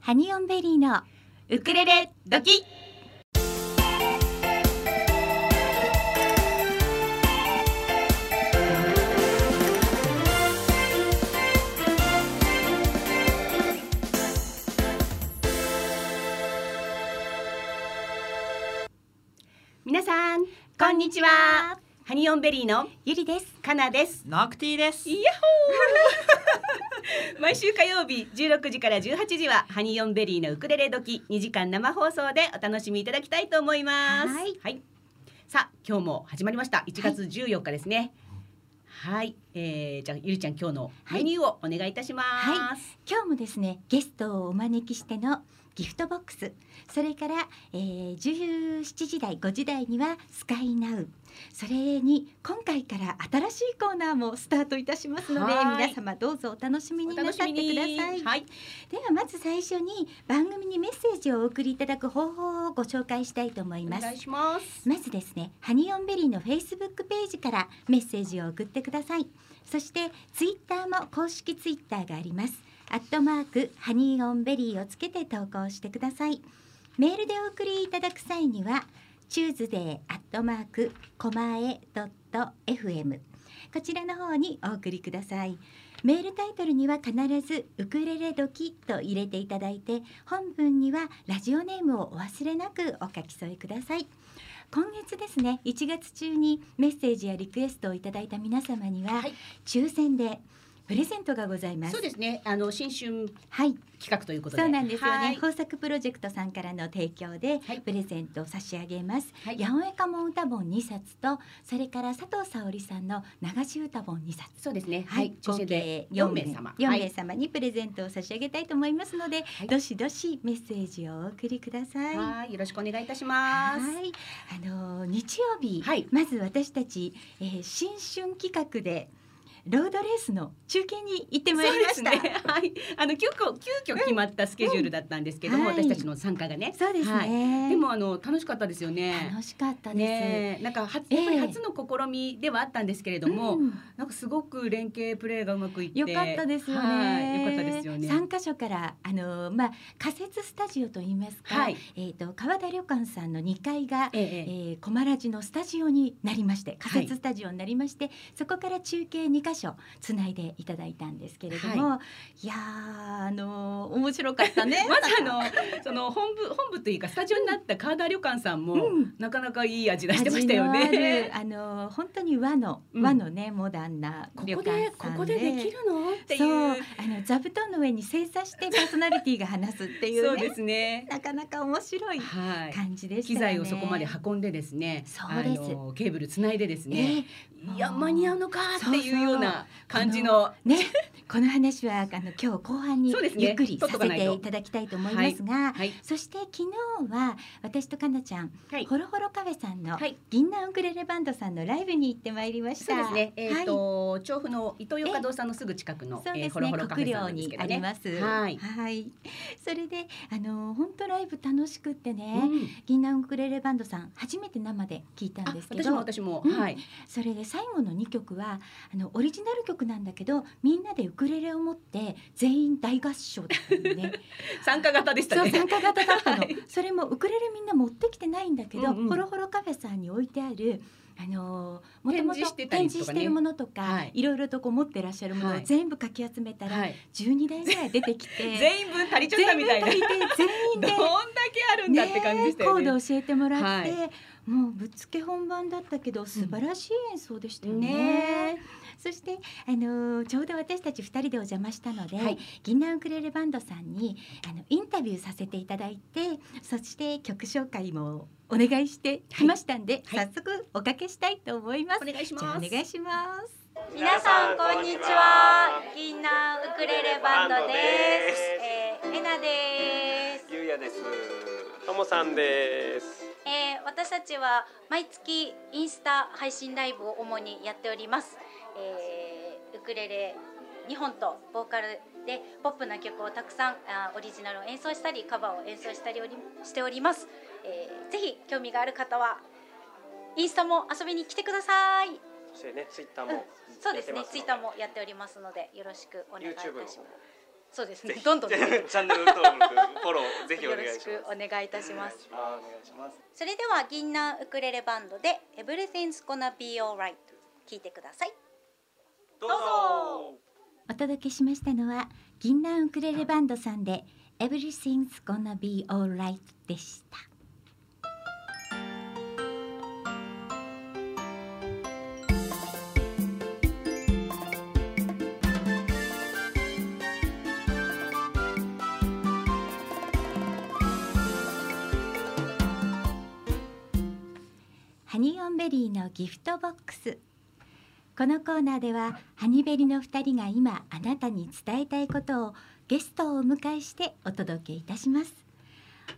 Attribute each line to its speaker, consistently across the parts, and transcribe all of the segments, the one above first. Speaker 1: ハニオンベリーの
Speaker 2: ウクレレドキ皆さんこんにちはハニオンベリーの
Speaker 1: ゆりです
Speaker 2: かなです
Speaker 3: ナクティーです。
Speaker 2: イヤホー 毎週火曜日16時から18時はハニーオンベリーのウクレレ時2時間生放送でお楽しみいただきたいと思います。
Speaker 1: はい
Speaker 2: さあ今日も始まりました1月14日ですね。はい、えーじゃあゆりちゃん今日のメニューをお願いいたします。
Speaker 1: は今日もですねゲストをお招きしてのギフトボックスそれから、えー、17時台5時台にはスカイナウそれに今回から新しいコーナーもスタートいたしますので
Speaker 2: はい
Speaker 1: 皆様どうぞお楽しみに
Speaker 2: お
Speaker 1: な
Speaker 2: 楽
Speaker 1: さ
Speaker 2: し
Speaker 1: って
Speaker 2: み
Speaker 1: くださ
Speaker 2: に。
Speaker 1: い、
Speaker 2: はい、
Speaker 1: ではまず最初に番組にメッセージをお送りいただく方法をご紹介したいと思い
Speaker 2: お
Speaker 1: ます
Speaker 2: 願いします。
Speaker 1: まずですねハニオンベリーのフェイスブックページからメッセージを送ってくださいそしてツイッターも公式ツイッターがありますアットマークハニーオンベリーをつけて投稿してくださいメールでお送りいただく際には tuesday アットマークコマエドット FM こちらの方にお送りくださいメールタイトルには必ず「ウクレレドキ」と入れていただいて本文にはラジオネームをお忘れなくお書き添えください今月ですね1月中にメッセージやリクエストをいただいた皆様には、
Speaker 2: はい
Speaker 1: 抽選でプレゼントがございます
Speaker 2: そうですね。あの新春
Speaker 1: はい
Speaker 2: 企画ということで。
Speaker 1: そうなんですよね、
Speaker 2: はい
Speaker 1: 豊作プロジェクトさんからの提供で
Speaker 2: はい
Speaker 1: プレゼントを差し上げます、
Speaker 2: はい
Speaker 1: 八百屋家紋歌本2冊とそれから佐藤沙織さんの流し歌本2冊
Speaker 2: そうですね。は
Speaker 1: はいい、、
Speaker 2: 抽
Speaker 1: 合
Speaker 2: 選で
Speaker 1: 計
Speaker 2: 4
Speaker 1: 四
Speaker 2: 名様。
Speaker 1: 4
Speaker 2: は
Speaker 1: 名
Speaker 2: い、
Speaker 1: 様にプレゼントを差し上げたいと思いますので、
Speaker 2: い
Speaker 1: どしどしメッセージをお送りください。
Speaker 2: はい、よろしくお願いいたします。
Speaker 1: はい、あのー日曜日、
Speaker 2: はい
Speaker 1: まず私たち、えー新春企画でロードレースの中継に行ってまいりました。
Speaker 2: そうですね、はい、あの急遽急遽決まったスケジュールだったんですけども、
Speaker 1: うんはい
Speaker 2: 私たちの参加がね。
Speaker 1: そうですね。
Speaker 2: はいでもあの楽しかったですよね。
Speaker 1: 楽しかったです。
Speaker 2: ねえ、なんか初
Speaker 1: ええ
Speaker 2: やっぱり初の試みではあったんですけれども、
Speaker 1: うん
Speaker 2: なんかすごく連携プレーがうまくいって、
Speaker 1: よかったですよ
Speaker 2: はい
Speaker 1: ね。
Speaker 2: 良かったですよね。
Speaker 1: 三箇所からあのーまあ仮設スタジオと言いますか、
Speaker 2: はい、
Speaker 1: えっ、と川田旅館さんの2階が
Speaker 2: ええええ、
Speaker 1: えー、コマラジのスタジオになりまして仮
Speaker 2: は
Speaker 1: 設スタジオになりまして、そこから中継2箇所つないでいただいたんですけれども、い、やーあのー面白かったね
Speaker 2: まずあのその本部本部というかスタジオになった川田旅館さんも、
Speaker 1: うん
Speaker 2: なかなかいい味出してましたよね。
Speaker 1: 味のあるあのー本当に和の、
Speaker 2: うん
Speaker 1: 和のねモダンな
Speaker 2: こ
Speaker 1: 旅
Speaker 2: こ
Speaker 1: 館
Speaker 2: でこ
Speaker 1: さん
Speaker 2: こでできるのっていう。
Speaker 1: そうあの座布団の上に正座してパーソナリティが話すってい
Speaker 2: そうう
Speaker 1: ね
Speaker 2: ですね。
Speaker 1: なかなか面白い
Speaker 2: はい。
Speaker 1: 感じでした
Speaker 2: 機
Speaker 1: よね。
Speaker 2: 材をそこまで運んでですね。
Speaker 1: そうです
Speaker 2: あのケーブルつないでです
Speaker 1: ね
Speaker 2: ね。いや
Speaker 1: もう
Speaker 2: 間に合うのかっていうような感じ
Speaker 1: そ
Speaker 2: の。
Speaker 1: ね、この話はあの今日後半に
Speaker 2: そうですね
Speaker 1: ゆっくりさ
Speaker 2: 取っとか
Speaker 1: せ
Speaker 2: ないと
Speaker 1: ていただきたいと思いますが、
Speaker 2: はい。
Speaker 1: そして昨日は私とかなちゃん、
Speaker 2: はい。
Speaker 1: ホロホロカフェさんの
Speaker 2: はい
Speaker 1: 銀杏ウクレレバンドさんのライブに行ってまいりました。
Speaker 2: そうですね。えっ、
Speaker 1: はい
Speaker 2: と、調布の伊東洋華堂さんのすぐ近くの、
Speaker 1: そう
Speaker 2: え
Speaker 1: で
Speaker 2: ー
Speaker 1: す
Speaker 2: ホロ
Speaker 1: ね
Speaker 2: ホロカフ
Speaker 1: 国
Speaker 2: ェさ
Speaker 1: 領
Speaker 2: んです
Speaker 1: に
Speaker 2: けど
Speaker 1: あり
Speaker 2: ね。
Speaker 1: ます。
Speaker 2: はい
Speaker 1: それであの本当ライブ楽しくって
Speaker 2: う
Speaker 1: ね、
Speaker 2: ん
Speaker 1: 銀杏ウクレレバンドさん初めて生で聞いたん
Speaker 2: あ
Speaker 1: ですけ
Speaker 2: 私
Speaker 1: ど、
Speaker 2: も私も、
Speaker 1: うん
Speaker 2: はい。
Speaker 1: それで最後の2曲はあのオリジナル曲なんだけどみんなでウクレレを持って全員大合唱だったのね
Speaker 2: 参加 型でした
Speaker 1: そう
Speaker 2: ね。
Speaker 1: 参加型だったの、
Speaker 2: はい
Speaker 1: それもウクレレみんな持ってきてないんだけど、
Speaker 2: うんうん
Speaker 1: ホロホロカフェさんに置いてあるあのもともと
Speaker 2: 展示してた
Speaker 1: 展
Speaker 2: りとかね
Speaker 1: 示してるものとか、
Speaker 2: はいい、
Speaker 1: ろいろとこう持ってらっしゃるもの
Speaker 2: は
Speaker 1: を
Speaker 2: い
Speaker 1: 全部かき集めたら、
Speaker 2: はい。
Speaker 1: 12台ぐらい出てきて
Speaker 2: 全員分足りちゃったみたいな。
Speaker 1: 全
Speaker 2: ど
Speaker 1: 部足りて全員
Speaker 2: ん
Speaker 1: で
Speaker 2: だけあるんだって感じでしたよ
Speaker 1: ね
Speaker 2: ね。
Speaker 1: コード教えてもらって、
Speaker 2: はい
Speaker 1: もうぶっつけ本番だったけど素晴らしい演奏でしたよね。
Speaker 2: ね
Speaker 1: そして、あのーちょうど私たち2人でお邪魔したので、
Speaker 2: はい
Speaker 1: 銀杏ウクレレバンドさんにあのインタビューさせていただいてそして曲紹介もお願いしてきましたんで、
Speaker 2: はいはい
Speaker 1: 早速おかけしたいと思います。
Speaker 2: お願いします
Speaker 1: じゃあお願いします。
Speaker 4: 皆さんこんにちは銀南ウクレレバンドです、えー、えなです、
Speaker 5: ゆうやです。ともさんです。
Speaker 4: えー、私たちは毎月インスタ配信ライブを主にやっております、えー、ウクレレ2本とボーカルでポップな曲をたくさんあーオリジナルを演奏したりカバーを演奏したりおりしております、えー、ぜひ興味がある方はインスタも遊びに来てください
Speaker 5: そしてね、ツイッター
Speaker 4: うん
Speaker 5: も。
Speaker 4: そうですね。ツイッター
Speaker 5: も。
Speaker 4: もやっておりますので、よろしくお願いいたします。
Speaker 5: YouTube も
Speaker 4: そうです
Speaker 3: ぜ
Speaker 4: ね
Speaker 3: ひ
Speaker 4: どんどん
Speaker 3: チ
Speaker 4: どんどんよ
Speaker 3: ャンネル登録フォローぜひお願い
Speaker 4: ろし
Speaker 3: しま
Speaker 4: く
Speaker 3: す
Speaker 4: お願いいたします
Speaker 3: お願いします
Speaker 4: それでは銀杏ウクレレバンドで Everything's Gonna Be Alright 聞いてください
Speaker 3: どう
Speaker 4: ど
Speaker 3: ぞ
Speaker 1: お届けしましたのは銀杏ウクレレバンドさんで Everything's gonna be alright でしたハニーオンベリーのギフトボックスこのコーナーではハニベリの2人が今あなたに伝えたいことをゲストをお迎えしてお届けいたします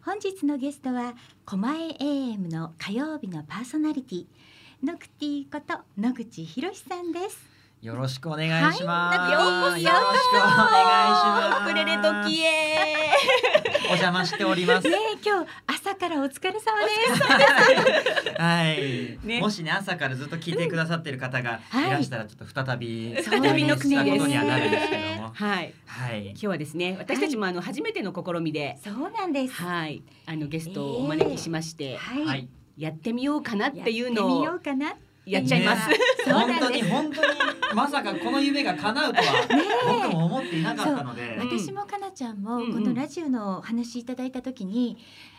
Speaker 1: 本日のゲストは狛江 AM の火曜日のパーソナリティノクティこと野口博さんです
Speaker 6: よろしくお願いします。
Speaker 1: はい
Speaker 6: よろしくお願いします。
Speaker 2: ウクレレ時へ。
Speaker 6: お邪魔しております
Speaker 1: ね。え今日朝からお疲れ様です
Speaker 6: はい、
Speaker 2: ね
Speaker 6: もしね朝からずっと聞いてくださってる方が
Speaker 1: はい
Speaker 6: いらしたらちょっと再び
Speaker 1: そうですね
Speaker 6: お呼びしたことにはなるんですけども、
Speaker 2: はい。
Speaker 6: はい
Speaker 2: 今。日はですね、私たちもあの初めての試みで、
Speaker 1: そうなんです
Speaker 2: はい、あのゲストをお招きしまして、
Speaker 1: はい、
Speaker 6: はい、
Speaker 2: やってみようかなっていう
Speaker 1: やってみ
Speaker 2: の
Speaker 1: よ
Speaker 2: を
Speaker 1: うかな
Speaker 2: やっちゃいます。
Speaker 1: そうなんです
Speaker 6: 本当に本当にまさかこの夢が叶うとは 僕も思っていなかったので、
Speaker 2: そう
Speaker 1: 私もかなちゃんも
Speaker 2: うん
Speaker 1: このラジオのお話いただいた時に、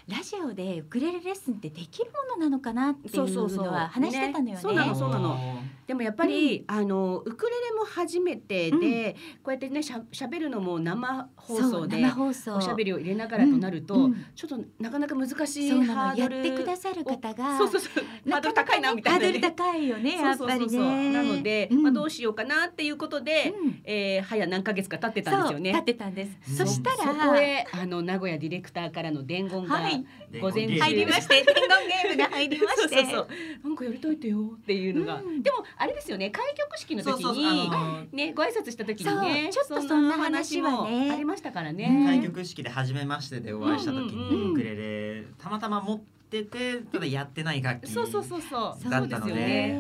Speaker 1: ラジオでウクレレレッスンってできるものなのかなってい
Speaker 2: そううそう
Speaker 1: の
Speaker 2: そう
Speaker 1: は話してたのよね。
Speaker 2: ねそうなのそうなのでもやっぱり、あのウクレレも初めてで、こうやってねしゃしゃべるのも生放
Speaker 1: そ
Speaker 2: 送
Speaker 1: う
Speaker 2: で
Speaker 1: 生放送
Speaker 2: おしゃべりを入れながらとなると、
Speaker 1: うんうん
Speaker 2: ちょっとなかなか難しい
Speaker 1: そう
Speaker 2: ハ
Speaker 1: なの
Speaker 2: ード
Speaker 1: やっ
Speaker 2: ル
Speaker 1: てくださる方が
Speaker 2: そうそうそうハードル高いなみたいな、
Speaker 1: ハードル高いよねやっ
Speaker 2: そう
Speaker 1: ぱ
Speaker 2: そう
Speaker 1: り
Speaker 2: そうそう
Speaker 1: ね。
Speaker 2: なので、まあどうしようかなっていうことで、
Speaker 1: うん
Speaker 2: えー、早何ヶ月か経ってたんです
Speaker 1: そ
Speaker 2: よ
Speaker 1: う立っ
Speaker 2: ね。
Speaker 1: てたんです。
Speaker 6: う
Speaker 1: そ
Speaker 6: ん
Speaker 1: した
Speaker 2: そ
Speaker 1: ら
Speaker 2: こへあの名古屋ディレクターからの伝言が、
Speaker 1: はい
Speaker 6: で
Speaker 2: 午前中
Speaker 1: 入りまして 天丼ゲームが入りまして。
Speaker 2: そうそうそうなんかやりといてよっていうのが、
Speaker 1: うん
Speaker 2: でもあれですよね開局式の
Speaker 6: そ
Speaker 2: 時
Speaker 6: う
Speaker 2: に
Speaker 6: そうそうあの
Speaker 2: ねご挨拶した時にね
Speaker 1: そうちょっとそんな話はね
Speaker 2: そんな話もありましたから
Speaker 1: うん
Speaker 2: ね。
Speaker 6: 対局式で初めましてでお会いした時
Speaker 2: うんうんうん
Speaker 6: にウクレレたまたま持っててただやってない楽器
Speaker 2: そうそうそうそう
Speaker 6: だったの
Speaker 2: そうですよ
Speaker 6: で
Speaker 2: ね。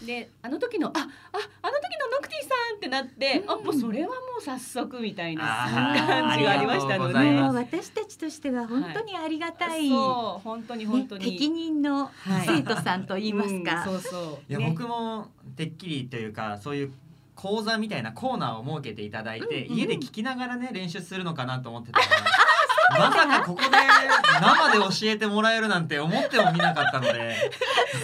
Speaker 6: そ
Speaker 2: であの時のあああの時のノクティさんってなって、あもうそれはもう早速みたいな
Speaker 6: あー
Speaker 2: 感じがありましたの
Speaker 6: あり
Speaker 2: で
Speaker 6: がとうござい
Speaker 1: も
Speaker 6: ま
Speaker 1: う
Speaker 6: す
Speaker 1: 私たちとしては本当にありがたい、
Speaker 2: そう本当に本当
Speaker 1: ね
Speaker 2: に、
Speaker 1: 適任の生徒さんと言いますか。
Speaker 2: うんそうそう
Speaker 6: ういや僕もてっきりというかそういう講座みたいなコーナーを設けていただいて
Speaker 2: うんうん
Speaker 6: 家で聞きながらね練習するのかなと思 ってたからまさかここで生で教えてもらえるなんて思ってもみなかったので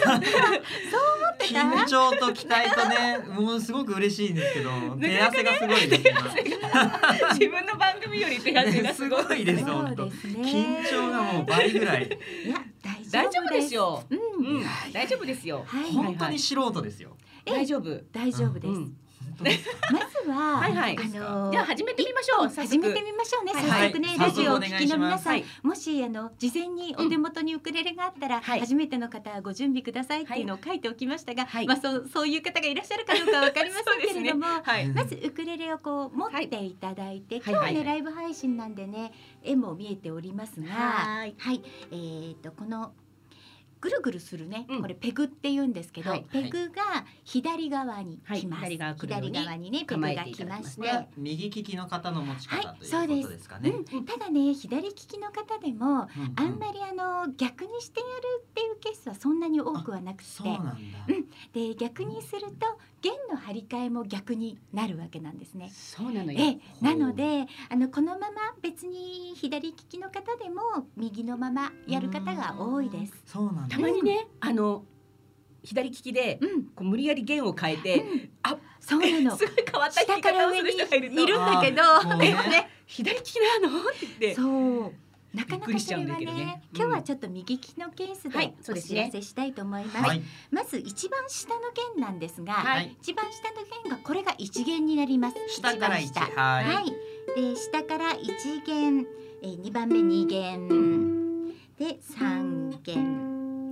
Speaker 1: た
Speaker 6: 緊張と期待とねもうすごく嬉しいんですけど手汗がすごいです今
Speaker 2: 自分の番組より手汗が す
Speaker 6: す
Speaker 2: ごい。
Speaker 6: ごいです
Speaker 1: そ
Speaker 6: 本
Speaker 1: う
Speaker 6: 当
Speaker 1: ですね。
Speaker 6: 緊張がもう倍ぐらい
Speaker 1: いや大
Speaker 2: 大
Speaker 1: 丈
Speaker 2: 丈
Speaker 1: 夫
Speaker 2: 夫
Speaker 1: で。
Speaker 2: ですしょ
Speaker 1: う
Speaker 2: う。
Speaker 1: ん、
Speaker 2: うん、大丈夫ですよ。
Speaker 1: はい
Speaker 6: 本当に素人ですよ
Speaker 2: 大丈夫。う
Speaker 1: 大丈夫です。
Speaker 2: ん。
Speaker 1: まずは、
Speaker 2: はいはい
Speaker 1: あのー
Speaker 2: じゃあ始めてみましょう。早速
Speaker 1: 始めてみましょうね。
Speaker 2: は
Speaker 1: 早
Speaker 2: い
Speaker 1: 速ね、
Speaker 6: はい
Speaker 1: ラジオをお
Speaker 6: 早速お
Speaker 1: 聞き
Speaker 6: 願い
Speaker 1: の皆
Speaker 6: しま
Speaker 1: さん、もしあの事前にお手元にウクレレがあったら、
Speaker 2: はい
Speaker 1: 初めての方はご準備くださいっていうのを書いておきましたが、
Speaker 2: はい
Speaker 1: まあそうそういう方がいらっしゃるかどうかはわかりませ んけれども、
Speaker 2: はい。
Speaker 1: まずウクレレをこう持っていただいて、
Speaker 2: はい
Speaker 1: 今日はね、
Speaker 2: はいはい
Speaker 1: ライブ配信なんでね絵も見えておりますが
Speaker 2: は
Speaker 1: は
Speaker 2: ー
Speaker 1: い
Speaker 2: い
Speaker 1: えー、とこのぐるぐるするね、
Speaker 2: うん
Speaker 1: これペグって言うんですけど、
Speaker 2: はい
Speaker 1: ペグが左側に来ます、
Speaker 2: はい左側来るように
Speaker 1: 左側にねペグ
Speaker 2: 構え
Speaker 1: が
Speaker 2: てい
Speaker 1: 来
Speaker 2: ただ
Speaker 1: ま
Speaker 2: きま
Speaker 1: し
Speaker 2: す
Speaker 1: て、
Speaker 2: ね
Speaker 6: 右利きの方の持ち方
Speaker 1: はい
Speaker 6: ということですかね。
Speaker 1: うん、ただね左利きの方でも
Speaker 6: うんうん
Speaker 1: あんまりあの逆にしてやるっていうケースはそんなに多くはなくて
Speaker 6: そうなんだ。
Speaker 1: で逆にすると弦の張り替えも逆になるわけなんですね。
Speaker 2: そうなのよ。
Speaker 1: ええ
Speaker 6: ほ
Speaker 1: な
Speaker 6: う
Speaker 1: のであのこのまま別に左利きの方でも右のままやる方が多いです。
Speaker 6: そうなんだ
Speaker 2: た。まにね、あの左利きで
Speaker 1: うん、
Speaker 2: こう無理やり弦を変えて、あ
Speaker 1: そうなの
Speaker 2: す。ごい変わった
Speaker 1: 下
Speaker 2: 弾き
Speaker 1: から
Speaker 2: 方をす
Speaker 1: 上
Speaker 2: る
Speaker 1: に
Speaker 2: 人がいると。
Speaker 1: いるんだけ
Speaker 6: あ
Speaker 1: ど、
Speaker 6: ーそうね
Speaker 2: ね、左利きなのって言って。
Speaker 1: そう。なかな
Speaker 2: びっく
Speaker 1: か
Speaker 2: りし
Speaker 1: そ
Speaker 2: ちゃ
Speaker 1: れ
Speaker 2: うん
Speaker 1: は
Speaker 2: だけどね
Speaker 1: ね、
Speaker 2: うん
Speaker 1: 今日はちょっと右利きのケース
Speaker 2: はい
Speaker 1: で
Speaker 2: そ
Speaker 1: お
Speaker 2: うです
Speaker 1: 知
Speaker 2: ね
Speaker 1: らせしたいと思います。
Speaker 6: はい。
Speaker 1: まず一番下の弦なんですが、
Speaker 6: はい
Speaker 1: 一番下の弦がこれが一弦になります。
Speaker 6: 下から一。
Speaker 1: 番下
Speaker 6: はい。
Speaker 1: はい、で下から1弦、えー、2番目2弦で3弦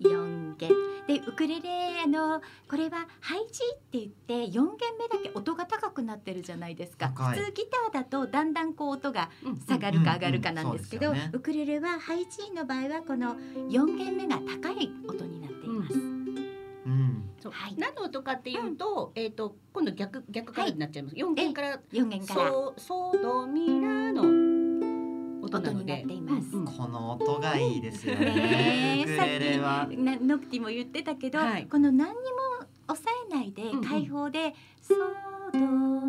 Speaker 1: 4弦でウクレレあのこれはハイジって言って4弦目だけ音が高くなってるじゃないですか
Speaker 6: 高い
Speaker 1: 普通ギターだとだんだんこう音が
Speaker 2: うん
Speaker 1: 下がるか上がるかなん
Speaker 6: うんうんうん
Speaker 1: ですけど、
Speaker 6: そうですよね
Speaker 1: ウクレレはハイジの場合はこの4弦目が高い音になっています。
Speaker 6: うん。
Speaker 2: そう
Speaker 1: はい
Speaker 2: 何の音かっていうと、えっ、と今度逆逆からになっちゃいます。四、弦から
Speaker 1: 四弦から
Speaker 2: ソソドミラの音な
Speaker 1: 音
Speaker 2: の
Speaker 1: になっ
Speaker 2: で
Speaker 1: て。います。
Speaker 2: うん
Speaker 6: この音がいいですよね。
Speaker 1: ね
Speaker 6: ウ
Speaker 1: え
Speaker 6: ク
Speaker 1: さ
Speaker 6: レレは
Speaker 1: っきなノクティも言ってたけど、
Speaker 2: はい
Speaker 1: この何にも抑えないで
Speaker 2: んうん
Speaker 1: 開放で、ソド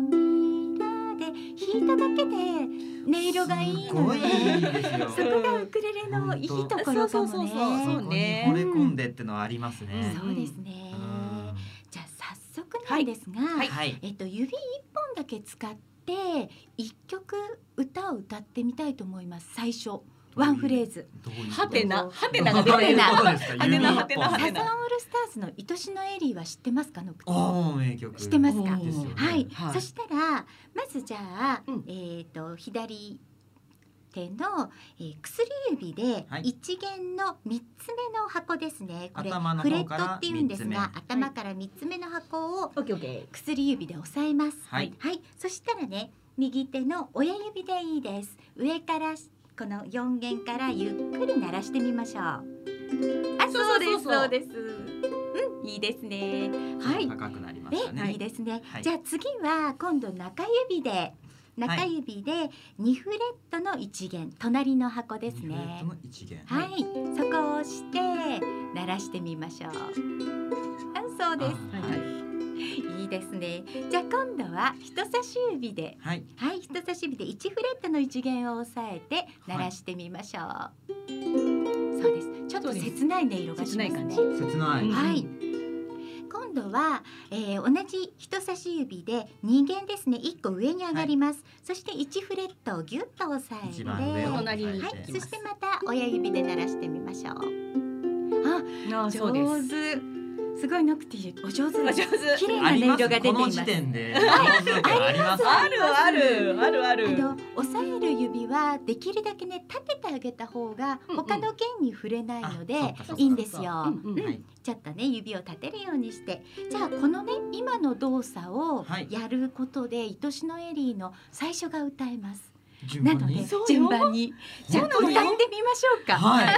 Speaker 1: ミラで弾いただけで音色がいい
Speaker 6: す
Speaker 1: の
Speaker 6: ごいいい
Speaker 1: ね。
Speaker 6: ですよ。
Speaker 1: そこがウクレレのいいところかもね。
Speaker 2: そうそうそうそう
Speaker 6: そ
Speaker 2: そ
Speaker 6: こ
Speaker 2: う
Speaker 6: に
Speaker 2: ね
Speaker 6: 惚れ込んでってのはありますね。
Speaker 1: そうですね。
Speaker 6: うん
Speaker 1: じゃあ早速なんですが、
Speaker 2: はい
Speaker 6: はい。
Speaker 1: えっと指一本だけ使って一曲歌を歌ってみたいと思います。最初ワンフレーズ。
Speaker 6: どういう
Speaker 2: ハテナハテナが
Speaker 6: が
Speaker 2: 出
Speaker 6: 出
Speaker 2: て
Speaker 6: て
Speaker 2: る
Speaker 6: る。。
Speaker 1: ハ
Speaker 6: どういうことですか。
Speaker 2: ハテナハテナハ
Speaker 6: 指一
Speaker 1: サ
Speaker 6: 本
Speaker 2: テ
Speaker 1: ザン
Speaker 2: ナ
Speaker 1: オールスターズの愛しのエリーは知ってますかの口。
Speaker 6: ああもう名曲。
Speaker 1: 知ってますか。
Speaker 6: ですよね
Speaker 1: はい、
Speaker 2: はい
Speaker 1: そしたらまずじゃあ、
Speaker 2: うん
Speaker 1: えっ、と左手の、えー薬指で
Speaker 6: はい
Speaker 1: 一弦の三つ目の箱ですね。これ
Speaker 6: 頭の
Speaker 1: フレッ
Speaker 6: 方か
Speaker 1: トっ
Speaker 6: ら
Speaker 1: て言うんです
Speaker 6: 三
Speaker 1: が、頭から三つ目の箱を
Speaker 2: オッケーオッケ
Speaker 1: 薬指で押さえます。
Speaker 6: はい
Speaker 1: そしたらね、右手の親指でいいです。上からこの四弦からゆっくり鳴らしてみましょう。あ、そうです
Speaker 2: そうそうそう
Speaker 1: そうです。うん、いいですね。はい。
Speaker 6: 高くなりました
Speaker 1: え、いい
Speaker 6: ね。
Speaker 1: ですね。
Speaker 6: はい
Speaker 1: じゃあ次は今度中指で中指で2フレットの1弦、隣の箱です
Speaker 6: フレッ
Speaker 1: ね
Speaker 6: ト。の一弦。
Speaker 1: はい、そこを押して鳴らしてみましょう。あ、そうです。
Speaker 2: ー。
Speaker 6: はい
Speaker 1: いいですね。じゃあ今度は人差し指で、
Speaker 6: はい。
Speaker 1: はい、人差し指で1フレットの1弦を押さえて鳴らしてみましょう。そうです。ちょっと切ない音色がし
Speaker 2: 切
Speaker 1: ま
Speaker 2: ない
Speaker 1: す
Speaker 2: 感
Speaker 1: ね
Speaker 2: じ。。
Speaker 6: 切な
Speaker 2: う
Speaker 6: い
Speaker 2: ん。
Speaker 1: はい。今度は、えー同じ人差し指で2弦ですね1個上に上がります、そして1フレットをギュッと押さえて
Speaker 6: 一番上を
Speaker 1: は
Speaker 2: 隣に
Speaker 1: い、
Speaker 2: 行き
Speaker 1: そ
Speaker 2: ま
Speaker 1: し
Speaker 2: す
Speaker 1: てまた親指で鳴らしてみましょう
Speaker 2: あーそうで
Speaker 1: 上
Speaker 2: す。
Speaker 1: 手すごいノクティお上手
Speaker 2: お
Speaker 1: です
Speaker 2: 上手
Speaker 1: 綺麗な
Speaker 6: あ
Speaker 1: 音
Speaker 6: ります
Speaker 1: 色が出てい
Speaker 6: こ
Speaker 1: ま
Speaker 6: の
Speaker 1: す
Speaker 6: 時点で上手感あります。
Speaker 2: あるあるあるあ
Speaker 1: あ
Speaker 2: る。
Speaker 1: の押さえる指はできるだけね立ててあげた方が
Speaker 2: うんうん
Speaker 1: 他の弦に触れないので
Speaker 6: あそっかそっか
Speaker 1: いいんですよ。
Speaker 2: うんうん
Speaker 6: はい。
Speaker 1: ちょっとね指を立てるようにしてじゃあこのね今の動作を
Speaker 6: はい
Speaker 1: やることで、愛しのエリーの最初が歌えます。
Speaker 6: 順
Speaker 1: な
Speaker 6: 番
Speaker 1: ので
Speaker 6: に。
Speaker 2: そうよ
Speaker 1: 順番にじゃあ
Speaker 6: 本
Speaker 1: 歌っ
Speaker 6: 当
Speaker 1: て
Speaker 6: に
Speaker 1: みましょうか。
Speaker 6: はい。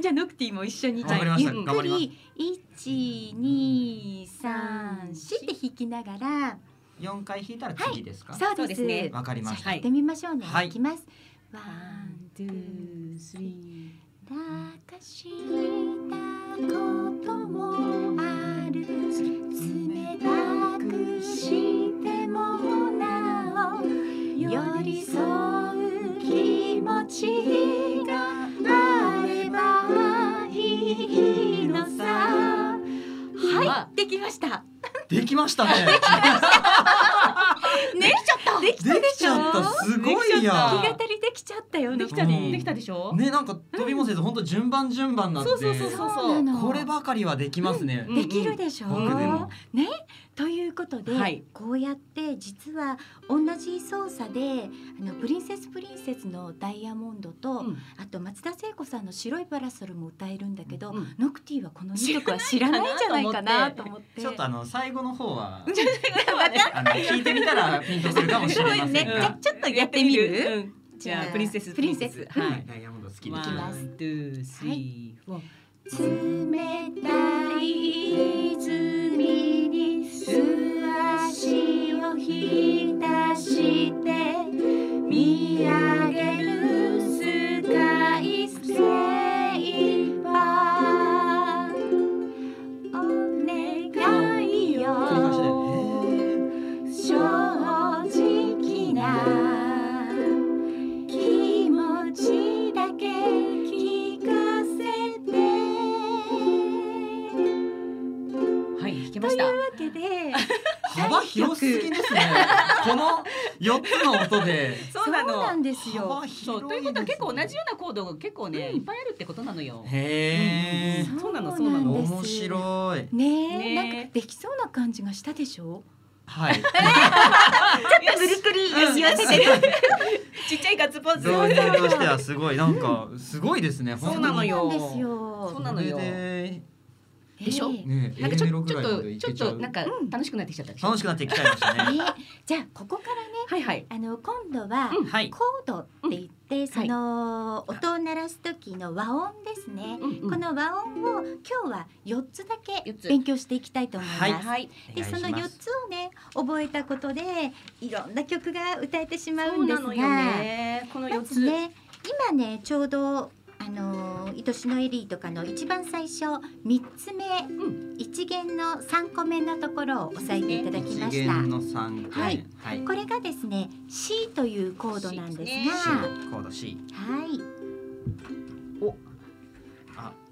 Speaker 1: じゃあノクティも一緒に
Speaker 6: わかりまし。
Speaker 1: ゆったく
Speaker 6: 頑張ります。
Speaker 1: り一二三四って弾きながら
Speaker 6: 四回弾いたら次ですか。
Speaker 1: そうです
Speaker 2: そうですね
Speaker 6: わかりま
Speaker 1: じゃ
Speaker 6: し
Speaker 1: あ
Speaker 6: た。
Speaker 1: やってみましょうね。
Speaker 6: はい
Speaker 1: い、きます。ワ
Speaker 2: ワ
Speaker 1: ン
Speaker 2: ン、ツー、スリー。
Speaker 1: なんかしたこともある冷たくしてもなお寄り添う気持ちがあればいいのさはいできました
Speaker 6: できましたね。
Speaker 1: ねできちゃったでき
Speaker 6: できちゃった。すごい
Speaker 2: できちゃ
Speaker 6: や
Speaker 2: っ。
Speaker 1: たりできちゃったよ
Speaker 2: で
Speaker 1: ね
Speaker 2: きた
Speaker 6: う
Speaker 2: り、
Speaker 6: ん
Speaker 2: できたでしょ。
Speaker 6: ね、なんか飛びもせず、本当順番順番なんで。
Speaker 2: そうそうそうそう
Speaker 1: そうなの
Speaker 6: こればかりはできますね。
Speaker 2: うん
Speaker 1: できるでしょう、
Speaker 6: 僕でも
Speaker 1: ね、ということで、
Speaker 2: はい
Speaker 1: こうやって実は同じ操作であのプリンセスプリンセスのダイヤモンドと、
Speaker 2: うん
Speaker 1: あと松田聖子さんの白いパラソルも歌えるんだけど、
Speaker 2: うん
Speaker 1: ノクティはこの2曲は知らないんじゃないかなと思って。
Speaker 6: ちょっとあの最後の方 は。
Speaker 2: また
Speaker 6: あの聞いてみたらピンとするかもしれません
Speaker 1: ね、じゃあ
Speaker 6: が。
Speaker 1: ちょっとやってみる。
Speaker 2: うんじゃあプリンセス
Speaker 1: プリンセス
Speaker 2: プリン
Speaker 1: うん
Speaker 2: セス
Speaker 6: はい、ダイヤモンド好きで
Speaker 2: ワ
Speaker 6: す。
Speaker 2: ン、ツー、スリー、フォー。
Speaker 1: 冷たい泉に素足をひたして見上げるスカイステイパーお願いよ
Speaker 6: 繰り返しで。へー
Speaker 1: 正直な気持ちだけ聞かせて
Speaker 2: はい、弾け
Speaker 1: と
Speaker 2: ま
Speaker 1: い
Speaker 2: し
Speaker 1: う
Speaker 2: た
Speaker 1: わ。け で
Speaker 6: 幅広すぎですね。この四つの音で。
Speaker 1: そうなんですよ
Speaker 6: 幅広いですね。
Speaker 2: そうということは結構同じようなコードが結構ね、いっぱいあるってことなのよ。
Speaker 6: へえ。
Speaker 2: そうなのそうなの
Speaker 1: です
Speaker 6: 面白い。
Speaker 1: ねえ
Speaker 2: ねえ
Speaker 1: なんかできそうな感じがしたでしょ
Speaker 6: はい。
Speaker 1: 無理くり
Speaker 2: ちっちゃいガッツポーズ。
Speaker 6: 導入としてはすごいなんかすごいですね。
Speaker 2: そうなの
Speaker 1: そ
Speaker 2: よ
Speaker 1: うなんですよ
Speaker 2: そうなのよ
Speaker 6: これで
Speaker 1: え
Speaker 2: でしょ
Speaker 1: ええ
Speaker 6: ねえ
Speaker 2: なんかち
Speaker 6: A メ
Speaker 2: ょ
Speaker 6: ロぐ
Speaker 2: ちょ
Speaker 6: ら
Speaker 2: っ
Speaker 6: いま
Speaker 2: と
Speaker 6: でい
Speaker 2: ちょ
Speaker 6: け
Speaker 2: っ
Speaker 6: ちゃ
Speaker 2: と
Speaker 6: う
Speaker 2: なんか
Speaker 7: うん
Speaker 2: 楽しくなってきちゃったでしょ
Speaker 6: 楽しくなってきちゃいましたね
Speaker 1: ねじゃあここからね
Speaker 2: はいはい
Speaker 1: あの今度は、
Speaker 2: うん
Speaker 6: はい
Speaker 1: コードって言って、その音を鳴らす時の和音ですね、
Speaker 2: うんうん
Speaker 1: この和音を今日は4つだけ
Speaker 2: 四つ
Speaker 1: 勉強していきたいと思います。
Speaker 6: はい
Speaker 2: はい
Speaker 6: お
Speaker 1: で
Speaker 6: 願いし
Speaker 1: そ
Speaker 6: ます
Speaker 1: の4つをね覚えたことでいろんな曲が歌えてしま
Speaker 2: そううん
Speaker 1: で
Speaker 2: な
Speaker 1: すが
Speaker 2: のよねこの
Speaker 1: ま
Speaker 2: 四
Speaker 1: ず
Speaker 2: つ、
Speaker 1: ね今ねちょうどあのー愛しのエリーとかの一番最初3つ目、
Speaker 2: ん
Speaker 1: 一元の3個目のところを押さえていただきま
Speaker 6: 一
Speaker 1: した。
Speaker 6: 弦の三回
Speaker 1: はい
Speaker 6: はい
Speaker 1: これがですね C というコードなんですが、
Speaker 2: C ですね
Speaker 6: C コード C
Speaker 1: はい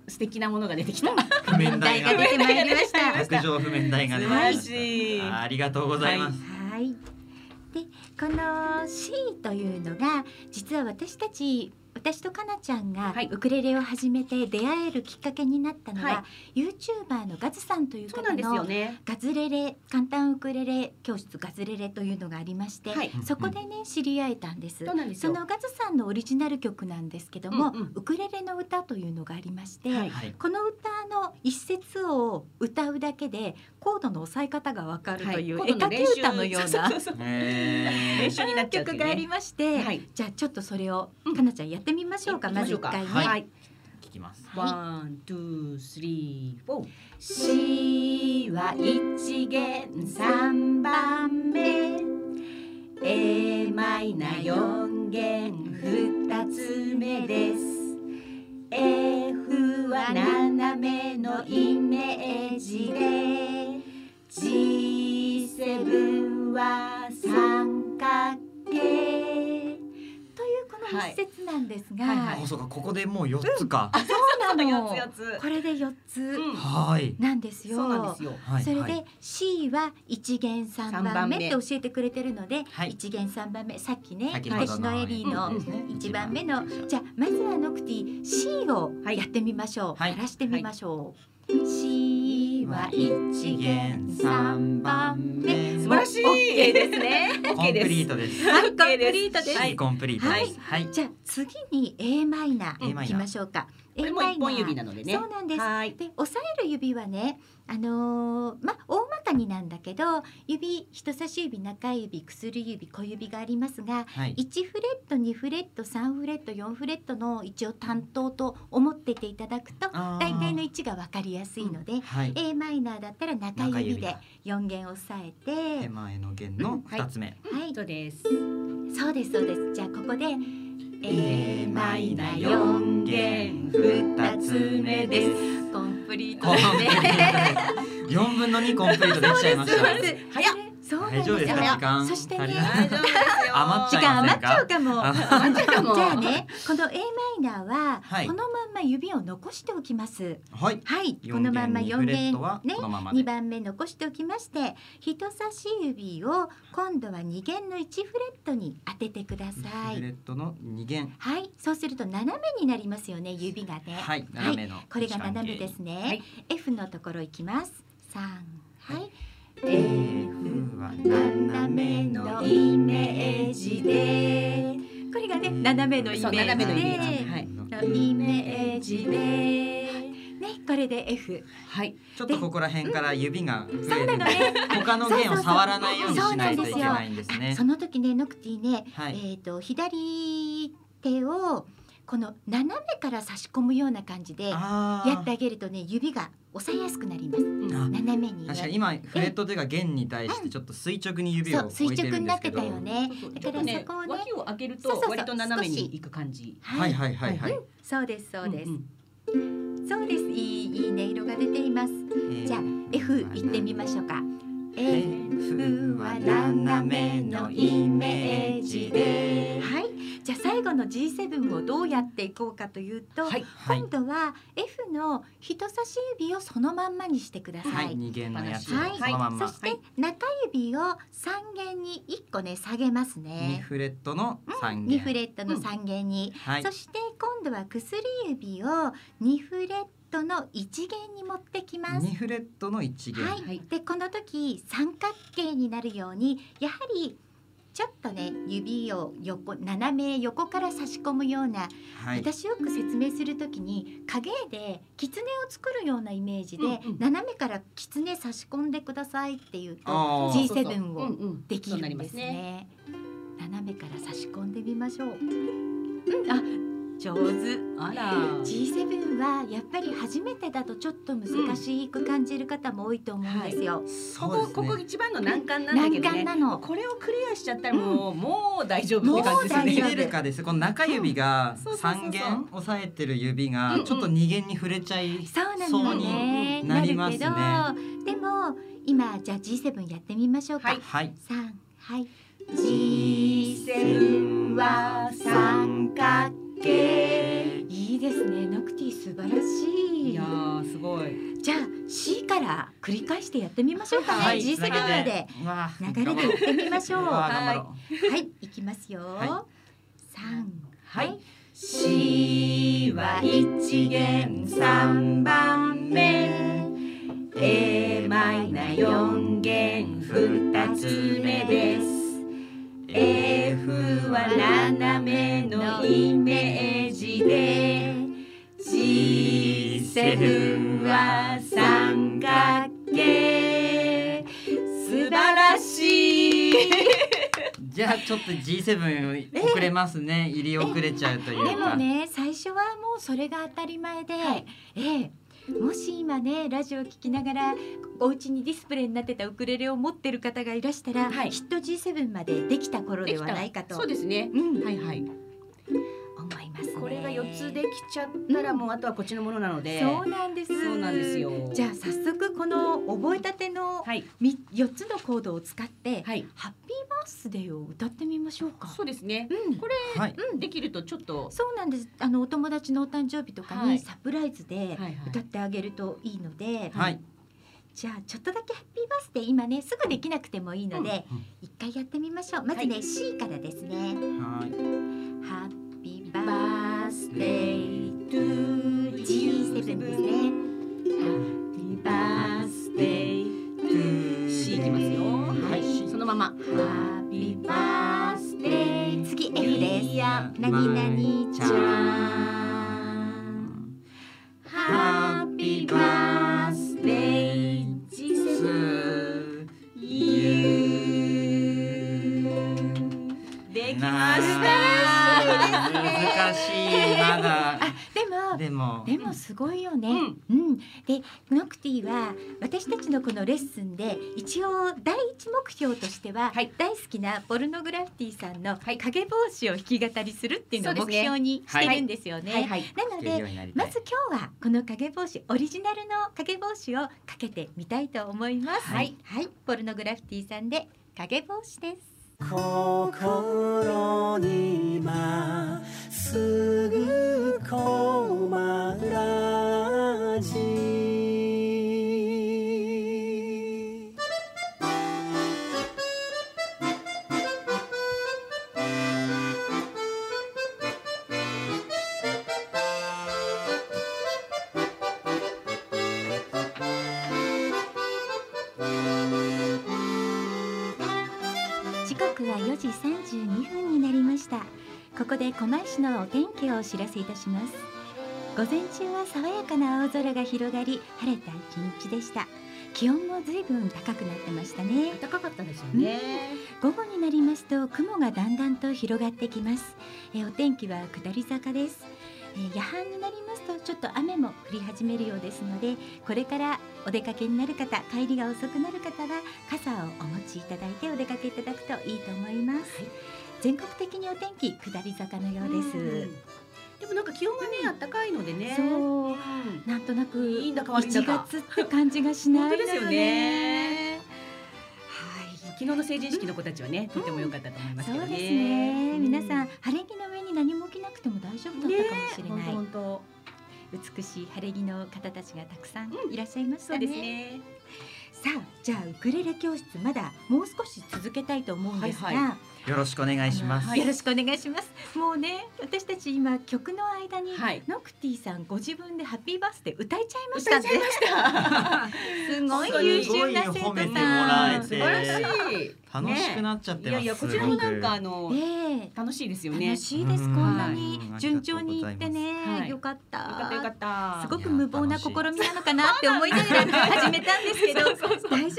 Speaker 2: 素敵なものが出てき た、
Speaker 6: 譜面台が
Speaker 1: 問題が出てまいりました
Speaker 6: 卓上譜面台が出てきま
Speaker 2: 素晴らしい
Speaker 6: したありがとうございます
Speaker 1: はい。で、この C というのが実は私たち私とかなちゃんが
Speaker 2: はい
Speaker 1: ウクレレを始めて出会えるきっかけになったの
Speaker 2: は
Speaker 1: が、ユー YouTuber のガズさんという
Speaker 2: そう
Speaker 1: 方
Speaker 2: なんですよ
Speaker 1: の
Speaker 2: ね
Speaker 1: ガズレレ簡単ウクレレ教室ガズレレというのがありまして、
Speaker 2: はい
Speaker 1: そこでね知り合えたんです
Speaker 2: そう。なんです
Speaker 1: そ
Speaker 2: よ
Speaker 1: のガズさんのオリジナル曲なんですけども、
Speaker 2: うんうん
Speaker 1: ウクレレの歌というのがありまして、
Speaker 2: はい
Speaker 6: はい
Speaker 1: この歌の一節を歌うだけでコードの押さえ方がわかるという、
Speaker 2: は
Speaker 1: 絵描き歌のような
Speaker 2: そうそうそう
Speaker 6: え
Speaker 2: 練
Speaker 6: ー
Speaker 2: 習になっちゃうってい
Speaker 1: 曲
Speaker 2: うね
Speaker 1: がありまして、
Speaker 2: はい
Speaker 1: じゃあちょっとそれを
Speaker 2: うん
Speaker 1: かなちゃんやってみましょうか、まず一回ね、
Speaker 2: はい
Speaker 6: 聞きます
Speaker 2: ワン、ツー、スリー、フォー。
Speaker 1: C は一弦三番目 A マイナ四弦二つ目です F は斜めのイメージで G7 は三角形というこの一節なんですが、
Speaker 2: はいはいは
Speaker 6: あ
Speaker 2: い
Speaker 6: そうかここでもう四つか
Speaker 1: そうなの
Speaker 2: 四つ四つ
Speaker 1: これで四つ
Speaker 2: うん
Speaker 6: はい
Speaker 1: なんですよ。
Speaker 2: そうなんですよ。
Speaker 6: はい
Speaker 1: それ
Speaker 6: はい
Speaker 1: で C は一元三
Speaker 2: 三
Speaker 1: 番
Speaker 2: 番
Speaker 1: 目
Speaker 2: 目
Speaker 1: って教えてくれてるので、
Speaker 6: はい
Speaker 1: 一元三番目さっきね
Speaker 6: 先ほど
Speaker 1: 私のエリー
Speaker 2: うん
Speaker 1: の
Speaker 6: ですね
Speaker 1: 一番目の
Speaker 6: 一
Speaker 1: じゃあまずはノクティ C を
Speaker 2: はい
Speaker 1: やってみましょう、
Speaker 6: はい
Speaker 1: 鳴らしてみましょう、C は一元三番目
Speaker 2: 素晴らしい
Speaker 1: オッケーです ね
Speaker 6: コンプリートです
Speaker 1: はいコン
Speaker 2: OK
Speaker 1: プ
Speaker 2: です
Speaker 1: リートです、
Speaker 6: C コンプリートですはい
Speaker 1: じゃあ次に a マイナ
Speaker 6: A
Speaker 1: ーいきましょうか
Speaker 2: こ
Speaker 1: A
Speaker 2: れも一本指なのでね。
Speaker 1: そうなんです
Speaker 2: はい。
Speaker 1: で押さえる指はね、あのーま大まかになんだけど指人差し指中指薬指小指がありますが
Speaker 6: はい
Speaker 1: 1フレット2フレット3フレット4フレットの一応担当と思ってていただくと
Speaker 6: あー
Speaker 1: 大体の位置が分かりやすいので、
Speaker 6: はい
Speaker 1: a マイナーだったら中
Speaker 6: 中
Speaker 1: 指
Speaker 6: 指
Speaker 1: で
Speaker 6: だ
Speaker 1: 4弦押さえて
Speaker 6: 手前の弦の二つ目
Speaker 1: はい
Speaker 2: そうです。
Speaker 1: そうですそうですじゃあここで a マイナー4
Speaker 6: 4
Speaker 1: 弦
Speaker 6: 二
Speaker 1: 2つ目ですコンプリー
Speaker 6: コ
Speaker 1: ト
Speaker 6: ン
Speaker 1: で
Speaker 6: プ
Speaker 1: す
Speaker 6: リ
Speaker 1: ね
Speaker 6: ートです 四分の二コンプリートできちゃい ました
Speaker 1: 早っ。そうなんで
Speaker 6: 大
Speaker 1: す
Speaker 6: 丈夫ですか時間
Speaker 1: そしてね
Speaker 6: 足り、ない
Speaker 2: 大丈夫ですよ。
Speaker 6: 余っ
Speaker 1: 時
Speaker 6: ちゃい
Speaker 1: 間
Speaker 6: ま
Speaker 1: 余っ
Speaker 6: せん
Speaker 1: ちゃ
Speaker 6: か
Speaker 1: うかも。
Speaker 2: あじゃ
Speaker 1: じゃあ。ね、この A マイナーは、
Speaker 6: はい
Speaker 1: このまんま指を残しておきます。
Speaker 6: はい
Speaker 1: はい、こ
Speaker 6: 四
Speaker 1: のまん
Speaker 6: 弦
Speaker 1: ま
Speaker 6: 二
Speaker 1: 4
Speaker 6: フレッ
Speaker 1: 弦
Speaker 6: トは
Speaker 1: ね
Speaker 6: こ。のまま
Speaker 1: 2
Speaker 6: で
Speaker 1: 番目残しておきまして人差し指を今度は2弦の1フレットに当ててくださ
Speaker 6: フレ
Speaker 1: い
Speaker 6: ットの二弦
Speaker 1: はいそうすると斜めになりますよね指がね
Speaker 6: はい斜めの
Speaker 1: これが斜めですね、
Speaker 2: はい
Speaker 1: F のところいきます三はい、
Speaker 6: F は
Speaker 1: 斜めのイメージでこれがね斜めのイメージで
Speaker 2: そう斜めのイメージ。はい。
Speaker 1: のイメージでねこれで F
Speaker 2: はい。
Speaker 6: ちょっとここら辺から指が増
Speaker 1: そう
Speaker 6: え
Speaker 1: な
Speaker 6: る
Speaker 1: のね
Speaker 6: 他の弦を触らないようにしないといけないんです
Speaker 1: あ
Speaker 6: ね
Speaker 1: その時ねノクティね、
Speaker 6: はい
Speaker 1: えっ、と左手をこの斜めから差し込むような感じでや
Speaker 6: あ
Speaker 1: ってあげるとね指が押さえやすくなります
Speaker 6: あ
Speaker 1: 斜めにね
Speaker 6: 確かに今フレットというか弦に対してちょっと垂直に指を
Speaker 1: そう
Speaker 6: 置い
Speaker 1: 垂直
Speaker 6: てる
Speaker 1: に
Speaker 6: ん
Speaker 1: な
Speaker 6: で
Speaker 1: って
Speaker 6: すけ
Speaker 1: た
Speaker 6: ど
Speaker 1: よね
Speaker 2: ちょっとね
Speaker 1: だからそこをね
Speaker 2: 脇を上げる
Speaker 1: そうそう
Speaker 2: と
Speaker 1: そう
Speaker 2: 割と斜めに行く感じ。
Speaker 6: はいはいはいはい
Speaker 1: そうですそうです、
Speaker 2: んん
Speaker 1: そうですいいいい音色が出ていますじゃあ F 行ってみましょうか
Speaker 6: F は斜めのイメージで
Speaker 1: はいじゃあ最後の G7 をどうやっていこうかというと、
Speaker 2: はい。
Speaker 6: はい
Speaker 1: 今度は F の人差し指をそのまんまにしてください。
Speaker 6: は
Speaker 1: はいい
Speaker 6: 二弦のやつを
Speaker 2: はい
Speaker 6: そのまん
Speaker 1: そ
Speaker 6: ま
Speaker 1: して中指を三弦に一個ね下げます
Speaker 6: 二
Speaker 1: ね。
Speaker 6: フレットの三
Speaker 1: 二
Speaker 6: 弦
Speaker 1: フレットの三弦に、
Speaker 6: はい
Speaker 1: そして今度は薬指を二フレットの一弦に持ってきます。
Speaker 6: 二フレットの一弦
Speaker 1: はい、でこの時三角形になるようにやはりちょっとね指を横斜め横から差し込むような、
Speaker 6: はい。
Speaker 1: 私よく説明するときに影絵で狐を作るようなイメージで、
Speaker 2: うんうん
Speaker 1: 斜めから狐差し込んでくださいっていうと
Speaker 6: あー
Speaker 1: G7 を
Speaker 2: を
Speaker 1: できるんですね。斜めから差し込んでみましょう。うん、あ上手。
Speaker 2: あら。
Speaker 1: G7 はやっぱり初めてだとちょっと難しく感じる方も多いと思うんですよ。
Speaker 2: こ
Speaker 6: そう
Speaker 2: こ
Speaker 6: です
Speaker 2: こ
Speaker 6: ね。
Speaker 2: こ一番の難関なんだけ
Speaker 1: 難
Speaker 2: どね
Speaker 1: 関。なの。
Speaker 2: これをクリアしちゃったらもう、もう大丈夫って感じです
Speaker 1: もう大
Speaker 2: ね。
Speaker 1: 丈
Speaker 6: 切
Speaker 1: 夫
Speaker 6: れるかです。この中指が
Speaker 2: そうそうそうそう
Speaker 6: 三弦押さえてる指
Speaker 2: うん
Speaker 6: が
Speaker 2: うん
Speaker 6: ちょっと二弦に触れちゃい。
Speaker 1: そうなのよね。
Speaker 6: そうなりますね
Speaker 1: なるけど、でも今じゃあ G7 やってみましょうか。
Speaker 2: はい
Speaker 6: はい。
Speaker 1: 三はい。
Speaker 2: G7 は三角
Speaker 1: 形。いいですね。ノクティ素晴らしい。
Speaker 2: いやーすごい。
Speaker 1: じゃあ C から繰り返してやってみましょうかね。
Speaker 2: はい
Speaker 1: G7
Speaker 6: つな
Speaker 1: ま
Speaker 6: げ
Speaker 1: で
Speaker 6: て。うわあ
Speaker 1: 流れでいってみましょう。
Speaker 6: うわあ頑張ろう。
Speaker 1: はい、いきますよ。
Speaker 6: はい
Speaker 1: 三、
Speaker 2: はい
Speaker 1: C は一弦三番目。A マイナ四弦二つ目です。F は斜めのイメージで。G7 は三角形。素晴らしい。
Speaker 6: じゃあちょっと G7 遅れますね。入り遅れちゃうというか。
Speaker 1: でもね最初はもうそれが当たり前で、ええもし今ねラジオを聞きながらお家にディスプレイになってたウクレレを持ってる方がいらしたら、
Speaker 2: はい
Speaker 1: きっと G7 までできた頃ではないかと
Speaker 2: そうですね。
Speaker 1: うん
Speaker 2: はいはい。
Speaker 1: 思いますね。
Speaker 2: これが四つできちゃったらもうあとはこっちのものなので。
Speaker 1: そうなんです
Speaker 2: そうなんですよ。
Speaker 1: じゃあ早速この覚えたての
Speaker 2: はい
Speaker 1: み4つのコードを使って、
Speaker 2: はい。
Speaker 1: ハッピーバースデーを歌ってみましょうか。
Speaker 2: そうですね。
Speaker 1: うん
Speaker 2: これ
Speaker 6: はい。
Speaker 1: うん
Speaker 2: できるとちょっと。
Speaker 1: そうなんですあのお友達のお誕生日とか
Speaker 2: はい
Speaker 1: にサプライズで
Speaker 2: はいはい
Speaker 1: 歌ってあげるといいので、
Speaker 6: はい。
Speaker 1: じゃあちょっとだけハッピーバースデー今ねすぐできなくてもいいので
Speaker 6: うんうん
Speaker 1: 一、回やってみましょうまずね、C からですね
Speaker 6: はい。
Speaker 1: ハッピーバースデー to G7 ですねハッピーバースデー
Speaker 2: C いきますよ。はい。そのまま。
Speaker 1: ハッピーバースデー次 F です
Speaker 6: や
Speaker 1: 何々ちゃん
Speaker 6: ん。
Speaker 1: ハッピーバースデー G7
Speaker 2: できまし
Speaker 6: 難しいまだ
Speaker 1: あでも
Speaker 6: でも
Speaker 1: でもすごいよね。
Speaker 2: う
Speaker 1: うん
Speaker 2: ん、
Speaker 1: でノクティは私たちのこのレッスンで一応第一目標としては、
Speaker 2: はい
Speaker 1: 大好きなポルノグラフィティさんの
Speaker 2: はい
Speaker 1: 影帽子を弾き語りするっていうのを
Speaker 2: そう
Speaker 1: 目
Speaker 2: ですね
Speaker 1: 標にしてるんですよ
Speaker 2: た。
Speaker 1: ね。
Speaker 2: はいはい。
Speaker 1: なの
Speaker 6: できる
Speaker 1: で
Speaker 6: ようになりた
Speaker 1: ま
Speaker 6: い
Speaker 1: ず今日はこの影帽子オリジナルの影帽子をかけてみたいと思います。、
Speaker 6: はい
Speaker 1: はい、ポルノグラフィティさんで影帽子です。
Speaker 7: 心に今すぐこまらじ
Speaker 1: 時刻は4時32分になりましたここで狛江市のお天気をお知らせいたします午前中は爽やかな青空が広がり晴れた一日でした気温も随分高くなってましたね
Speaker 2: 高かったですよね。
Speaker 1: 午後になりますと雲がだんだんと広がってきますえーお天気は下り坂ですえー夜半になりますとちょっと雨も降り始めるようですのでこれからお出かけになる方帰りが遅くなる方は傘をお持ちいただいてお出かけいただくといいと思います、全国的にお天気下り坂のようです、
Speaker 2: うんでもなんか気温がね、暖かいのでね。
Speaker 1: そう
Speaker 2: うん
Speaker 1: なんとなく
Speaker 2: いいんだか悪いんだ
Speaker 1: 1
Speaker 2: か
Speaker 1: 月って感じがしない
Speaker 2: 本
Speaker 1: の
Speaker 2: 当
Speaker 1: よ
Speaker 2: ですよ
Speaker 1: ね
Speaker 2: ね。昨日の成人式の子たちはね、とても良かったと思います
Speaker 1: そ
Speaker 2: け
Speaker 1: う
Speaker 2: ど
Speaker 1: です
Speaker 2: ね。
Speaker 1: ね、
Speaker 2: うん
Speaker 1: 皆さん晴れ着の上に何も着なくても大丈夫だったかもしれない、
Speaker 2: 本当本
Speaker 1: 美しい晴れ着の方たちがたくさん
Speaker 2: うん
Speaker 1: いらっしゃいまし
Speaker 2: 当。そ
Speaker 1: た
Speaker 2: う
Speaker 1: ね,、
Speaker 2: ですね。
Speaker 1: さあじゃあウクレレ教室まだもう少し続けたいと思うんですが、
Speaker 2: はいは
Speaker 8: よろしくお願いします。
Speaker 2: はい
Speaker 1: よろしくお願いします。もうね、私たち今曲の間に、
Speaker 2: はい
Speaker 1: ノクティさんご自分でハッピーバースデー歌いちゃいまし
Speaker 2: 歌
Speaker 1: た
Speaker 2: っ
Speaker 1: ね
Speaker 2: ちゃいました。
Speaker 1: すごい優秀な生
Speaker 6: すごい褒
Speaker 1: 徒
Speaker 6: めても
Speaker 1: さ
Speaker 6: らえ
Speaker 1: ん。
Speaker 6: て
Speaker 2: 素晴らしい。
Speaker 6: 楽しく
Speaker 2: っ
Speaker 6: なっちゃって
Speaker 2: い
Speaker 6: ま
Speaker 2: や
Speaker 6: す。
Speaker 2: いやこちらもなんかあ
Speaker 1: え
Speaker 2: の
Speaker 1: え
Speaker 2: 楽しいですよね。
Speaker 1: 楽
Speaker 2: よ
Speaker 1: しいです。
Speaker 8: うん
Speaker 1: こんな
Speaker 8: は
Speaker 1: に
Speaker 8: い
Speaker 1: 順調にいって
Speaker 2: ありがとうございます
Speaker 1: ね、
Speaker 2: はい
Speaker 1: よかった。
Speaker 2: かったよかった。
Speaker 1: すご
Speaker 6: い
Speaker 1: く
Speaker 6: や
Speaker 1: 無謀な試
Speaker 6: 楽しい
Speaker 1: みなのかなって思いながら始めたんですけど、
Speaker 2: そうそうそ
Speaker 1: 大丈夫
Speaker 2: う
Speaker 1: そうで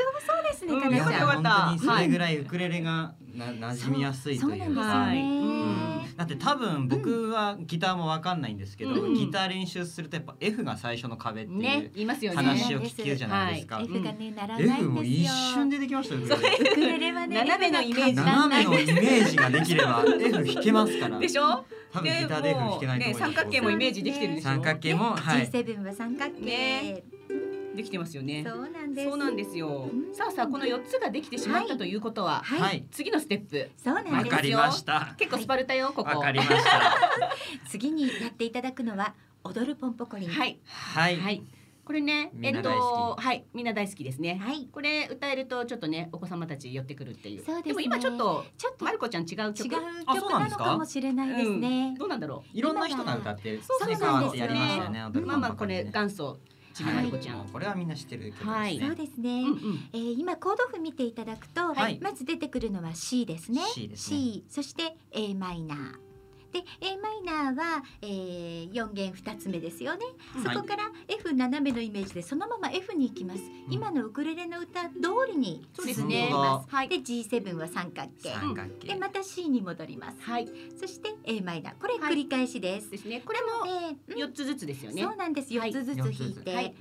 Speaker 1: すね、
Speaker 2: うん
Speaker 1: か
Speaker 6: い
Speaker 1: な
Speaker 6: や
Speaker 2: よ
Speaker 1: ちゃん。
Speaker 2: かっ
Speaker 6: 本
Speaker 2: た
Speaker 6: 当にそれぐらいウクレレがな馴染みやすいというか。
Speaker 1: そうなんですよね。
Speaker 2: は
Speaker 6: だって多分僕はギターもわかんないんですけど、
Speaker 2: うん
Speaker 6: ギター練習するとやっぱ F が最初の壁っていう、
Speaker 2: ね言いますよね。
Speaker 6: 話を聞けるじゃないですか。
Speaker 2: はい
Speaker 1: F がね、ならないんですよ。
Speaker 6: F も一瞬でできましたよ。これ
Speaker 1: ウクレレはね、
Speaker 2: 斜めのイメージ
Speaker 6: 斜めのイメージができれば F 弾けますから。
Speaker 2: でしょ。
Speaker 6: 多分ギターで F 弾けないと思います。
Speaker 2: ね三角形もイメージできてるでしょ。
Speaker 6: 三角形も、はい。
Speaker 1: G7 は三角形、
Speaker 2: ねできてますよね。
Speaker 1: そうなんです
Speaker 2: そうなんですよ
Speaker 1: う。ん
Speaker 2: さあさあこの四つができてしまっ
Speaker 1: は
Speaker 2: た
Speaker 1: い
Speaker 2: ということは
Speaker 1: はい、
Speaker 6: はい。
Speaker 2: 次のステップ。
Speaker 1: そうなん
Speaker 6: わ
Speaker 1: で
Speaker 6: か
Speaker 1: す
Speaker 6: りました。
Speaker 2: 結構スパルタよここ。
Speaker 6: わかりました。
Speaker 1: 次にやっていただくのは踊るポンポコリン、
Speaker 2: はいい
Speaker 6: はい。
Speaker 2: はい。これね
Speaker 6: み
Speaker 2: え
Speaker 6: ん
Speaker 2: っ
Speaker 6: な大
Speaker 2: と
Speaker 6: 好
Speaker 2: はいみんな大好きですね。
Speaker 1: はい
Speaker 2: これ歌えるとちょっとねお子様たち寄ってくるっていう。
Speaker 1: そうですね
Speaker 2: も今ちょっと
Speaker 1: ちょっと
Speaker 2: まる子ちゃん違う曲。
Speaker 1: 違う
Speaker 6: あそう
Speaker 1: 曲
Speaker 6: なん
Speaker 1: な
Speaker 6: です
Speaker 1: の
Speaker 6: か
Speaker 1: かもしれないです
Speaker 2: うん
Speaker 1: ね、
Speaker 2: どうなんだろ
Speaker 6: いろんな人が歌ってる。
Speaker 1: そうなんです
Speaker 6: 変わってやりましたよね。
Speaker 2: う。
Speaker 6: 踊る
Speaker 2: まあ
Speaker 6: パン
Speaker 2: まあ
Speaker 6: パ
Speaker 2: こ
Speaker 6: カリ
Speaker 2: れ
Speaker 6: ね
Speaker 2: 元祖ちびまる子ちゃん。
Speaker 6: もうこれはみんな知ってる曲ですね。
Speaker 2: はい
Speaker 1: そうですね、
Speaker 2: うんうん。
Speaker 1: えー今コード譜見ていただくと、
Speaker 6: はい
Speaker 1: まず出てくるのは C ですね
Speaker 6: C ですね
Speaker 1: C そして A マイナーで A マイナーは、えー、4弦2つ目ですよね、
Speaker 6: はい
Speaker 1: そこから F 斜めのイメージでそのまま F に行きます、今のウクレレの歌通りに
Speaker 2: そうで
Speaker 1: 進
Speaker 2: す
Speaker 1: んでい
Speaker 2: ね。
Speaker 1: ま
Speaker 6: 本
Speaker 1: す
Speaker 2: はい。
Speaker 1: で G7 は三角形
Speaker 6: 三角
Speaker 1: で
Speaker 6: 形。
Speaker 1: また C に戻ります、
Speaker 2: はい。
Speaker 1: そして A マイナーこれ繰り返しです、
Speaker 2: ですね。これも
Speaker 1: で、うん
Speaker 2: 四つずつですよね
Speaker 1: そ。うなんです
Speaker 2: は
Speaker 1: 4
Speaker 2: い
Speaker 1: つずつ
Speaker 6: 四つ
Speaker 1: 引い
Speaker 6: ずつ
Speaker 1: ては
Speaker 2: はいい、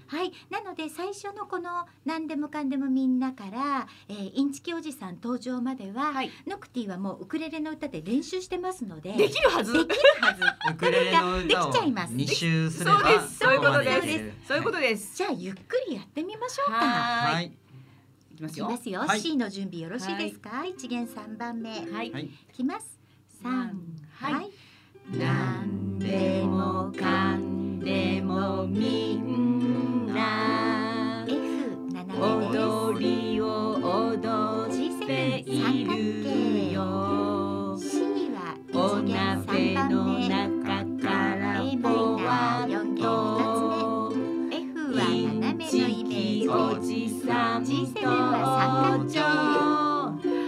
Speaker 1: なので最初のこの「何でもかんでもみんな」から、えーインチキおじさん登場までは、
Speaker 2: はい。
Speaker 1: ノクティはもうウクレレの歌で練習してますので
Speaker 2: できるはず。
Speaker 1: できるはず
Speaker 6: ウクレレの歌を
Speaker 1: できちゃいます
Speaker 6: 二周すれ
Speaker 2: そう
Speaker 6: ば
Speaker 2: です。そういうこと
Speaker 6: ここま
Speaker 2: で
Speaker 6: いけ
Speaker 2: す
Speaker 6: る。
Speaker 2: そういうことです。
Speaker 1: じゃあゆっくりやってみましょうか。
Speaker 2: は
Speaker 6: は
Speaker 2: ーい。
Speaker 6: い。
Speaker 2: いきま
Speaker 1: い
Speaker 2: す
Speaker 1: き
Speaker 2: よ
Speaker 1: ま。すよ、
Speaker 6: はい
Speaker 1: C の準備よろしいですか、一弦三番目、い、
Speaker 2: はい。
Speaker 6: はい。
Speaker 1: きます三
Speaker 2: はい
Speaker 1: はい
Speaker 2: なんでもかんでもみんな
Speaker 1: F 斜めです
Speaker 2: 踊りを踊っているよ
Speaker 1: C は
Speaker 2: お
Speaker 1: 一弦三
Speaker 2: 鍋
Speaker 1: 番
Speaker 2: の
Speaker 1: 目
Speaker 2: 中からポワンと
Speaker 1: F は
Speaker 2: イ
Speaker 1: 斜
Speaker 2: ン
Speaker 1: めのイメー
Speaker 2: チ
Speaker 1: ジ
Speaker 2: キおじさんと
Speaker 1: G7 は三角形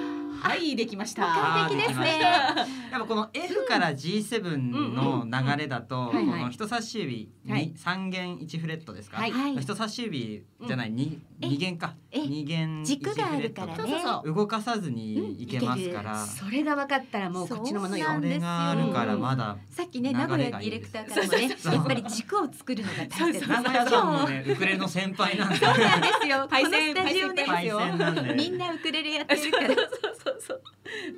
Speaker 2: はいできました
Speaker 1: 完璧ですね
Speaker 6: あーできましたやっぱこの F から G7 の流れだと、
Speaker 2: うんうんうんはいはい
Speaker 6: この人差し指
Speaker 2: はい
Speaker 6: に三弦一フレットですか、
Speaker 2: はい
Speaker 1: はい
Speaker 6: 人差し指じゃない二
Speaker 1: え
Speaker 6: 二弦か
Speaker 1: え
Speaker 6: 二弦一
Speaker 1: 軸
Speaker 6: フレ
Speaker 1: がある
Speaker 6: ッ
Speaker 1: か
Speaker 6: ト
Speaker 1: ら
Speaker 2: そう
Speaker 1: ね
Speaker 2: そうそう
Speaker 6: と動かさずにいけますから、
Speaker 2: それが分かったらもうこっちのものよ
Speaker 1: そうな
Speaker 6: こ
Speaker 1: ん
Speaker 6: れがあるからまだ
Speaker 1: さっきね
Speaker 6: 流
Speaker 1: 名
Speaker 6: れ
Speaker 1: 古
Speaker 6: が
Speaker 1: 屋
Speaker 6: いい
Speaker 1: ディレクターからもね
Speaker 6: そうそうそう
Speaker 1: やっぱり軸を作るのが大切
Speaker 6: 名古屋さんもねウクレレの先輩なんで
Speaker 1: そうなんですよ
Speaker 2: パイセン
Speaker 1: このスタジオね
Speaker 2: パイセン
Speaker 6: パイセンなんで
Speaker 1: みんなウクレレやってる から
Speaker 2: そうそうそう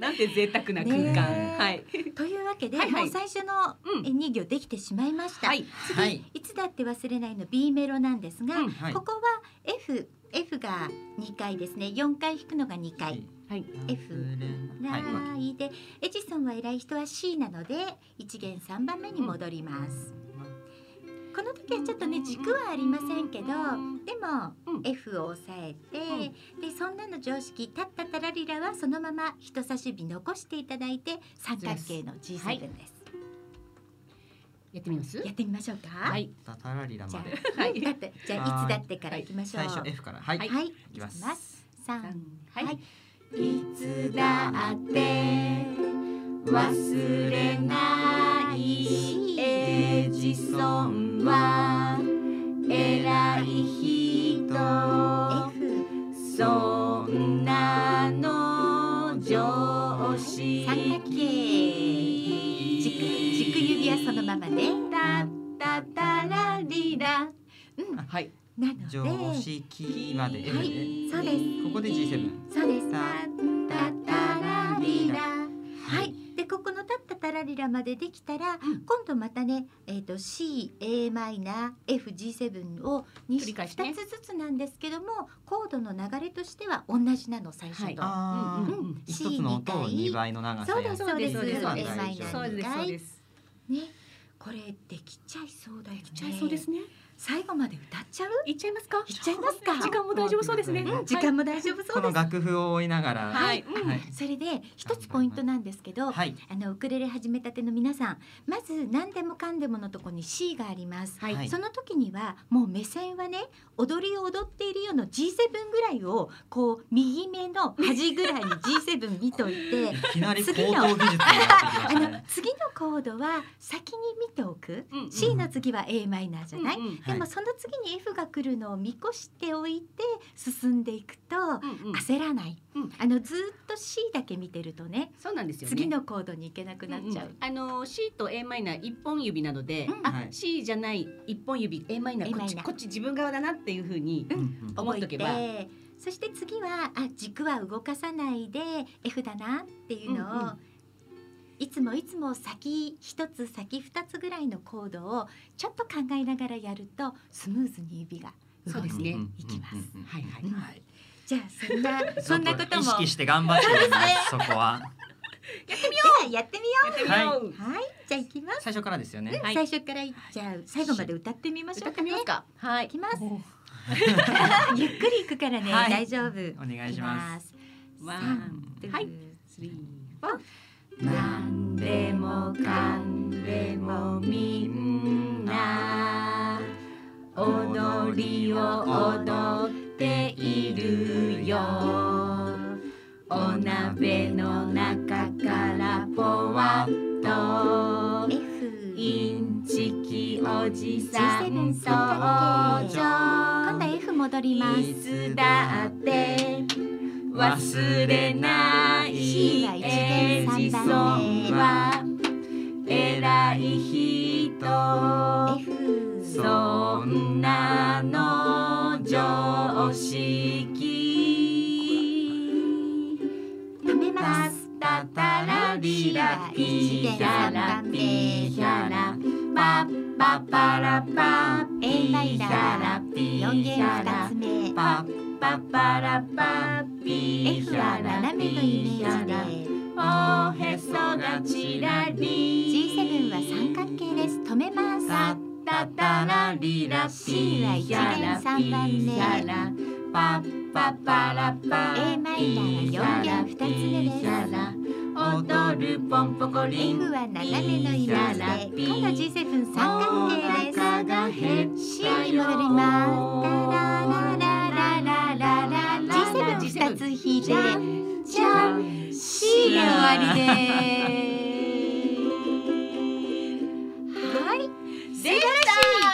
Speaker 2: なんて贅沢な空
Speaker 1: ね
Speaker 2: 間
Speaker 1: え
Speaker 2: はい
Speaker 1: というわけで、
Speaker 2: はいはい
Speaker 1: もう最初の
Speaker 2: うん
Speaker 1: え2行できてしまいました、
Speaker 2: はい
Speaker 1: 次、
Speaker 6: はいい、
Speaker 1: つだって忘れないの B メロなんですが、
Speaker 2: うん
Speaker 6: はい
Speaker 1: ここは F F が2回ですね4回弾くのが2回、
Speaker 2: はい
Speaker 1: F
Speaker 6: はい
Speaker 1: ないで、エジソンは偉い人は C なので一弦三番目に戻ります、この時はちょっとね軸はありませんけどでも
Speaker 2: うん
Speaker 1: F を押さえて、でそんなの常識タッタタラリラはそのまま人差し指残していただいて三角形の G7 です、
Speaker 2: はいやってみます
Speaker 1: やってみましょうか、
Speaker 2: はい
Speaker 6: タタラリラ
Speaker 1: じゃ
Speaker 6: まで
Speaker 1: あ、
Speaker 2: はい
Speaker 1: だってじゃあいつだってからいきましょう、
Speaker 6: 最初 F からはい、
Speaker 1: はい、
Speaker 6: い、
Speaker 1: はい、い
Speaker 6: きます
Speaker 1: 三
Speaker 2: はい
Speaker 1: はい
Speaker 2: いつだって忘れないエジソンは偉い人
Speaker 1: F
Speaker 2: そんなの常
Speaker 1: 三角
Speaker 2: 識
Speaker 1: 形軸軸指はそのままで
Speaker 2: タッタタラリラはい
Speaker 1: なので
Speaker 6: 常識まで F
Speaker 1: は
Speaker 6: で、
Speaker 1: いそうです
Speaker 6: ここで G7
Speaker 1: そうですタ
Speaker 6: タ
Speaker 1: ッタタラリラはいでここのタッタタラリラまでできたら、今度またねえっ、と C A マイナー F G 7を二
Speaker 2: 繰り
Speaker 1: 二
Speaker 2: 返
Speaker 1: つ
Speaker 2: しね
Speaker 1: ずつなんですけどもコードの流れとしては同じなの最初と。
Speaker 6: あー
Speaker 2: うんうんうん
Speaker 6: 一つの音を二倍の長さ
Speaker 1: そうだ
Speaker 6: や
Speaker 1: そうです
Speaker 6: そ
Speaker 1: そう
Speaker 6: うで
Speaker 1: ですす
Speaker 6: そう
Speaker 1: A
Speaker 6: です
Speaker 1: マイナ
Speaker 2: そう
Speaker 1: ー
Speaker 2: で
Speaker 1: 二
Speaker 2: すそうで
Speaker 1: 回
Speaker 2: す
Speaker 1: ねこれできちゃいそうだよね
Speaker 2: ね
Speaker 1: 最後まで歌っちゃう
Speaker 2: いっちゃいますか
Speaker 1: いっちゃいますか
Speaker 2: 時間も大丈夫そうですね、
Speaker 6: うん
Speaker 2: はい
Speaker 1: 時間も大丈夫そ
Speaker 6: こ
Speaker 1: うで
Speaker 6: の
Speaker 1: す
Speaker 6: 楽譜を追いながら
Speaker 2: はい
Speaker 6: はい
Speaker 1: それで一つポイントなんですけど、
Speaker 6: はい
Speaker 1: あのウクレレ始めたての皆さんまず何でもかんでものとこに C があります、
Speaker 6: はいはい
Speaker 1: その時にはもう目線はね踊りを踊っているよの G7 ぐらいをこう右目の端ぐ らいに G7 見といて
Speaker 6: いきなり高等
Speaker 1: 次の
Speaker 6: 技術になってきま
Speaker 1: あ
Speaker 6: した
Speaker 1: の
Speaker 6: ね
Speaker 1: 次のコードは先に見ておく、
Speaker 2: うん
Speaker 1: C の次は a マイナーじゃない、
Speaker 2: うんうん
Speaker 1: でも
Speaker 6: はい
Speaker 1: その次に F が来るのを見越しておいて進んでいくと
Speaker 2: うんうん
Speaker 1: 焦らない、
Speaker 2: うん
Speaker 1: あのずーっと C だけ見てるとね
Speaker 2: そうなんですよね
Speaker 1: 次のコードに行けなくなっちゃう、
Speaker 2: んんあの C と A マイナー一本指なので、
Speaker 1: うん
Speaker 2: あ、
Speaker 6: はい
Speaker 2: C じゃない一本指 A マイナー
Speaker 1: A
Speaker 2: こっち
Speaker 1: マイナー
Speaker 2: こっち自分側だなっていうふうに、
Speaker 6: うんうん
Speaker 2: 思っとけば
Speaker 1: 覚えてそして次はあ軸は動かさないで F だなっていうのを、
Speaker 2: うんうん
Speaker 1: いつもいつも先一つ先二つぐらいのコードをちょっと考えながらやるとスムーズに指が動い
Speaker 2: そう
Speaker 1: て
Speaker 2: で
Speaker 1: い
Speaker 2: すね
Speaker 1: きます。
Speaker 6: うんうんうん
Speaker 2: はいはい、
Speaker 6: はい
Speaker 1: じゃあそんな そんなことも
Speaker 6: 意
Speaker 1: じゃ
Speaker 6: 識して頑張ってるんですそこは
Speaker 1: あやってみよ
Speaker 2: やってみよう、
Speaker 1: う。はいじゃあ行きます。
Speaker 6: 最初からですよね
Speaker 2: はい
Speaker 1: 最初からいじゃあ最後まで歌ってみましょ
Speaker 2: 歌
Speaker 1: う
Speaker 2: っ
Speaker 1: か
Speaker 2: てみ
Speaker 1: ね。
Speaker 2: ますかはい
Speaker 1: きます。 ゆっくり行くからね、
Speaker 6: はい
Speaker 1: 大丈夫。。
Speaker 6: お願いします
Speaker 2: ワ
Speaker 1: 三
Speaker 2: ン、
Speaker 1: は
Speaker 2: はいい。スリー
Speaker 1: なんでもかんでもみんな踊りを踊っているよお鍋の中からぽわっとインチキおじさん登場今度 F 戻りますいつだって
Speaker 6: 忘れない
Speaker 1: エジソンは
Speaker 6: 偉い人
Speaker 1: F
Speaker 6: そんなの常識
Speaker 1: 止めます
Speaker 6: タタラリラリララピララパッパパラパッ
Speaker 1: A マイナー
Speaker 6: ラピ
Speaker 1: 4弦2つ目
Speaker 6: パッパパラパッピ
Speaker 1: F は斜めのイメージで
Speaker 6: おへそがちら
Speaker 1: G7
Speaker 6: り
Speaker 1: は三角形です止めます
Speaker 6: タタタラリラピ
Speaker 1: C は一連三番目
Speaker 6: ララパッパパラパ
Speaker 1: A マイナーが四弦二つ目
Speaker 6: 踊るポンポコリン
Speaker 1: F は斜めのイメージで今度 G7 三角形です C に戻りますタラララララララ G7 二つ引いてじゃん C で終わりですはい素晴らし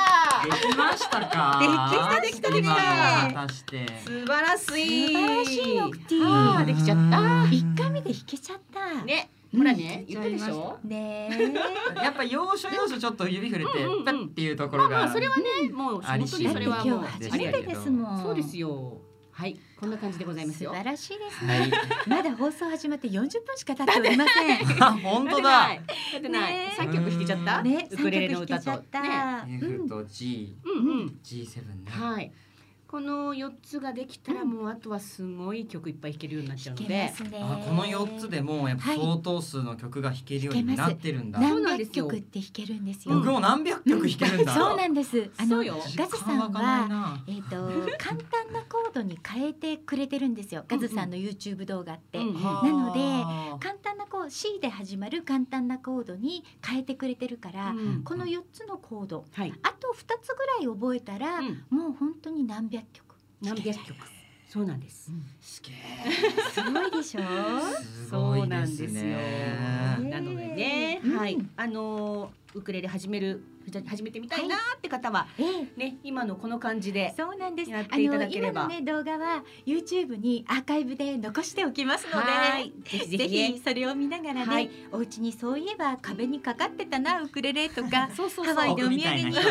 Speaker 6: できましたか。できたできたできた。果たして。
Speaker 2: 素晴らし
Speaker 1: い
Speaker 2: い
Speaker 1: 素晴らしいオクティ
Speaker 2: あーできちゃった
Speaker 1: 一回目で弾けちゃった
Speaker 2: ねほらね言ったでし
Speaker 6: 言っちゃいま
Speaker 2: ょ
Speaker 1: ね
Speaker 6: やっぱ要所要所ちょっと指触れて
Speaker 2: うんうんうん
Speaker 6: パッっていうところ
Speaker 2: まあ
Speaker 6: が
Speaker 2: そ。れはねもう
Speaker 6: あり
Speaker 2: 本
Speaker 6: し
Speaker 2: 当
Speaker 1: え
Speaker 2: にそれはもう
Speaker 1: だって今
Speaker 6: あ
Speaker 1: 日
Speaker 6: り
Speaker 1: 初め
Speaker 6: がと
Speaker 1: て
Speaker 6: う
Speaker 1: ですもん
Speaker 2: そうですよはいこんな感じでございますよ
Speaker 1: 素晴らしいです
Speaker 6: は
Speaker 1: ね
Speaker 6: い。
Speaker 1: まだ放送始まって40分しか経っておりません
Speaker 6: あ本当だ。
Speaker 2: 立てない
Speaker 1: ね
Speaker 2: 立てない三曲弾けちゃった
Speaker 1: ね、
Speaker 2: ウクレレの歌と
Speaker 1: 三角弾けちゃった、
Speaker 6: F と G
Speaker 2: うんうん
Speaker 6: G7 ね。
Speaker 2: はい。この四つができたらもうあとはすごい曲いっぱい弾けるようになっちゃうので、
Speaker 1: ね
Speaker 6: あこの四つでもうやっぱ相当数の曲が弾けるようになってるんだ。
Speaker 2: そ
Speaker 1: 何
Speaker 2: うなんで
Speaker 1: 百
Speaker 2: すよ
Speaker 1: 曲って弾けるんですよ。
Speaker 6: 僕も何百曲弾けるんだ。
Speaker 1: そうなんです。あの
Speaker 2: そうよ
Speaker 1: ガズさん
Speaker 6: 時間湧かない
Speaker 1: は。
Speaker 6: な。
Speaker 1: えっと簡単なコードに変えてくれてるんですよ。ガズさんの YouTube 動画って、
Speaker 2: うんうん
Speaker 1: なので
Speaker 6: あー
Speaker 1: 簡単なこう C で始まる簡単なコードに変えてくれてるから、
Speaker 2: うん
Speaker 1: この4つのコード、
Speaker 2: はい。
Speaker 1: あと2つぐらい覚えたら、
Speaker 2: うん
Speaker 1: もう本当に何百曲。
Speaker 2: 何百曲。そうなんです。
Speaker 6: すげ
Speaker 1: すごいでしょ。
Speaker 6: え。すごいです
Speaker 1: そう
Speaker 6: ね。
Speaker 2: なのでね、
Speaker 1: うん
Speaker 2: はい。あのーウクレレ始める始めてみたいなーって方は
Speaker 1: え え
Speaker 2: ね、今のこの感じで。
Speaker 1: そうなんです。
Speaker 2: やっていただけれ
Speaker 1: あ
Speaker 2: ば
Speaker 1: の今のね動画は YouTube にアーカイブで残しておきますので。
Speaker 2: はい。ぜひ
Speaker 1: ぜ
Speaker 2: ぜひ
Speaker 1: ひ
Speaker 2: ね。
Speaker 1: それを見ながらね、
Speaker 2: はい
Speaker 1: お家にそういえば壁にかかってたなウクレレとか
Speaker 2: そうそう
Speaker 1: ハワイ
Speaker 2: そう
Speaker 1: で。お土産にお土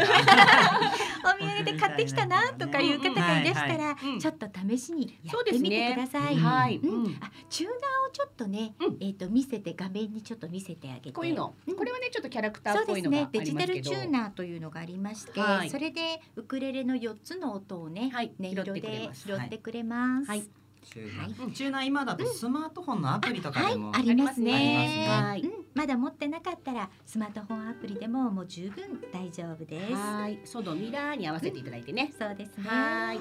Speaker 1: 産で買ってきたなとかいう方がいらしたら、
Speaker 2: うんうん
Speaker 1: ちょっと試しにやってみてください。
Speaker 6: うん
Speaker 2: はい。
Speaker 1: うん
Speaker 2: うん
Speaker 1: あチューナーをちょっとね、
Speaker 2: うん
Speaker 1: えっ、と見せて画面にちょっと見せてあげて。
Speaker 2: こういうの、これはねちょっとキャラクター
Speaker 1: そ
Speaker 2: っ
Speaker 1: う
Speaker 2: ぽ
Speaker 1: で
Speaker 2: い
Speaker 1: す
Speaker 2: のがあ
Speaker 1: ね
Speaker 2: り
Speaker 1: デ
Speaker 2: ますけ
Speaker 1: ジタ
Speaker 2: ど。
Speaker 1: ルチューナーというのがありまして、
Speaker 2: はい
Speaker 1: それでウクレレの4つの音をね、
Speaker 2: はい
Speaker 1: 音色で
Speaker 2: 拾ってくれま
Speaker 1: 拾ってくれま
Speaker 2: す
Speaker 1: す。
Speaker 2: はい
Speaker 6: 中
Speaker 1: は
Speaker 6: 南、中南今だとスマートフォンのアプリとか
Speaker 1: は
Speaker 6: で
Speaker 1: い
Speaker 6: も、
Speaker 1: ありますね
Speaker 6: ありますね
Speaker 2: はい
Speaker 1: うん、まだ持ってなかったらスマートフォンアプリでももう十分大丈夫です。
Speaker 2: はい、ソドミラーに合わせていただいてね。
Speaker 1: そうですね。
Speaker 2: は
Speaker 1: は
Speaker 2: い
Speaker 1: い。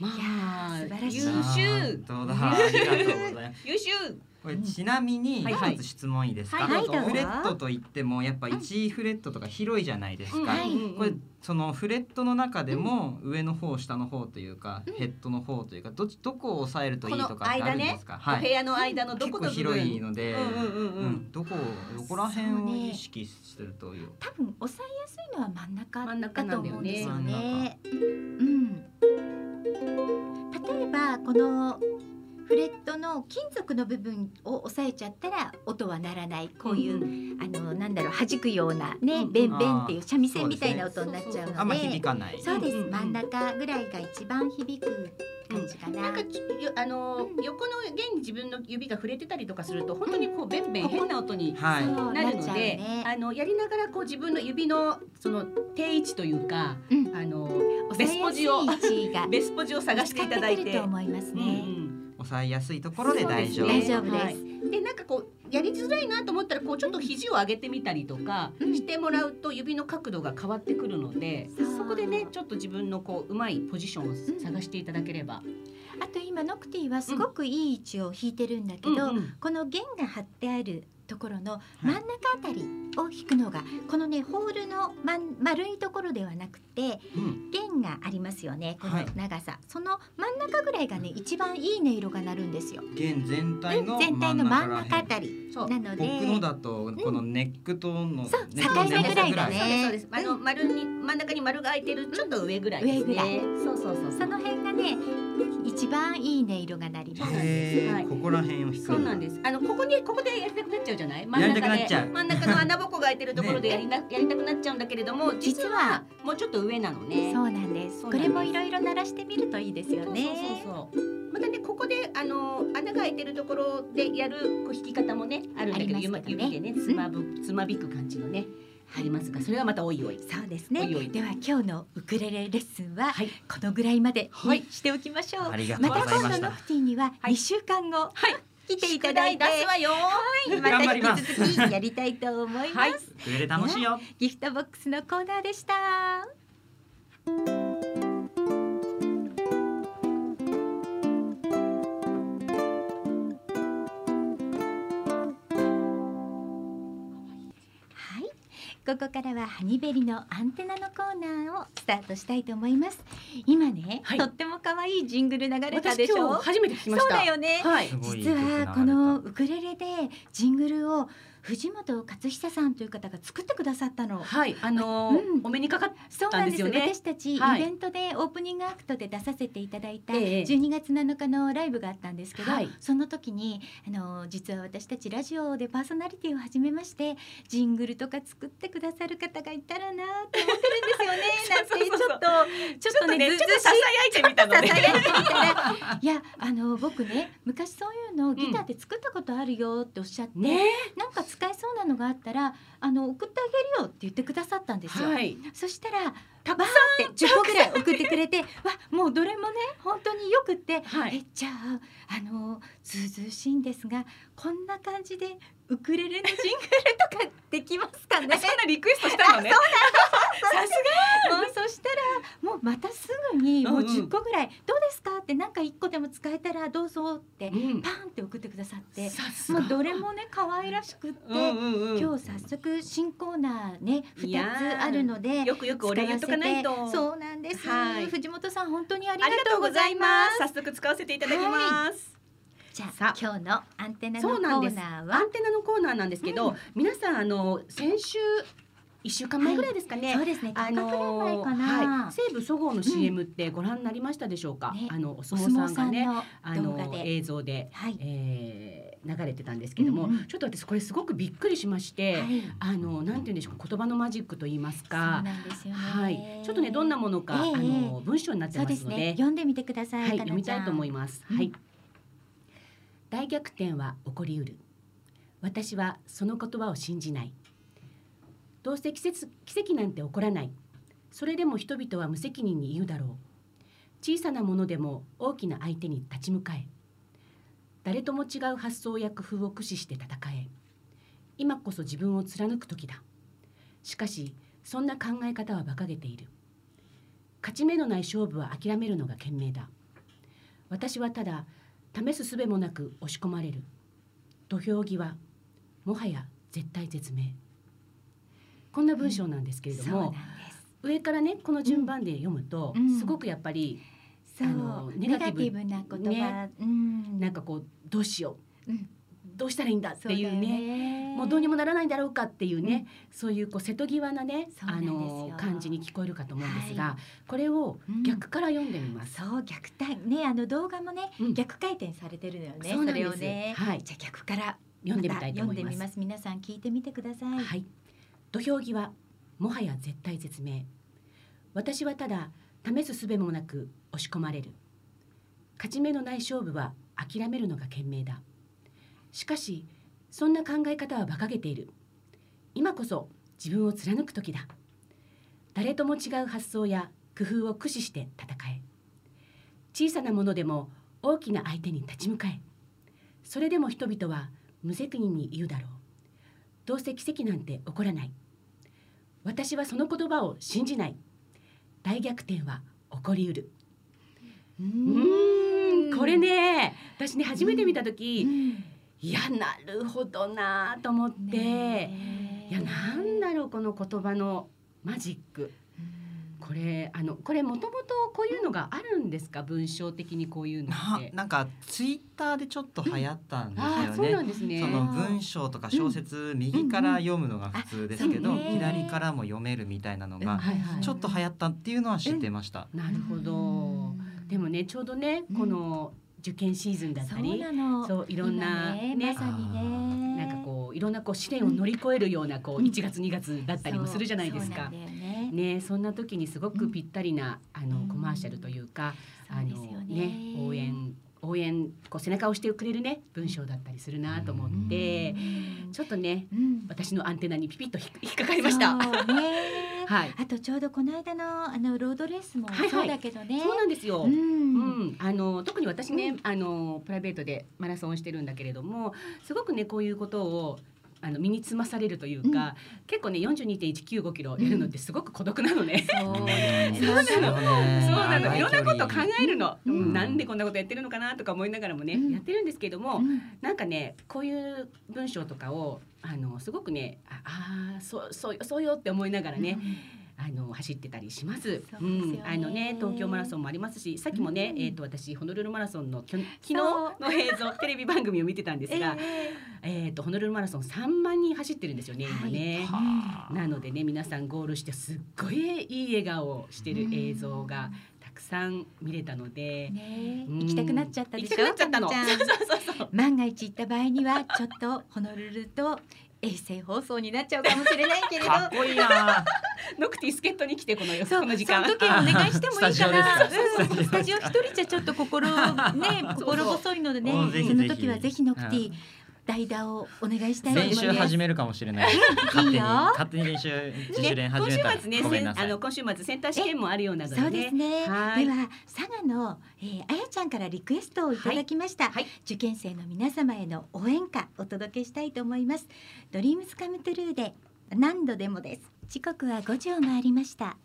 Speaker 2: ま
Speaker 1: やー素晴らしい
Speaker 2: 優秀、
Speaker 6: 本当だありがとうございます
Speaker 2: 優秀。
Speaker 6: これちなみに
Speaker 2: はいはい
Speaker 6: 一つ質問いいですか、
Speaker 2: はいどうぞ
Speaker 6: フレットといってもやっぱ1フレットとか広いじゃないですか、
Speaker 1: はい
Speaker 6: これそのフレットの中でも上の方下の方というか、ヘッドの方というかどっちどこを押さえるといいとかってあるんですか、
Speaker 2: お
Speaker 6: は
Speaker 2: 部
Speaker 6: い
Speaker 2: 屋の間のど
Speaker 6: 結
Speaker 2: こ
Speaker 6: 構
Speaker 2: の部分
Speaker 6: 広いので、
Speaker 2: うんうんうんう。
Speaker 6: うんんどこをどこら辺を意識するという
Speaker 1: 多分抑えやすいのは真ん中
Speaker 2: 真ん中
Speaker 1: だ
Speaker 2: な
Speaker 1: と
Speaker 2: ん
Speaker 1: 思
Speaker 2: だ
Speaker 1: う
Speaker 2: よ
Speaker 1: んです
Speaker 2: ね
Speaker 1: よね。うん。例えばこのフレットの金属の部分を押さえちゃったら音は鳴らないこういう、あのなんだろう弾くようなね、
Speaker 2: うん
Speaker 1: ベンベンっていう三味
Speaker 6: そ
Speaker 1: 線
Speaker 6: うで
Speaker 1: み
Speaker 6: す
Speaker 1: た
Speaker 6: ね
Speaker 1: いな音になっちゃう
Speaker 6: あん
Speaker 1: の
Speaker 6: ま
Speaker 1: で、
Speaker 6: 響かない
Speaker 1: そうです、
Speaker 2: うんうんうん
Speaker 1: 真ん中ぐらいが一番響く感じかな。
Speaker 2: なんかちょよあのー、横の弦に自分の指が触れてたりとかすると本当にこうベンベン変な音に
Speaker 6: はい
Speaker 1: そう
Speaker 2: なるの
Speaker 1: っちゃう
Speaker 2: で、
Speaker 1: ね
Speaker 2: あのやりながらこう自分の指のその定位置というか、
Speaker 1: うん
Speaker 2: あのーベスポジを
Speaker 1: 押さえやすい位置が
Speaker 2: ベスポジを探していただい
Speaker 1: 使ってく
Speaker 2: て
Speaker 1: ると。思います
Speaker 2: うん
Speaker 1: ね。
Speaker 2: うん
Speaker 6: 抑えやすいところで大丈夫
Speaker 2: そう
Speaker 1: 大
Speaker 2: すね
Speaker 1: 丈夫です。
Speaker 2: はいでなんかこうやりづらいなと思ったらこうちょっと肘を上げてみたりとか
Speaker 1: うん
Speaker 2: してもらうと指の角度が変わってくるので、
Speaker 1: そう
Speaker 2: そこでねちょっと自分のこううまいポジションを探していただければ。
Speaker 1: あと今ノクティはすごくいい位置を弾いてるんだけど、
Speaker 2: うんうん
Speaker 1: この弦が張ってあるところの真ん中あたりを弾くのが、このねホールの、まん、丸いところではなくて
Speaker 6: うん
Speaker 1: 弦がありますよねこの
Speaker 6: はい
Speaker 1: 長さ、その真ん中ぐらいがね一番いい音色が鳴るんですよ
Speaker 6: 弦全体の
Speaker 1: 全体の真ん中あ
Speaker 6: 辺
Speaker 1: たり
Speaker 2: そう
Speaker 1: なので
Speaker 6: 僕のだとこのネックとの、
Speaker 1: そう
Speaker 6: ネック
Speaker 1: 境
Speaker 6: の
Speaker 1: 目ぐらいだ
Speaker 2: そうですそうで
Speaker 1: ね
Speaker 2: す。あの丸に真ん中に丸が空いてるちょっと上ぐらいです
Speaker 1: 上ぐらい
Speaker 2: ね。そうそうそうそ。
Speaker 1: そうの辺がね一番いい音色が鳴ります
Speaker 6: へー
Speaker 2: はい
Speaker 6: ここら辺を弾く
Speaker 2: そうなんです。あのここにここでやりたくなっちゃうじゃない？真
Speaker 6: や
Speaker 2: ん
Speaker 6: りたく
Speaker 2: 中
Speaker 6: なっ
Speaker 2: で
Speaker 6: ちゃう
Speaker 2: 真ん中の穴ぼこが空いてるところでやりな、やりたくなっちゃうんだけれども、実はもうちょっと上なのね。
Speaker 1: そうなんです
Speaker 2: そう
Speaker 1: こ
Speaker 2: なん
Speaker 1: れ
Speaker 2: です
Speaker 1: もいろいろ鳴らしてみるといいですよね
Speaker 2: そうそうそうそうまたねここであの穴が開いてるところでやるこう弾き方もねあるんだけど
Speaker 1: ありますけどね
Speaker 2: 指でねつまぶ、つまびく感じのねありますがそれはまたおいおい。
Speaker 1: そうですね。
Speaker 2: おいおい
Speaker 1: では今日のウクレレレッスンは、
Speaker 2: はい
Speaker 1: このぐらいまで
Speaker 2: はい
Speaker 1: にしておきましょう。
Speaker 6: ありがとうございました
Speaker 1: た今度ノクティには
Speaker 2: はい
Speaker 1: 2週間後、来ていただいて、
Speaker 2: 宿題出すわよ。
Speaker 1: ま
Speaker 6: 頑張り
Speaker 1: た
Speaker 6: ま
Speaker 1: 引
Speaker 6: す
Speaker 1: き続きやりたいと思います。
Speaker 2: はい
Speaker 6: ウクレレ楽しいよ
Speaker 1: ギフトボックスのコーナーでした。はい、ここからはハニベリのアンテナのコーナーをスタートしたいと思います。今ね、
Speaker 2: はい
Speaker 1: とっても可愛いジングル流れたで
Speaker 2: 私
Speaker 1: しょ
Speaker 2: 今日初めて聞きまし
Speaker 1: そう
Speaker 2: た。
Speaker 1: だよね。
Speaker 2: はい。
Speaker 6: すごい
Speaker 1: 実はこ
Speaker 6: 曲流れた
Speaker 1: のウクレレでジングルを藤本勝久さんという方が作ってくださったの。
Speaker 2: はい、あのー
Speaker 1: うん
Speaker 2: お目にかかっ
Speaker 1: そうなんですよ、
Speaker 2: なんで
Speaker 1: 私たちイ
Speaker 2: はい
Speaker 1: ベントでオープニングアクトで出させていただいた
Speaker 2: ええ
Speaker 1: 12月7日のライブがあったんですけど、
Speaker 2: はい
Speaker 1: その時にあの実は私たちラジオでパーソナリティを始めましてジングルとか作ってくださる方がいたらなと思ってるんですよね
Speaker 2: そうそうそ
Speaker 1: な
Speaker 2: うん
Speaker 1: てちょっとちょっとねずうずうしい
Speaker 2: いてみた
Speaker 1: ささやいてみたらいやあの僕ね昔そういうのをギターで作ったことあるよっておっしゃって、
Speaker 2: ね。
Speaker 1: なんか使えそうなのがあったらあの送ってあげるよって言ってくださったんですよ。
Speaker 2: はい。
Speaker 1: そしたらたくさんって10個ぐらい送ってくれてわもうどれもね本当によくって、
Speaker 2: はい
Speaker 1: えじゃああのずうずうしいんですがこんな感じでウクレレのジングルとかできますかね
Speaker 2: そんなリクエストしたのね。さす
Speaker 1: もうそしたらもうまたすぐにもう
Speaker 2: うんうん
Speaker 1: 10個ぐらい、どうですかってなんか1個でも使えたらどうぞって
Speaker 2: が。うん
Speaker 1: パーンって送ってくださって
Speaker 2: さす
Speaker 1: も
Speaker 2: が。
Speaker 1: うどれもね可愛らしくって。
Speaker 2: うんうんうん。
Speaker 1: 今日早速新コーナーね
Speaker 2: い
Speaker 1: 二つ
Speaker 2: やー
Speaker 1: あるので
Speaker 2: よくよくお礼言っとかないと。
Speaker 1: 使わせてそうなんです、
Speaker 2: はい
Speaker 1: 藤本さん本当にあり
Speaker 2: あ
Speaker 1: が
Speaker 2: りが
Speaker 1: と
Speaker 2: と
Speaker 1: う
Speaker 2: う
Speaker 1: ご
Speaker 2: ご
Speaker 1: ざ
Speaker 2: ざ
Speaker 1: い
Speaker 2: い
Speaker 1: ま
Speaker 2: ますす。早速使わせていただきます。
Speaker 1: じゃあ
Speaker 2: さあ
Speaker 1: 今日のアンテナのコ
Speaker 2: そうなんで
Speaker 1: ー
Speaker 2: す
Speaker 1: ナー
Speaker 2: ア
Speaker 1: は
Speaker 2: ンテナのコーナーなんですけど、
Speaker 1: う
Speaker 2: 皆さんあの先週一週間前ぐらいですかね。
Speaker 1: そうですね
Speaker 2: あ
Speaker 1: 10日くらい前
Speaker 2: の
Speaker 1: か
Speaker 2: は
Speaker 1: な、
Speaker 2: い、西武そごうの CM ってご覧になりましたでしょうか、
Speaker 1: ね
Speaker 2: あのお
Speaker 1: お
Speaker 2: 相
Speaker 1: 相
Speaker 2: 撲
Speaker 1: 撲
Speaker 2: さ
Speaker 1: さん
Speaker 2: んがね
Speaker 1: の
Speaker 2: あ
Speaker 1: 動
Speaker 2: の
Speaker 1: 画で、
Speaker 2: 映像で、
Speaker 1: はい
Speaker 2: えー流れてたんですけども、
Speaker 1: うんうん
Speaker 2: ちょっと私これすごくびっくりしまし
Speaker 1: は
Speaker 2: て、
Speaker 1: い
Speaker 2: あのなんて言うんでしょう言葉のマジックと言います
Speaker 1: そう
Speaker 2: か、
Speaker 1: なんですよね、
Speaker 2: はい、ちょっとねどんなものか、
Speaker 1: ええ
Speaker 2: あの文章になって
Speaker 1: そう
Speaker 2: ま
Speaker 1: ですす
Speaker 2: ので
Speaker 1: ね読んでみてください、
Speaker 2: はい、
Speaker 1: かなちゃん
Speaker 2: 読みたいと思います。
Speaker 1: うん
Speaker 2: はい。大逆転は起こりうる。私はその言葉を信じない。どうせ奇跡奇跡なんて起こらない。それでも人々は無責任に言うだろう。小さなものでも大きな相手に立ち向かえ誰とも違う発想や工夫を駆使して戦え今こそ自分を貫く時だしかしそんな考え方は馬鹿げている勝ち目のない勝負は諦めるのが賢明だ私はただ試す術もなく押し込まれる土俵際もはや絶対絶命こんな文章なんですけれど
Speaker 1: そうな
Speaker 2: も、
Speaker 1: んで
Speaker 2: 上からねこの順番で読むと、
Speaker 1: うん
Speaker 2: すごくやっぱり
Speaker 1: す。そ
Speaker 2: あの
Speaker 1: う、ネ
Speaker 2: ネ
Speaker 1: ガ
Speaker 2: ガ
Speaker 1: テ
Speaker 2: テ
Speaker 1: ィ
Speaker 2: ィ
Speaker 1: ブ
Speaker 2: ブ
Speaker 1: な言葉、うん、
Speaker 2: なんかこうどうしよう、
Speaker 1: うん
Speaker 2: どうしたらいいんだっていう
Speaker 1: そだよ
Speaker 2: ねもうどうにもならないだろうかっていうね、
Speaker 1: うん
Speaker 2: そういうこう瀬戸際なね
Speaker 1: そうな
Speaker 2: あ
Speaker 1: んですよ
Speaker 2: の感じに聞こえるかと思うんですが、
Speaker 1: は
Speaker 2: これを
Speaker 1: うん
Speaker 2: 逆から読んでみます。
Speaker 1: そう逆転ねあの動画もね、
Speaker 2: うん
Speaker 1: 逆回転されてるのよね。
Speaker 2: そうなん
Speaker 1: れ
Speaker 2: で
Speaker 1: を
Speaker 2: す、
Speaker 1: ね、
Speaker 2: はい、
Speaker 1: じゃあ逆から
Speaker 2: 読んでみたいと思
Speaker 1: また読んで
Speaker 2: い
Speaker 1: み
Speaker 2: ま。
Speaker 1: ますす。皆さん聞いてみてください。
Speaker 2: はい、土俵際もはや絶対絶命私はただ試す術もなく押し込まれる勝ち目のない勝負は諦めるのが賢明だしかしそんな考え方は馬鹿げている今こそ自分を貫く時だ誰とも違う発想や工夫を駆使して戦え小さなものでも大きな相手に立ち向かえそれでも人々は無責任に言うだろうどうせ奇跡なんて起こらない私はその言葉を信じない大逆転は起こりうる
Speaker 1: う
Speaker 2: うーんこれ。ね私ね初めて見た時、
Speaker 1: うん
Speaker 2: いやなるほどなと思って、
Speaker 1: ねえ
Speaker 2: いやなんだろうこの言葉のマジック
Speaker 1: うん
Speaker 2: これあのこれもともとこういうのがあるんですか文章的にこういうのっ
Speaker 6: な
Speaker 2: て。
Speaker 6: なんかツイッターでちょっと流行ったんです
Speaker 2: ああそう
Speaker 6: よね
Speaker 2: なんですね。
Speaker 6: その文章とか小説、右から読むのが普通ですけど、
Speaker 1: うんうんあそうね
Speaker 6: 左からも読めるみたいなの
Speaker 1: うん
Speaker 6: が
Speaker 2: はいはい
Speaker 6: ちょっと流行ったっていうのは知ってました。
Speaker 2: なるほど。
Speaker 1: うん
Speaker 2: でもねちょうどね
Speaker 1: うん
Speaker 2: この受験シーズンだった
Speaker 1: そ
Speaker 2: り、
Speaker 1: うなの。
Speaker 2: そういろんな
Speaker 1: 今
Speaker 2: ね
Speaker 1: まさにね。
Speaker 2: なんかこういろんなこう試練を乗り越えるようなこう
Speaker 1: うん
Speaker 2: 1月2月だったりもするじゃないです
Speaker 1: そうな
Speaker 2: か
Speaker 1: ん。だよね。
Speaker 2: ねそんな時にすごくぴったりなあ
Speaker 1: う
Speaker 2: の
Speaker 1: ん
Speaker 2: コマーシャルというか
Speaker 1: そ
Speaker 2: あ
Speaker 1: う
Speaker 2: の
Speaker 1: ですよ
Speaker 2: ね応援応援こう背中を押してくれるね文章だったりするなと思って
Speaker 1: うん
Speaker 2: ちょっとね
Speaker 1: うん
Speaker 2: 私のアンテナにピピッと引っ引っかかりました。 は
Speaker 1: そうね
Speaker 2: い。
Speaker 1: あとちょうどこの間のあのロードレースも
Speaker 2: はいはい
Speaker 1: そうだけどね。
Speaker 2: そうなんですよ。
Speaker 1: うん
Speaker 2: うん、あの特に私ね、あのプライベートでマラソンをしてるんだけれどもすごくねこういうことをあの身につまされるというか、結構ね42.195キロやるのってすごく孤独なのね。
Speaker 1: そう
Speaker 6: うん
Speaker 2: そうなの
Speaker 6: ね
Speaker 2: そうなの
Speaker 6: 長
Speaker 2: い
Speaker 6: 距
Speaker 2: ろん
Speaker 6: 離
Speaker 2: なこと考えるの、
Speaker 1: うん
Speaker 2: うんなんでこんなことやってるのかなとか思いながらもね、
Speaker 1: うん
Speaker 2: やってるんですけれども、
Speaker 1: うん
Speaker 2: なんかねこういう文章とかをあのすごくねああーそうそうよそうよって思いながらね、あの走ってたりします。
Speaker 1: そう
Speaker 2: う
Speaker 1: ですよね
Speaker 2: ん、あのね東京マラソンもありますし、さっきもね、
Speaker 1: うん
Speaker 2: えっ、と私ホノルルマラソンのきょ昨日
Speaker 1: そ
Speaker 2: の映 像テレビ番組を見てたんですが、えっ、とホノルルマラソン3万人走ってるんですよね今ね。なのでね皆さんゴールしてすっごいいい笑顔をしてる映像がたくさん見れたので、
Speaker 1: ねえ
Speaker 2: うん
Speaker 1: 行きたくなっちゃったでしょ。
Speaker 2: 行きたくなっちゃったの。
Speaker 1: か
Speaker 2: そう
Speaker 1: な
Speaker 2: そう
Speaker 1: ちゃん
Speaker 2: そうそう。
Speaker 1: 万が一行った場合にはちょっとホノルルと衛星放送になっちゃうかもしれないけれど。
Speaker 6: かっこいいな。
Speaker 2: ノクティスケットに来てこの
Speaker 1: そう
Speaker 2: この時間。
Speaker 1: その時お願いしてもいいかな。
Speaker 6: スタジオです
Speaker 1: うんスタジオ一人じゃちょっと心ね心細いのでね
Speaker 6: うんぜひ
Speaker 1: その
Speaker 6: ぜひ
Speaker 1: 時はぜひノクティ代打をお願いしたいと思い
Speaker 6: 練
Speaker 1: ます。
Speaker 6: 習始めるかもしれない。勝手
Speaker 1: いい
Speaker 6: に
Speaker 1: よ
Speaker 6: 勝手に練習自主練
Speaker 2: ね、今
Speaker 6: 始
Speaker 2: 週
Speaker 6: めた。
Speaker 2: 末ね
Speaker 6: ごめん
Speaker 2: せ
Speaker 6: なんさ
Speaker 2: あ
Speaker 6: い。
Speaker 2: の今週末センター試験もあるようなのでね。
Speaker 1: そうですね。で
Speaker 2: はーい
Speaker 1: は佐賀の、えー、あやちゃんからリクエストをいただきました、
Speaker 2: はいはい
Speaker 1: 受験生の皆様への応援歌お届けしたいと思います。ドリームスカムトゥルーで何度でもです。時刻は5時を回りました。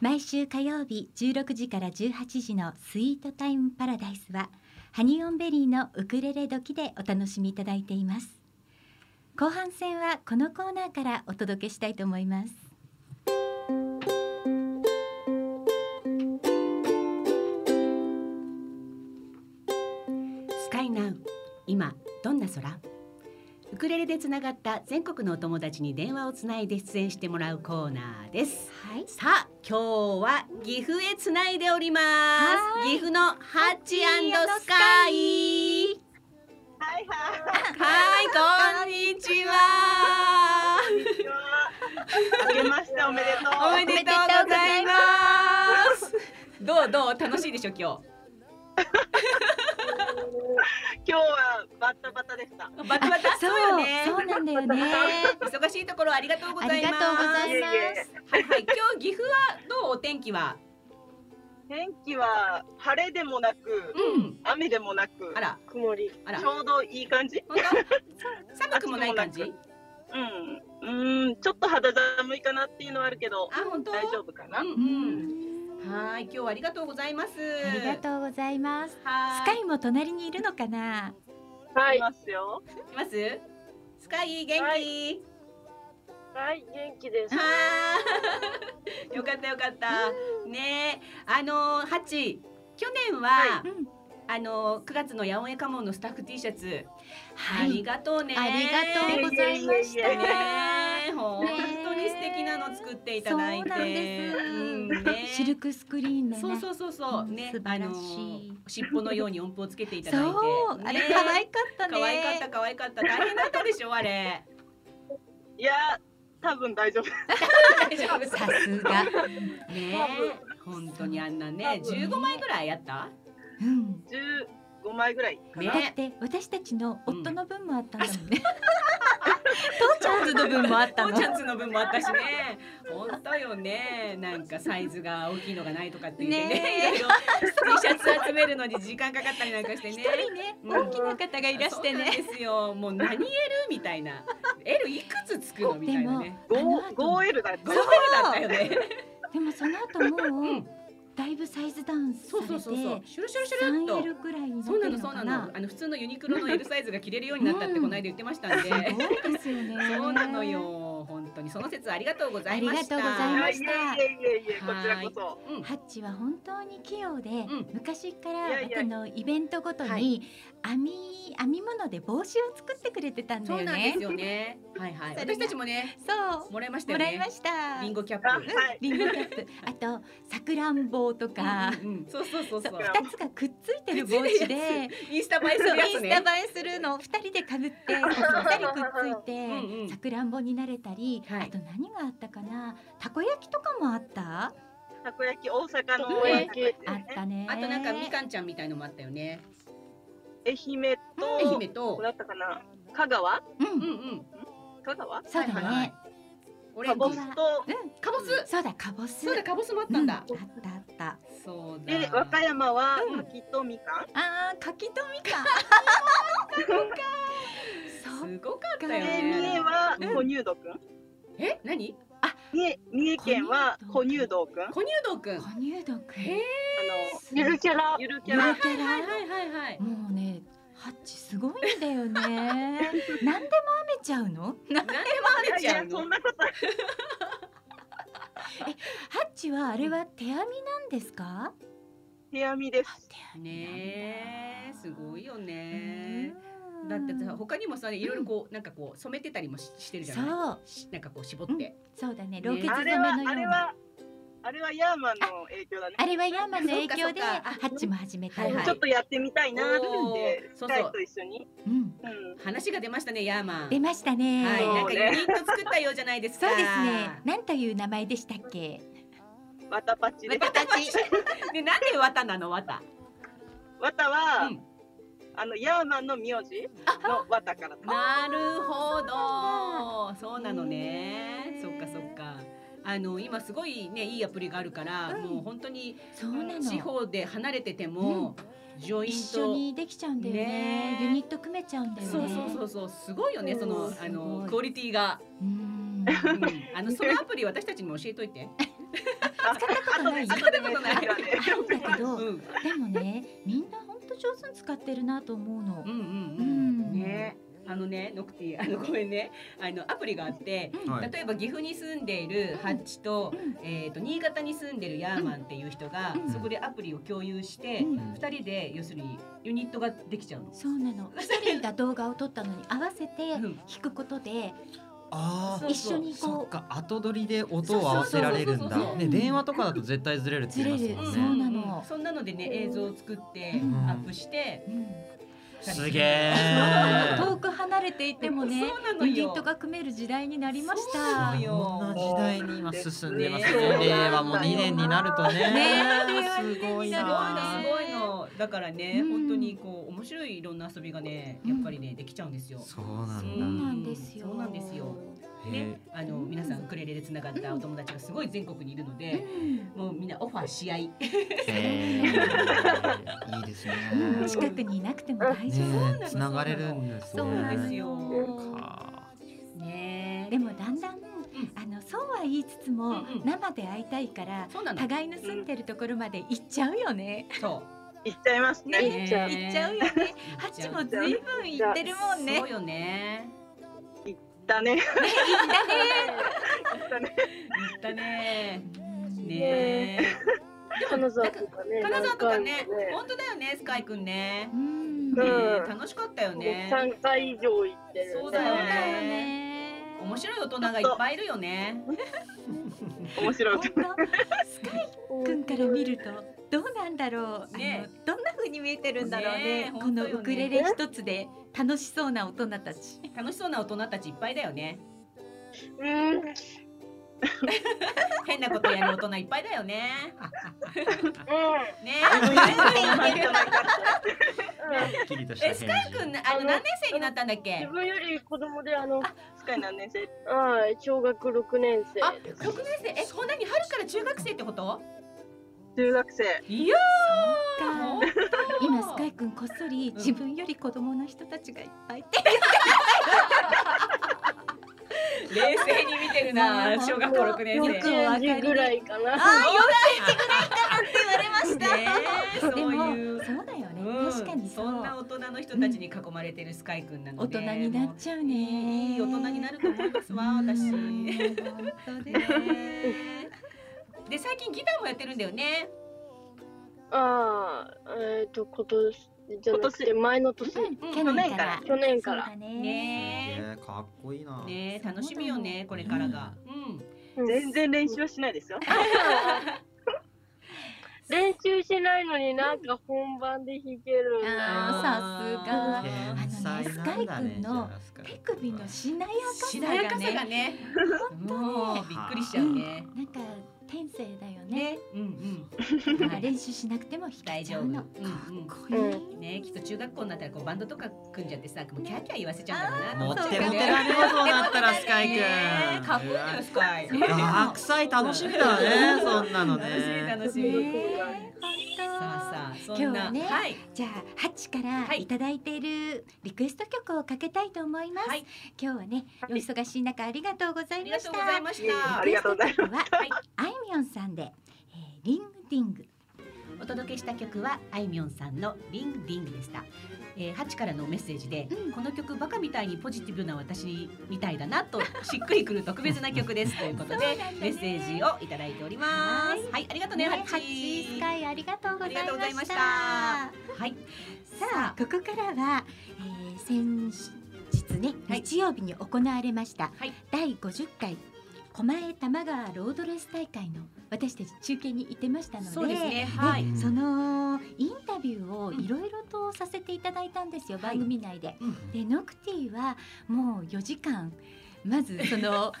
Speaker 1: 毎週火曜日16時から18時のスイートタイムパラダイスはハニオンベリーのウクレレ時でお楽しみいただいています。後半戦はこのコーナーからお届けしたいと思います。
Speaker 2: スカイナウ今どんな空ウクレレでつながった全国のお友達に電話をつないで出演してもらうコーナーです
Speaker 1: はい。
Speaker 2: さあ今日は岐阜へつないでおりま
Speaker 1: は
Speaker 2: す岐阜のハッチスカイはいはいこんにちは
Speaker 9: 明けましておめでとう。
Speaker 2: おめでとうございますどうどう楽しいでしょ今
Speaker 9: 今日はバタバタでした。
Speaker 2: 日バタバタ
Speaker 1: そう
Speaker 2: そうよね
Speaker 1: そうなんだよね。
Speaker 2: 忙しいところありがとうご
Speaker 1: あ
Speaker 2: ざい
Speaker 1: りが
Speaker 2: ます
Speaker 1: とうございます。
Speaker 2: はいはい、今日岐阜はどうお天気は。
Speaker 9: 天気は晴れでもなく、
Speaker 2: うん。
Speaker 9: 雨でもなく
Speaker 2: あ、ら、
Speaker 7: 曇り
Speaker 2: あら
Speaker 9: ち。ょうどいい感じ。
Speaker 2: 本当寒くもない感じ。
Speaker 9: うん、うん、ちょっと肌寒いかなっていうのはあるけど、
Speaker 2: あ、本当。
Speaker 9: 大丈夫かな。
Speaker 2: うんうん。はーい、今日はありがとうございます。
Speaker 1: ありがとうございます。
Speaker 2: は
Speaker 1: ス
Speaker 2: ー
Speaker 1: カ
Speaker 2: い。
Speaker 1: イも隣にいるのかな。
Speaker 7: はい
Speaker 9: いますよ。
Speaker 2: います。スカイ元気。
Speaker 7: は
Speaker 2: はい
Speaker 7: はい元気です
Speaker 2: ーい。 よかったよかった。ねえ、あのーハチ。去年は、
Speaker 1: うん
Speaker 2: あのー9月の八百屋家紋のスタッフ T シャツ、
Speaker 1: は
Speaker 2: あり
Speaker 1: い。
Speaker 2: がとうね。
Speaker 1: ありがとうございまし
Speaker 9: い
Speaker 1: た
Speaker 9: えいえいえいえ。
Speaker 2: ねえ本当に素敵なの作っていただいて、
Speaker 1: そうなんです
Speaker 2: うんね
Speaker 1: シルクスクリーンのね。
Speaker 2: そうそうそうそうね、
Speaker 1: 素晴らしい
Speaker 2: あの尻尾のように音符をつけていただいて、
Speaker 1: そう、あれ可愛かったね。
Speaker 2: 可愛かった可愛かった大変だったでしょあれ。
Speaker 9: いや、多分大丈夫。
Speaker 2: 大丈夫
Speaker 1: さす が。
Speaker 2: ね本当にあんなね
Speaker 9: 多分
Speaker 2: 15枚ぐらいやった。
Speaker 1: うん。
Speaker 9: 十五枚ぐらいかな。
Speaker 1: だっ
Speaker 2: ね
Speaker 1: て私たちの夫の分もあったんだもんね。父ちゃんズの分もあった
Speaker 2: 父
Speaker 1: の
Speaker 2: ち。ゃんズの分もあったしね本当よねなんかサイズが大きいのがないとかって言ってね
Speaker 1: ね
Speaker 2: いろいろ T シャツ集めるのに時間かかったりなんかしてね
Speaker 1: 一人ね、大きな方がいらして
Speaker 2: そうなん
Speaker 1: ね。
Speaker 2: ですよもう何 L みたいな L いくつつくのみたいなね
Speaker 9: 五
Speaker 1: あの後
Speaker 9: 五 L だった
Speaker 2: そう。だったよね
Speaker 1: でもその後
Speaker 2: う
Speaker 1: もうんだいぶサイズダウンさ
Speaker 2: そうそ
Speaker 1: れ
Speaker 2: うそうそう
Speaker 1: て、
Speaker 2: シュルシュルシュルっ
Speaker 1: 三
Speaker 2: と
Speaker 1: L くらいになって
Speaker 2: そうな
Speaker 1: る
Speaker 2: の
Speaker 1: の
Speaker 2: そう
Speaker 1: か
Speaker 2: なの
Speaker 1: な。
Speaker 2: あの普通のユニクロの L サイズが着れるようになったってこの間言ってましたん
Speaker 1: す
Speaker 2: で、
Speaker 1: ごいですよね。
Speaker 2: そうなの。よ本当にその説ありがとうございました
Speaker 1: ありがとうございま
Speaker 9: は
Speaker 1: し
Speaker 9: い、いえいえいえいえ、こちらこそ。
Speaker 2: うん
Speaker 1: ハッチは本当に器用で、
Speaker 2: ん
Speaker 1: 昔から
Speaker 9: いやいや
Speaker 1: あのイベントごとに、
Speaker 2: はい
Speaker 1: 編み編み物で帽子を作ってくれてたんだ
Speaker 2: そう
Speaker 1: よ
Speaker 2: なんで
Speaker 1: ね
Speaker 2: す。よねはいはい
Speaker 1: それが
Speaker 2: 私たちもね
Speaker 1: そう
Speaker 2: もらいました
Speaker 1: も
Speaker 2: よ
Speaker 1: らい
Speaker 2: ね
Speaker 1: ました。
Speaker 2: リンゴキャッ
Speaker 9: あ、は
Speaker 2: プ
Speaker 9: い。
Speaker 1: リンゴキャップ、あとさくらんぼとか。
Speaker 2: うんうんうんそうそうそうそう
Speaker 1: 二つがくっついてる帽子で、
Speaker 2: インスタ映えす
Speaker 1: そう
Speaker 2: るやつ
Speaker 1: イン
Speaker 2: ね
Speaker 1: スタ映えするのを二 人でかぶって、二人くっつい
Speaker 2: うんう
Speaker 1: て、
Speaker 2: ん
Speaker 1: さくらんぼになれたり、
Speaker 2: は
Speaker 1: あ
Speaker 2: い
Speaker 1: と何があったかな、たこ焼きとかもあった？
Speaker 9: たこ焼き大阪の
Speaker 7: たこ焼き
Speaker 9: 愛
Speaker 1: あったね。
Speaker 2: あとなんかみかんちゃんみたいのもあったよね愛
Speaker 9: 媛と。
Speaker 2: 媛
Speaker 9: どことだったかな。香川。
Speaker 1: うん
Speaker 2: うんうん
Speaker 9: 香川。
Speaker 1: そうだ
Speaker 2: はいはいは
Speaker 1: ね
Speaker 2: い。オレ
Speaker 9: カ
Speaker 2: ンジ
Speaker 9: ボスと。
Speaker 2: カボス
Speaker 1: そうだカボス。
Speaker 2: そうだカボスもあったんだ
Speaker 1: うあったあった。
Speaker 2: そうだ
Speaker 9: で、和歌山は
Speaker 2: うん
Speaker 9: 柿とみかん。
Speaker 1: ああ柿とみかん。そう
Speaker 2: すごかったよ
Speaker 1: だ
Speaker 9: で、
Speaker 2: ね
Speaker 9: 三重は
Speaker 2: うん
Speaker 9: 哺乳道くん。
Speaker 2: え何
Speaker 9: 三重、三重県は
Speaker 1: 哺
Speaker 9: 哺
Speaker 1: 乳
Speaker 9: 乳道くん。あ
Speaker 2: 小乳道くん
Speaker 1: 哺乳毒。
Speaker 2: へ
Speaker 9: の、
Speaker 7: ゆるキャラ
Speaker 9: ゆるキ
Speaker 1: ゆ
Speaker 9: ャ
Speaker 1: る
Speaker 9: ラ。
Speaker 1: キャ
Speaker 2: はい
Speaker 1: ラ。
Speaker 2: はいはいはい
Speaker 1: もうねハッチすごいんだよ ね。何でも編めちゃうの？な
Speaker 2: なんで
Speaker 9: いや
Speaker 2: 豆
Speaker 9: い
Speaker 2: ちゃ
Speaker 9: や
Speaker 2: ん、
Speaker 9: そ
Speaker 2: の
Speaker 9: んなことない。
Speaker 1: ハッチはあれは手編みなんですか？
Speaker 9: 手編みです。
Speaker 1: 手編みなんだ。
Speaker 2: ねえすごいよ
Speaker 1: う
Speaker 2: ね
Speaker 1: ーん。
Speaker 2: だってさ他にもさいろいろこうなんかこう染めてたりもししてるじゃない
Speaker 1: そう
Speaker 2: しなんかこう絞って
Speaker 1: そうだね。ロケ
Speaker 2: 手
Speaker 9: あ
Speaker 1: 染
Speaker 9: れ
Speaker 1: め
Speaker 9: は、
Speaker 1: のよ
Speaker 9: あ
Speaker 1: う
Speaker 9: れ
Speaker 1: な。
Speaker 9: は。あれはヤーマンの影響だね。
Speaker 1: あれはヤーマンの影響で
Speaker 2: そっか
Speaker 1: ハ
Speaker 2: そっかあ
Speaker 1: ッチも始めた
Speaker 2: はい
Speaker 1: の。
Speaker 2: はい
Speaker 9: ちょっとやってみたいなって
Speaker 2: おーそうそう
Speaker 9: スカイと一緒に。
Speaker 1: うん
Speaker 9: うん。
Speaker 2: 話が出ましたねヤーマン
Speaker 1: 出ましたね。
Speaker 2: はいなん
Speaker 9: そう
Speaker 2: か
Speaker 9: ね
Speaker 2: ユニット作ったようじゃないです
Speaker 1: そ
Speaker 2: か
Speaker 1: うですね。なんという名前でしたっけ？
Speaker 9: わたパチで。
Speaker 2: 綿た ちでなんで綿なの綿
Speaker 9: わたは
Speaker 2: うん、
Speaker 9: あのヤーマンの名字のわたから。
Speaker 2: なるほどそうなのねそっかそっかあの今すごいねいいアプリがあるから、
Speaker 1: うん
Speaker 2: もう本当に
Speaker 1: そうなの。
Speaker 2: 地方で離れてても、ジョイン
Speaker 1: 一
Speaker 2: ト
Speaker 1: 緒にできちゃうんだよね
Speaker 2: ねえ
Speaker 1: ユニット組めちゃうんだよね
Speaker 2: そうそうそうそうすごいよねそのあ
Speaker 1: すご
Speaker 2: の
Speaker 1: い
Speaker 2: クオリティが、
Speaker 1: うーん
Speaker 2: うん あのそのアプリ私たちにも教えといて
Speaker 9: あ
Speaker 1: 使ったこと ないよ
Speaker 2: 後で後で
Speaker 9: ある
Speaker 1: あるんだ けど、
Speaker 2: うんうん
Speaker 1: でもねみんな本当上手に使ってるなと思うの
Speaker 2: う、んう
Speaker 1: うん
Speaker 2: んねあのねノクティあのごめんねあのアプリがあって
Speaker 1: うん
Speaker 6: はい
Speaker 2: 例えば岐阜に住んでいるハッチと,、
Speaker 1: う
Speaker 2: えー、と新潟に住んでるヤーマンっていう人が、
Speaker 1: うん
Speaker 2: そこでアプリを共有して、
Speaker 1: うん
Speaker 2: 二人で要するにユニットができちゃうの。
Speaker 1: そうなのセリーが動画を撮ったのに合わせて
Speaker 2: うん
Speaker 1: 弾くことで
Speaker 6: あ
Speaker 2: そう
Speaker 6: あ
Speaker 1: 一緒に
Speaker 6: そっ
Speaker 1: こ
Speaker 6: か後取りで音を合わせられるん
Speaker 2: そうそうそう
Speaker 6: だ
Speaker 2: そう
Speaker 6: ね電話とかだと絶対ずれるって言います
Speaker 1: う
Speaker 6: もん
Speaker 1: ず
Speaker 6: ね
Speaker 1: れるそうなの
Speaker 2: そんなのでね映像を作って
Speaker 6: うん
Speaker 2: アップして、
Speaker 1: う、うん
Speaker 6: すげえ
Speaker 1: 遠く離れていてもね
Speaker 2: そうなのよ
Speaker 1: ユニットが組める時代になりまし
Speaker 2: そうな
Speaker 1: た
Speaker 2: のよ
Speaker 6: こんな時代に今進んでいます
Speaker 2: ね
Speaker 6: ね。令和も2年になるとね。
Speaker 1: ね
Speaker 6: すごい
Speaker 2: すごい
Speaker 6: な
Speaker 2: の。すごいのだからね、
Speaker 1: うん
Speaker 2: 本当にこう面白いいろんな遊びがねやっぱりねできちゃうんですよ。
Speaker 6: そうな
Speaker 1: そうん
Speaker 6: だ。
Speaker 1: なんですよ
Speaker 2: そうなんですよ。ね、あの皆さんウクレレでつながったお友達がすごい全国にいるので、もうみんなオファーし合い。
Speaker 6: へーいいですね。
Speaker 1: 近くにいなくても大丈夫。
Speaker 6: ねえ、繋がれるんですね。
Speaker 1: そうなんですよ。
Speaker 6: か
Speaker 2: ね
Speaker 1: でもだんだんあのそうは言いつつ
Speaker 2: うん
Speaker 1: も
Speaker 2: うん
Speaker 1: 生で会いたいから
Speaker 2: そうなの。
Speaker 1: 互いの住んでるところまで行っちゃうよね。
Speaker 2: そう。
Speaker 9: 行っちゃいますね。
Speaker 2: ねえ
Speaker 1: 行っちゃうよね。ハッチもずいぶん行ってるもんね。
Speaker 2: そうよね。
Speaker 9: だね。
Speaker 1: だね。
Speaker 2: 行ったね。ねえ。
Speaker 7: 金沢とかね。
Speaker 2: 金沢とかね
Speaker 7: 何回、も
Speaker 2: 本当だよね、スカイくんね
Speaker 1: う。ん。そ
Speaker 2: ね
Speaker 7: ん
Speaker 2: え楽しかったよね。
Speaker 7: 三回以上行ってる。
Speaker 2: そう
Speaker 1: う
Speaker 2: だ
Speaker 1: だ
Speaker 2: よ
Speaker 1: よ
Speaker 2: ね
Speaker 1: ね。
Speaker 2: 面白い大人がいっぱいいるよね。
Speaker 9: 面白い
Speaker 1: 本。当スカイくんから見るとどうなんだろう、
Speaker 2: ね
Speaker 1: あのどんな風に見えてるんだろうね
Speaker 2: ね
Speaker 1: こ
Speaker 2: 本当
Speaker 1: の
Speaker 2: よね
Speaker 1: ウクレレ一つで楽しそうな大人たち
Speaker 2: 楽しそうな大人たちいっぱいだよね。
Speaker 7: うん。
Speaker 2: 変なことやる大人いっぱいだよね。
Speaker 7: う
Speaker 2: ね
Speaker 6: っきりとし
Speaker 2: え。
Speaker 6: た
Speaker 2: え、スカイくん、あの何年生になったんだっ
Speaker 7: ん。自
Speaker 2: け？
Speaker 7: 分より子供であの、
Speaker 9: スカイ何年生？
Speaker 7: はい、小学六年生
Speaker 2: あ、
Speaker 7: です。
Speaker 2: 六年生。え、こんなに春から中学生ってこと？
Speaker 9: 中学生。
Speaker 2: いやー、本当
Speaker 1: 今スカイくんこっそり自分より子供の人たちがいっぱいって、
Speaker 2: 冷静に見てるな。小学校六年
Speaker 7: 幼
Speaker 2: 生。
Speaker 7: 稚園児ぐらいかな。
Speaker 1: 言われまし
Speaker 2: ねえ、そう
Speaker 1: でも
Speaker 2: いう。
Speaker 1: そうだよね、
Speaker 2: うん
Speaker 1: 確かにそうん
Speaker 2: な大人の人たちに囲まれてるスカイくんなの
Speaker 1: 大
Speaker 2: で
Speaker 1: 人になっちゃうね
Speaker 2: いい大人になると思いますわ
Speaker 1: うん
Speaker 2: 私
Speaker 1: 本当です
Speaker 2: ねで最近ギターもやってるんだよね
Speaker 7: ああ、えっ、と、今年じゃなくて、前の年、
Speaker 1: 去年から
Speaker 7: 去年か
Speaker 1: そう
Speaker 7: ら。
Speaker 1: だね
Speaker 2: ね
Speaker 6: ねえ、かっこいいな。
Speaker 2: ね楽しみよねこれからがうん
Speaker 9: 全然練習はしないですよ。
Speaker 7: 練習しないのになんか本番で弾けるんだよ。
Speaker 1: あーさ
Speaker 6: 天才なんだね
Speaker 1: あのねスカイくんの
Speaker 6: じゃあスカイく
Speaker 1: 手
Speaker 6: ん
Speaker 1: 首のしなや
Speaker 2: し
Speaker 1: か
Speaker 2: な
Speaker 1: さ
Speaker 2: や
Speaker 1: が
Speaker 2: かさが
Speaker 1: ね
Speaker 2: ねもうびっくりしちゃうね
Speaker 1: なんか天性だよね
Speaker 2: ねうん う
Speaker 1: だ
Speaker 2: ん
Speaker 1: から練習しなくても弾
Speaker 2: 大
Speaker 1: けち
Speaker 2: 丈
Speaker 1: ゃ
Speaker 2: 夫
Speaker 1: う
Speaker 2: うんう
Speaker 1: の
Speaker 2: ん
Speaker 1: これ
Speaker 7: うん
Speaker 2: ねきっと中学校になったらこうバンドとか組んじゃってさもうキャーキャー言わせちゃうんだろうな
Speaker 6: モ
Speaker 2: と思って
Speaker 6: テモテだねそうなったらスカイく
Speaker 2: ね
Speaker 6: ん。
Speaker 2: かっこいいのよスカイ
Speaker 6: うわ。学祭楽しみ だね、そんなの
Speaker 2: 楽しみ
Speaker 6: ね。
Speaker 2: 楽しみ。
Speaker 1: ね本
Speaker 2: さあさあそ
Speaker 1: 当
Speaker 2: ん
Speaker 1: 今日
Speaker 2: な
Speaker 1: はね
Speaker 2: はい
Speaker 1: 当じゃあハチから
Speaker 2: はい
Speaker 1: いただいているリクエスト曲をかけたいと思います、
Speaker 2: はい
Speaker 1: 今日はねお忙しい中ありがとうござ
Speaker 2: あ
Speaker 1: い
Speaker 2: り
Speaker 1: ま
Speaker 2: が
Speaker 1: し
Speaker 2: と
Speaker 1: た
Speaker 2: うございまし
Speaker 9: あ
Speaker 2: た。
Speaker 9: りがとうござい
Speaker 1: ますあいみょんさんで、えー、リングディング
Speaker 2: お届けした曲はあいみょんさんのリングディングでした。えー、ハチからのメッセージで、
Speaker 1: うん
Speaker 2: この曲バカみたいにポジティブな私みたいだなとしっくりくる特別な曲ですということで、
Speaker 1: そうなんだね
Speaker 2: メッセージをいただいております。はい、ありがとうねハ
Speaker 1: ハ
Speaker 2: チ
Speaker 1: チ。スカイありがとうござい
Speaker 2: ありがとうございま
Speaker 1: ま
Speaker 2: し
Speaker 1: したた
Speaker 2: はい。
Speaker 1: さあここからは、えー、先日ね、
Speaker 2: はい
Speaker 1: 日曜日に行われました、
Speaker 2: はい
Speaker 1: 第50回狛江多摩川ロードレース大会の私たち中継に行ってましたので
Speaker 2: そうですね。はい。
Speaker 1: ねそのインタビューをいろいろとさせていただいたんですよ、
Speaker 2: はい
Speaker 1: 番組内で。
Speaker 2: うん
Speaker 1: でノクティはもう4時間まずその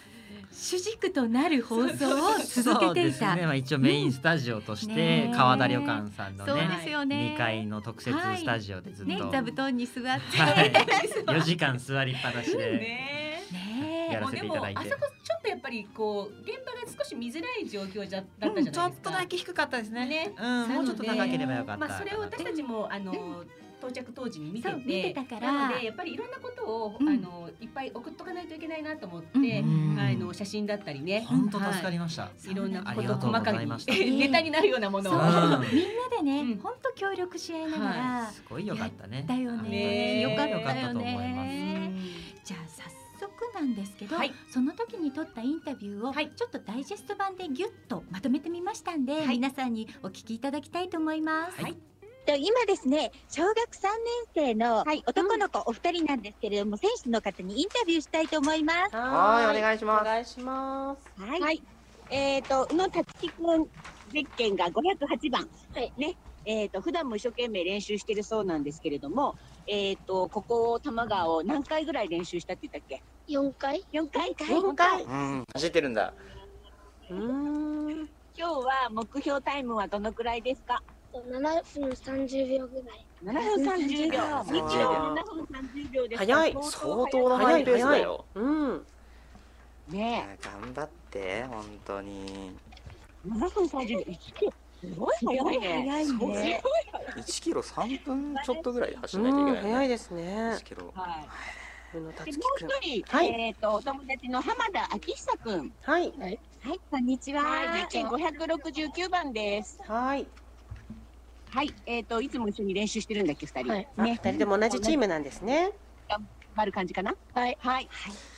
Speaker 1: 主軸となる放送を
Speaker 6: そ
Speaker 1: 続け
Speaker 6: う
Speaker 1: て
Speaker 6: で
Speaker 1: い
Speaker 6: す
Speaker 1: た。
Speaker 6: ね、まあ、一応メインスタジオと
Speaker 1: う
Speaker 6: し
Speaker 1: ん
Speaker 6: て
Speaker 1: ねえ
Speaker 6: 川田旅館さんの
Speaker 1: そう
Speaker 6: ね
Speaker 1: ですよね。
Speaker 6: 2階の特設スタジオでずっと、
Speaker 1: ね座布団に座って
Speaker 6: はい、4時間座りっぱなしで
Speaker 2: ね
Speaker 1: ね
Speaker 6: や
Speaker 2: も
Speaker 6: ら
Speaker 2: う
Speaker 6: せ
Speaker 2: で
Speaker 6: てい
Speaker 2: も
Speaker 6: ただ
Speaker 2: あ
Speaker 6: い
Speaker 2: そ
Speaker 6: て
Speaker 2: こちょっとやっぱりこう現場が少し見づらい状況じゃだったじゃな
Speaker 6: う
Speaker 2: い
Speaker 6: ん
Speaker 2: です
Speaker 6: ち
Speaker 2: か。
Speaker 6: ょっとだけ低かったですね
Speaker 2: ね
Speaker 6: うん、もうちょっと高ければよかった
Speaker 2: まあ、それを私たちも、あの、到着当時に見て
Speaker 1: そ
Speaker 2: て。
Speaker 1: う見てたから
Speaker 2: なので、やっぱりいろんなことを、
Speaker 1: うん
Speaker 2: あの、いっぱい送っとかないといけないなと思って。
Speaker 1: うん
Speaker 2: あの、写真だったりね。
Speaker 6: 本当助かりました、
Speaker 2: はい。いろんなこ
Speaker 6: あり
Speaker 2: と
Speaker 6: がとう
Speaker 2: 細
Speaker 6: ご
Speaker 2: か
Speaker 6: ざい
Speaker 2: に
Speaker 6: ました
Speaker 2: ネタになるようなも
Speaker 1: そ
Speaker 2: の
Speaker 1: う、
Speaker 2: を。
Speaker 6: うん
Speaker 1: みんなで
Speaker 2: う
Speaker 1: ね
Speaker 2: ん、
Speaker 1: 本当協力し合いながら、
Speaker 6: すごい良かったね
Speaker 1: だよね。
Speaker 2: ね
Speaker 1: よかった
Speaker 6: 良か
Speaker 1: よ
Speaker 6: ったと思います
Speaker 1: ね。じゃあ早速なんですけど、
Speaker 2: はい
Speaker 1: その時に撮ったインタビューを
Speaker 2: はい
Speaker 1: ちょっとダイジェスト版でギュッとまとめてみましたんで、
Speaker 2: はい
Speaker 1: 皆さんにお聞きいただきたいと思います。
Speaker 2: はい
Speaker 10: と今ですね、小学3年生の男の子お二人なんですけれども、選手の方にインタビューしたいと思います。
Speaker 5: はい、お願いします。
Speaker 10: はい。えっ、と、宇野達樹くん、ゼッケンが508番。
Speaker 7: はい
Speaker 10: ね。えっ、と、普段も一生懸命練習してるそうなんですけれども、えっ、と、ここ、多摩川を何回ぐらい練習したって言ったっ
Speaker 7: 四回。
Speaker 10: け ?4 回
Speaker 7: 四回。
Speaker 5: うん、走ってるんだ。
Speaker 10: うん。今日は目標タイムはどのくらいですか
Speaker 7: 七分三十秒ぐらい。
Speaker 10: ?7 分30秒。2キロ
Speaker 5: 30秒
Speaker 10: 7分30秒ですか。
Speaker 11: 早い
Speaker 10: 相当
Speaker 5: 相当なハイペースだよ。
Speaker 11: うん。
Speaker 2: ね
Speaker 6: え頑張って本当に
Speaker 2: 7分30秒1キロすごい速いね
Speaker 9: すごい速いね
Speaker 6: 1キロ3分ちょっとぐらいで走らないといけない、
Speaker 9: うん早いですね
Speaker 6: 1キロ
Speaker 2: はい
Speaker 9: 宇野
Speaker 2: で
Speaker 9: 達
Speaker 2: も
Speaker 9: 樹くん
Speaker 2: う一人、
Speaker 9: はい
Speaker 2: えっ、とお友達の浜田明久くん。
Speaker 9: はい。
Speaker 2: はい、こんにちは。はい、家賃五百六十九番です。
Speaker 9: はい。
Speaker 2: はい、えっ、といつも一緒に練習してるんだっけ二人。
Speaker 9: はいあ二人とも同じチームなんですね。
Speaker 2: 頑張る感じかな。はい。はい。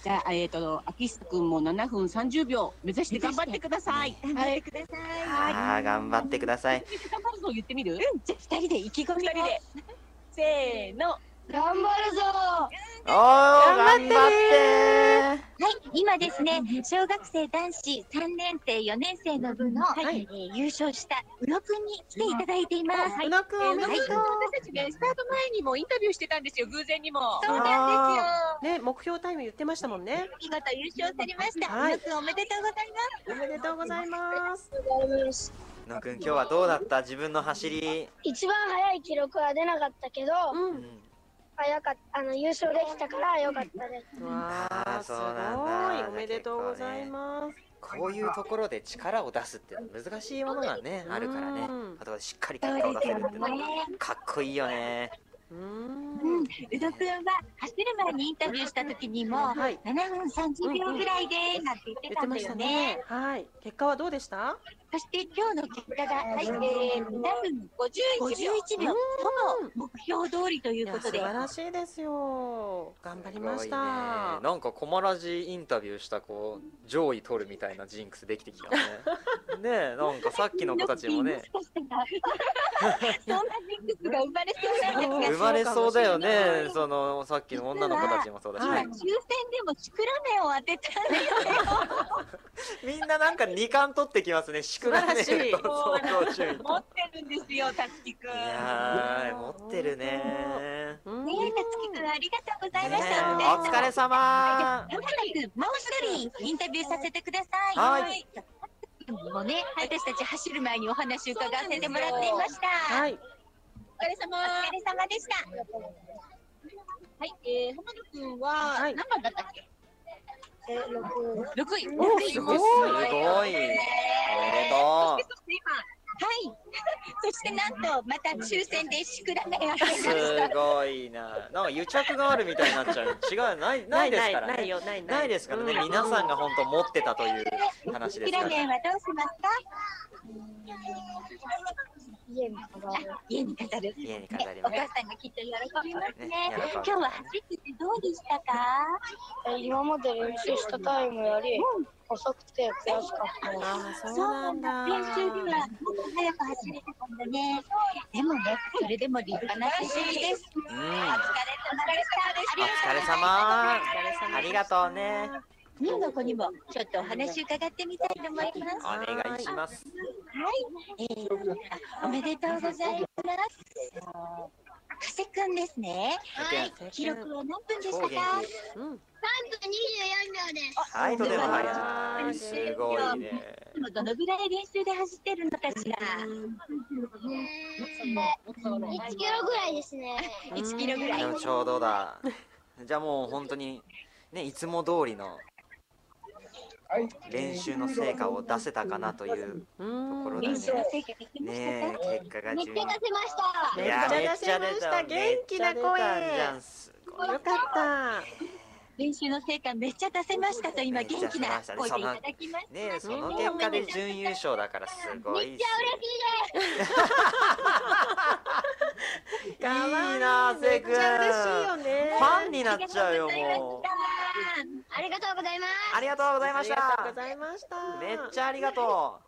Speaker 2: じゃあえっ、と明久くんも七分三十秒目指して頑張ってください。頑張ってください。はい。
Speaker 6: ああ頑張ってください
Speaker 2: 自己ポーズを言ってみる？うん。じゃあ二人で意気込みを。で。せーの。頑張るぞ。
Speaker 6: おー頑張って
Speaker 12: はい、今ですね、小学生男子3年生、4年生の部の、
Speaker 2: はい
Speaker 12: えー優勝した宇野くんに来ていただいています。
Speaker 2: はい、えー宇野くん私たちね、スタート前にもインタビューしてたんですよ、偶然にも。
Speaker 12: そうなんですよ。
Speaker 9: ね、目標タイム言ってましたもんね。
Speaker 12: 見事優勝されました。
Speaker 9: はい
Speaker 12: 宇野くんおめでとうございます。おめでとうございます。
Speaker 6: 野くん今日はどうだった自分の走り
Speaker 13: 一番早い記録は出なかったけど、早かったあの優勝できたから良かったです。
Speaker 6: ああそう
Speaker 9: は
Speaker 6: なん
Speaker 9: い、
Speaker 6: だ
Speaker 9: おめでとうございます。
Speaker 6: こういうところで力を出すって難しいものがねあるからねあとはしっかり結果を出せるっていうのはかっこいいよね
Speaker 12: うん、宇野くんは走る前にインタビューした時にも、7分30秒ぐらいでなんて言ってたんだよね。
Speaker 9: はい、結果はどうでした？
Speaker 12: そして今日の結果が、はい、えー、7分51秒ほぼ目標通りということで。
Speaker 9: いや素晴らしいですよ。頑張りました。
Speaker 6: ねなんかコマラジインタビューした子上位取るみたいなジンクスできてきたねねえなんかさっきの子たちもね
Speaker 12: そんなジンクスが生まれそうなんですが
Speaker 6: 生まれそうだよねそのさっきの女の子たちもそうだし、
Speaker 12: 今抽選でもシクラメンを当てたんですよ。
Speaker 6: みんななんか二冠取ってきますね宿題ねと
Speaker 2: もう
Speaker 6: 相当注意い
Speaker 2: 持ってるんですよ、たつきくん。
Speaker 6: やー持ってるね
Speaker 12: ねえ、たつきくんありがとうございまし
Speaker 6: ね
Speaker 12: た。
Speaker 6: えお疲れ様
Speaker 12: はいじゃあとにかくもう一人インタビューさせてください。
Speaker 6: はい
Speaker 12: じゃあ。もうね、私たち走る前にお話伺わせてもらっていました。
Speaker 9: はい。
Speaker 12: お疲れ様。お疲れ様でした。
Speaker 2: はい、えー、浜野くんは何番だったっけ？六位。
Speaker 6: お
Speaker 2: 六位。
Speaker 6: すごいすごいおめでとう
Speaker 12: はい。そしてなんとまた抽選でシクラ メンが当たりまし
Speaker 6: す
Speaker 12: た。
Speaker 6: ごいな。なんか癒着があるみたいになっちゃう。違う、ない、ないですからね。
Speaker 9: ないないないよないない
Speaker 6: ですからね。
Speaker 9: うん
Speaker 6: 皆さんが本当持ってたという話で
Speaker 12: シ
Speaker 6: す
Speaker 12: ク
Speaker 6: か
Speaker 12: ラメン
Speaker 6: ら。
Speaker 12: はどうしますか？家に飾る。家に飾る。
Speaker 6: 家に飾り
Speaker 12: お
Speaker 6: ます
Speaker 12: 母さんがきっと喜びますね
Speaker 6: ね。喜ぶ
Speaker 12: 今日は走っててどうでしたか？
Speaker 13: 今まで練習したタイムより遅くて悔しかったです。
Speaker 12: そうなんだ。練習にはもっと早く走れてたんだね。でもね、それでも立派な走りです。
Speaker 6: うん。お
Speaker 12: 疲
Speaker 6: 疲れ様。ありがとうね。
Speaker 12: ニの子にもちょっとお話伺ってみたいと思い
Speaker 6: お
Speaker 12: ます。
Speaker 6: 願いします。
Speaker 12: はい、えー、あおめでとうございます。加瀬くんですね。はい、記録は何分でしたか
Speaker 6: 超。元
Speaker 12: うん、
Speaker 13: 24秒です。
Speaker 6: はい、とても早い
Speaker 12: あ
Speaker 6: すごいね。
Speaker 12: いつもどのぐらい練習で走ってるのかしら。
Speaker 13: 1キロぐらいですね。
Speaker 12: 1キロぐらい。
Speaker 6: でもちょうどだ。じゃあもう本当にねいつも通りの練習の成果を出せたかなというところだ
Speaker 12: 練習の
Speaker 6: ね。
Speaker 12: 成果できました
Speaker 6: ね
Speaker 12: か。
Speaker 6: え結果が順い
Speaker 13: めっちゃ出せました。
Speaker 6: やめっちゃ
Speaker 9: めっ
Speaker 6: 出
Speaker 9: ちゃ出せましたた元気な
Speaker 6: めっ
Speaker 9: 声
Speaker 6: ちゃ出たじゃんす
Speaker 12: よかった。練習の成果めっちゃ出せましたと今元気な声でいただきました。
Speaker 6: ねえその結果で準優勝だからすごいっすいいな
Speaker 13: め
Speaker 6: せ
Speaker 13: っ
Speaker 6: く
Speaker 13: ちゃ嬉しいよ
Speaker 6: ん
Speaker 13: ね
Speaker 6: ファンになっちゃうよもう
Speaker 13: ありがとうございます。
Speaker 6: ありがとうございました
Speaker 9: ありがとうございました。
Speaker 6: めっちゃありがと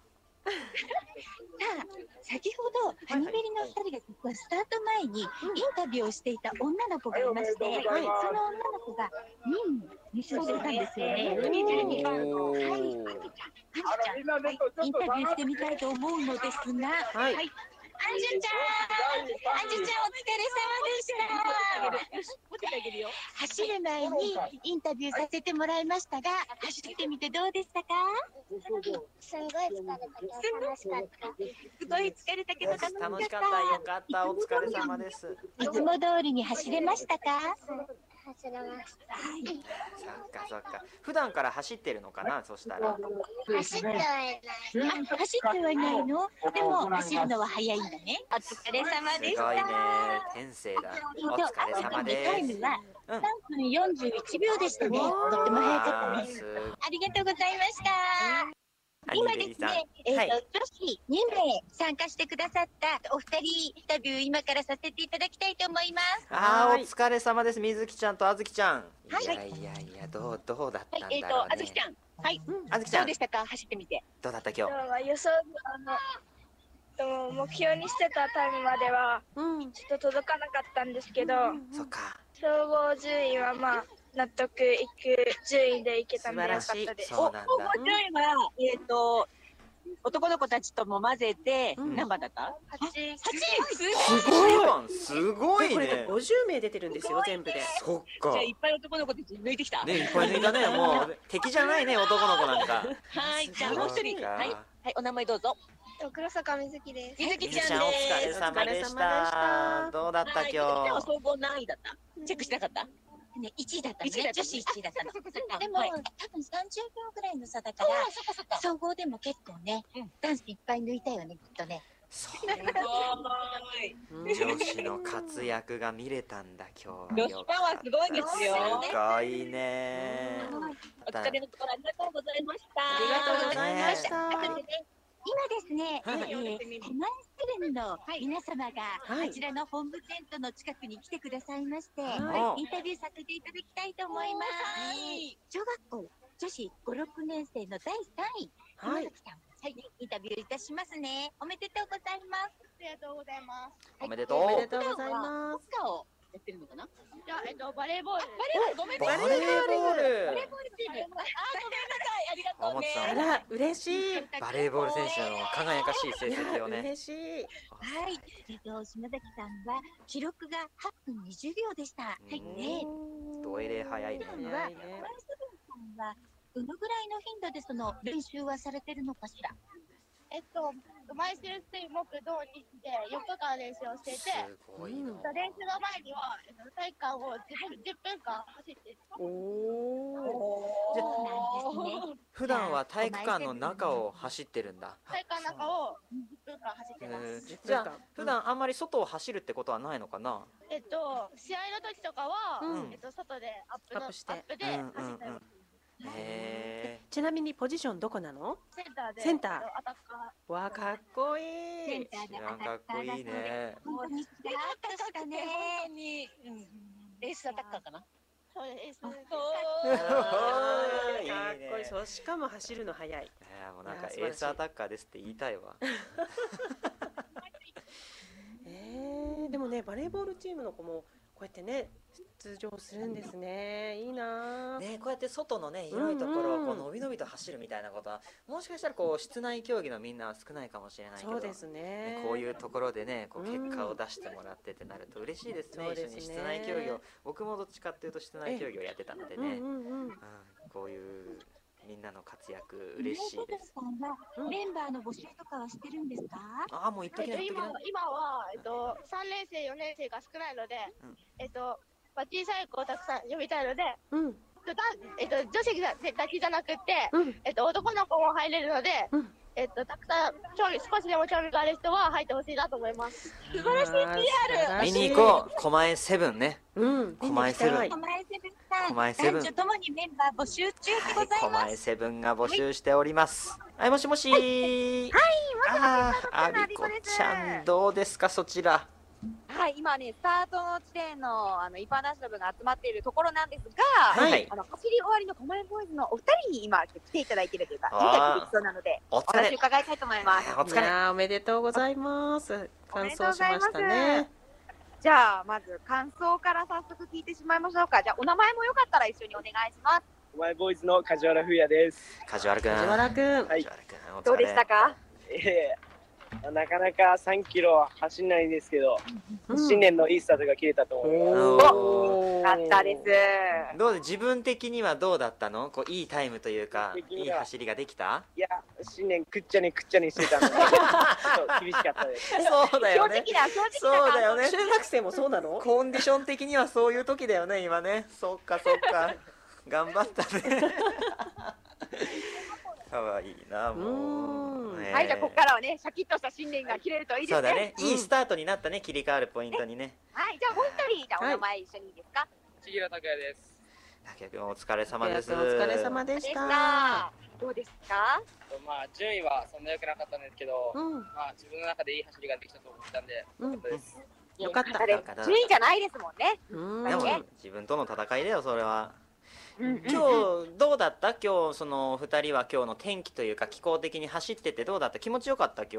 Speaker 12: 先ほどハニベリのお二人が実はスタート前にインタビューをしていた女の子がいまして、
Speaker 13: はいおめでとうご
Speaker 12: そ
Speaker 13: ざ
Speaker 12: の
Speaker 13: いま
Speaker 12: 女
Speaker 13: す
Speaker 12: の子が2位に入賞してたんですよね。
Speaker 13: そうですね
Speaker 12: 22番のはい、あきちゃん、はいインタビューしてみたいと思うのですが、はい、あんじゅちゃん、あんじゅちゃんお疲れ様でした。走る前にインタビューさせてもらいましたが、走ってみてどうでしたか？
Speaker 13: すごい疲れたけど楽しか
Speaker 6: 楽しかっ
Speaker 13: った。
Speaker 12: すごい疲れたけど楽しかった。
Speaker 6: たよかったお疲れ様です
Speaker 12: いつも通りに走れましたか？
Speaker 13: 走れました。
Speaker 5: そっかそっか。普段から走ってるのかな、そしたら。
Speaker 12: 走ってはいない。あ走ってはいないの。でも走るのは早いんだね。お疲れ様
Speaker 5: すごい
Speaker 12: で
Speaker 5: ね
Speaker 12: した。、
Speaker 5: 天性だ。お疲れ様
Speaker 12: タイ
Speaker 5: で
Speaker 12: ムは3分41秒でしたね。とっても早かったです。
Speaker 5: す。
Speaker 12: ありがとうございました。今ですね、えっ、と、女子2名参加してくださったお二人インタビュー今からさせていただきたいと思います。
Speaker 5: ああ、お疲れ様です。みずきちゃんとあずきちゃん。
Speaker 12: はい
Speaker 5: いやいやいや、どう、どうだったん
Speaker 12: はい、えっ、
Speaker 5: だろ
Speaker 12: と、あ
Speaker 5: う
Speaker 12: ずき
Speaker 5: ね
Speaker 12: ち。ゃん。はい、
Speaker 5: あずきちゃん
Speaker 12: どうでしたか、走ってみて。
Speaker 5: どうだった今日。
Speaker 13: は予想あのでも目標にしてたタイムまではちょっと届かなかったんですけど、
Speaker 5: そっか
Speaker 13: 総合順位はまあ納得いく順位でいけたので良かったです。
Speaker 12: お、高校順位は、えっ、と、男の子たちとも混ぜて、何番だった。
Speaker 13: 八、位
Speaker 12: す
Speaker 5: すご
Speaker 11: で
Speaker 5: い
Speaker 11: これで
Speaker 5: ね。
Speaker 11: 50名出てるんですよ、全部で。
Speaker 5: そっか
Speaker 12: じゃあ、いっぱい男の子たち抜いてきた。
Speaker 5: ね、いっぱい抜いたね、もう。敵じゃないね、男の子なんか。
Speaker 12: はい、じゃあ、もう一人、
Speaker 5: そうか
Speaker 12: はい、はい、お名前どうぞ。
Speaker 13: 黒坂みずきです。
Speaker 12: みず
Speaker 5: み
Speaker 12: き
Speaker 5: ずき
Speaker 12: ち
Speaker 5: ち
Speaker 12: ゃ
Speaker 5: ゃん、
Speaker 12: ん
Speaker 5: お
Speaker 12: で
Speaker 5: 疲れ
Speaker 12: す。
Speaker 5: 様でした。どうだった
Speaker 12: はい、みずきちゃん
Speaker 5: 今
Speaker 12: は
Speaker 5: 日。
Speaker 12: 総合何位だった。チェックしなかった。ね、一位だったね。女子一位だったの。でも、多分三十秒ぐらいの差だから。総合でも結構ね、ダンスいっぱい抜いたよね、きっとね。
Speaker 5: そう。女子の活躍が見れたんだ今日
Speaker 12: 女
Speaker 5: は
Speaker 12: 子
Speaker 5: よ
Speaker 12: パ
Speaker 5: か
Speaker 12: ワーすごい
Speaker 5: った
Speaker 12: ですよ。
Speaker 5: すごいね
Speaker 12: お疲れのところありがとうございました。あ
Speaker 5: りがとうございました
Speaker 12: あとでね、今ですね、えー、コマンスルンの皆様が、
Speaker 10: はい
Speaker 12: こちらの本部テントの近くに来てくださいまして、
Speaker 10: はい
Speaker 12: インタビューさせていただきたいと思います。小学校女子5、6年生の第3位、浜崎さん、はい、インタビューいたしますね。おめでとうございます。ありがとうございます。
Speaker 5: おめでとう
Speaker 12: す。サッカーをやってるのかな？
Speaker 13: じゃあえっとバレーボール。
Speaker 12: バレーボールごめんなさい。
Speaker 5: バレーボール
Speaker 12: バレーボールチーム。あー、ごめんなさい。ありがとう
Speaker 5: 浜
Speaker 12: ね
Speaker 5: 本。さんあら
Speaker 12: 嬉しい
Speaker 5: バレーボール選手の輝かしい成績をね
Speaker 12: しい。はい。えっと島崎さんは記録が8分20秒でした。はいね。
Speaker 5: ドエレ早いね
Speaker 12: さんは、小林さんはどのぐらいの頻度でその練習はされてるのかしら。
Speaker 13: えっと毎週水木土日で4日間練習をしていて、
Speaker 5: ごいな
Speaker 13: 練習の前にはえっと体育館を10分10分間走って。
Speaker 5: じゃ
Speaker 13: そうなんですね。
Speaker 5: 普段は体育館の中を走ってるんだ
Speaker 13: 体育館の中を10分間走って
Speaker 5: え
Speaker 13: ます。
Speaker 5: ーじゃあ普段あんまり外を走るってことはないのかな
Speaker 13: えっと試合の時とかは、
Speaker 5: うん
Speaker 13: えっと外でアップ
Speaker 11: ア
Speaker 13: の
Speaker 11: ップして
Speaker 13: アップで
Speaker 5: うん
Speaker 13: 走
Speaker 5: うん
Speaker 13: ったり
Speaker 5: うんへ
Speaker 11: ちなみにポジションどこなの
Speaker 13: センターで
Speaker 11: センター
Speaker 13: えっとアタッカー
Speaker 11: わあ、かっこいい。
Speaker 12: センターで
Speaker 11: 知らんかっこいいね
Speaker 12: 本当に違ったしたね。本当に、うん、エースアタッカーかな。
Speaker 13: そうです。そうです
Speaker 5: いいね
Speaker 11: かっこいい。そうしかも走るの早い。
Speaker 5: いやもうなんか
Speaker 11: いや素晴
Speaker 5: エ
Speaker 11: らしい
Speaker 5: ースアタッカーですって言いたいわ
Speaker 11: えー、でもねバレーボールチームの子もこうやってね出場するんですね。いいな。
Speaker 5: ねこうやって外のね広いところをこう伸び伸びと走るみたいなことはもしかしたらこう室内競技のみんなは少ないかもしれないけど
Speaker 11: そうですね
Speaker 5: こういうところでねこう結果を出してもらってってなると嬉しいですね
Speaker 11: そう
Speaker 5: 一
Speaker 11: で
Speaker 5: 緒
Speaker 11: すね
Speaker 5: に室内競技を僕もどっちかっていうと室内競技をやってたので
Speaker 11: うん
Speaker 5: ね、
Speaker 11: う
Speaker 5: うん、
Speaker 11: んうん。
Speaker 5: こういうみんなの活躍嬉しいです
Speaker 12: す。さんはメンバーの募集とかはしてるんですか？
Speaker 5: あもう一
Speaker 13: えっ
Speaker 5: 時
Speaker 13: と
Speaker 5: やってくれ
Speaker 13: 今は今はえっと三年生四年生が少ないので、えっとバッティーサイクをたくさん呼びたいので、
Speaker 11: うん。
Speaker 13: だえっと女子だけじゃなくて、えっと男の子も入れるので、えっとたくさん興味少しでも興味がある人は入ってほしいなと思います。素晴らしい PR。
Speaker 5: 見に行こう狛江セブンね、
Speaker 11: うん、
Speaker 5: 狛江セブン
Speaker 12: 小前セブンさん、
Speaker 5: 小前セブン
Speaker 12: 男女ともにメンバー募集中でございます。
Speaker 5: 狛江セブンが募集しておりますはいもしもしはいああアビコちゃんどうですかそちら
Speaker 14: はい、今ね、スタートの地点のあの一般男子の部が集まっているところなんですが、
Speaker 5: はい
Speaker 14: あの走り終わりの狛江ボーイズのお二人に今来ていただいているというか、イン
Speaker 11: あー
Speaker 14: タビューできそうなので、
Speaker 11: お
Speaker 14: お
Speaker 11: 疲れ
Speaker 14: 話伺いたいと思います。
Speaker 11: いやーおめでとうございます。
Speaker 14: お
Speaker 11: 完
Speaker 14: めでとう
Speaker 11: 走
Speaker 14: ご
Speaker 11: し
Speaker 14: ざい
Speaker 11: ま
Speaker 14: ま
Speaker 11: したね。
Speaker 14: す。じゃあ、まず感想から早速聞いてしまいましょうか。じゃあ、お名前もよかったら一緒にお願いします。
Speaker 15: お前ボーイズの梶原風也です。
Speaker 5: 梶原君
Speaker 15: 梶原君。
Speaker 5: はい。
Speaker 15: 君
Speaker 14: どうでしたか
Speaker 15: ええなかなか3キロは走んないんですけど、新年のいいスタートが切れたと思います。
Speaker 5: お
Speaker 14: かったです
Speaker 5: どう自分的にはどうだったのこういいタイムというか
Speaker 15: 自分的
Speaker 5: い
Speaker 15: に
Speaker 5: い
Speaker 15: は
Speaker 5: 走りができた
Speaker 15: いや、新年くっちゃ ねくっちゃねしてたの で、ちょっと厳しかったです。
Speaker 5: そうだよね
Speaker 14: 正直だ正直
Speaker 5: そうだよね
Speaker 14: 中
Speaker 5: 学生もそうなのコンディション的にはそういう時だよね今ねそっかそっか頑張った ね可愛いなもうねえ
Speaker 14: はい、じゃあここからはね、シャキッとした新年が切れるといいで
Speaker 5: そ
Speaker 14: す
Speaker 5: うだね
Speaker 14: ね。
Speaker 5: いいスタートになったね切り替わるポイントにね
Speaker 14: はい、じゃあもう一人、じゃあお名前一緒にいいですか。
Speaker 15: 千尋拓也です。
Speaker 5: 竹君お疲れ様です
Speaker 15: お疲れ様
Speaker 14: で
Speaker 15: した
Speaker 14: どうですか。
Speaker 15: まあ順位はそんな良くなかったんですけど、
Speaker 14: うん
Speaker 15: まあ自分の中でいい走りができたと思ったんで、良かったです。
Speaker 14: よかった
Speaker 5: よかった
Speaker 14: 順位じゃないですもんね。
Speaker 5: で
Speaker 14: ね
Speaker 5: も自分との戦いだよそれは
Speaker 14: 今
Speaker 5: 日どうだった今日その2人は今日の天気というか気候的に走っててどうだった気持ちよかった今日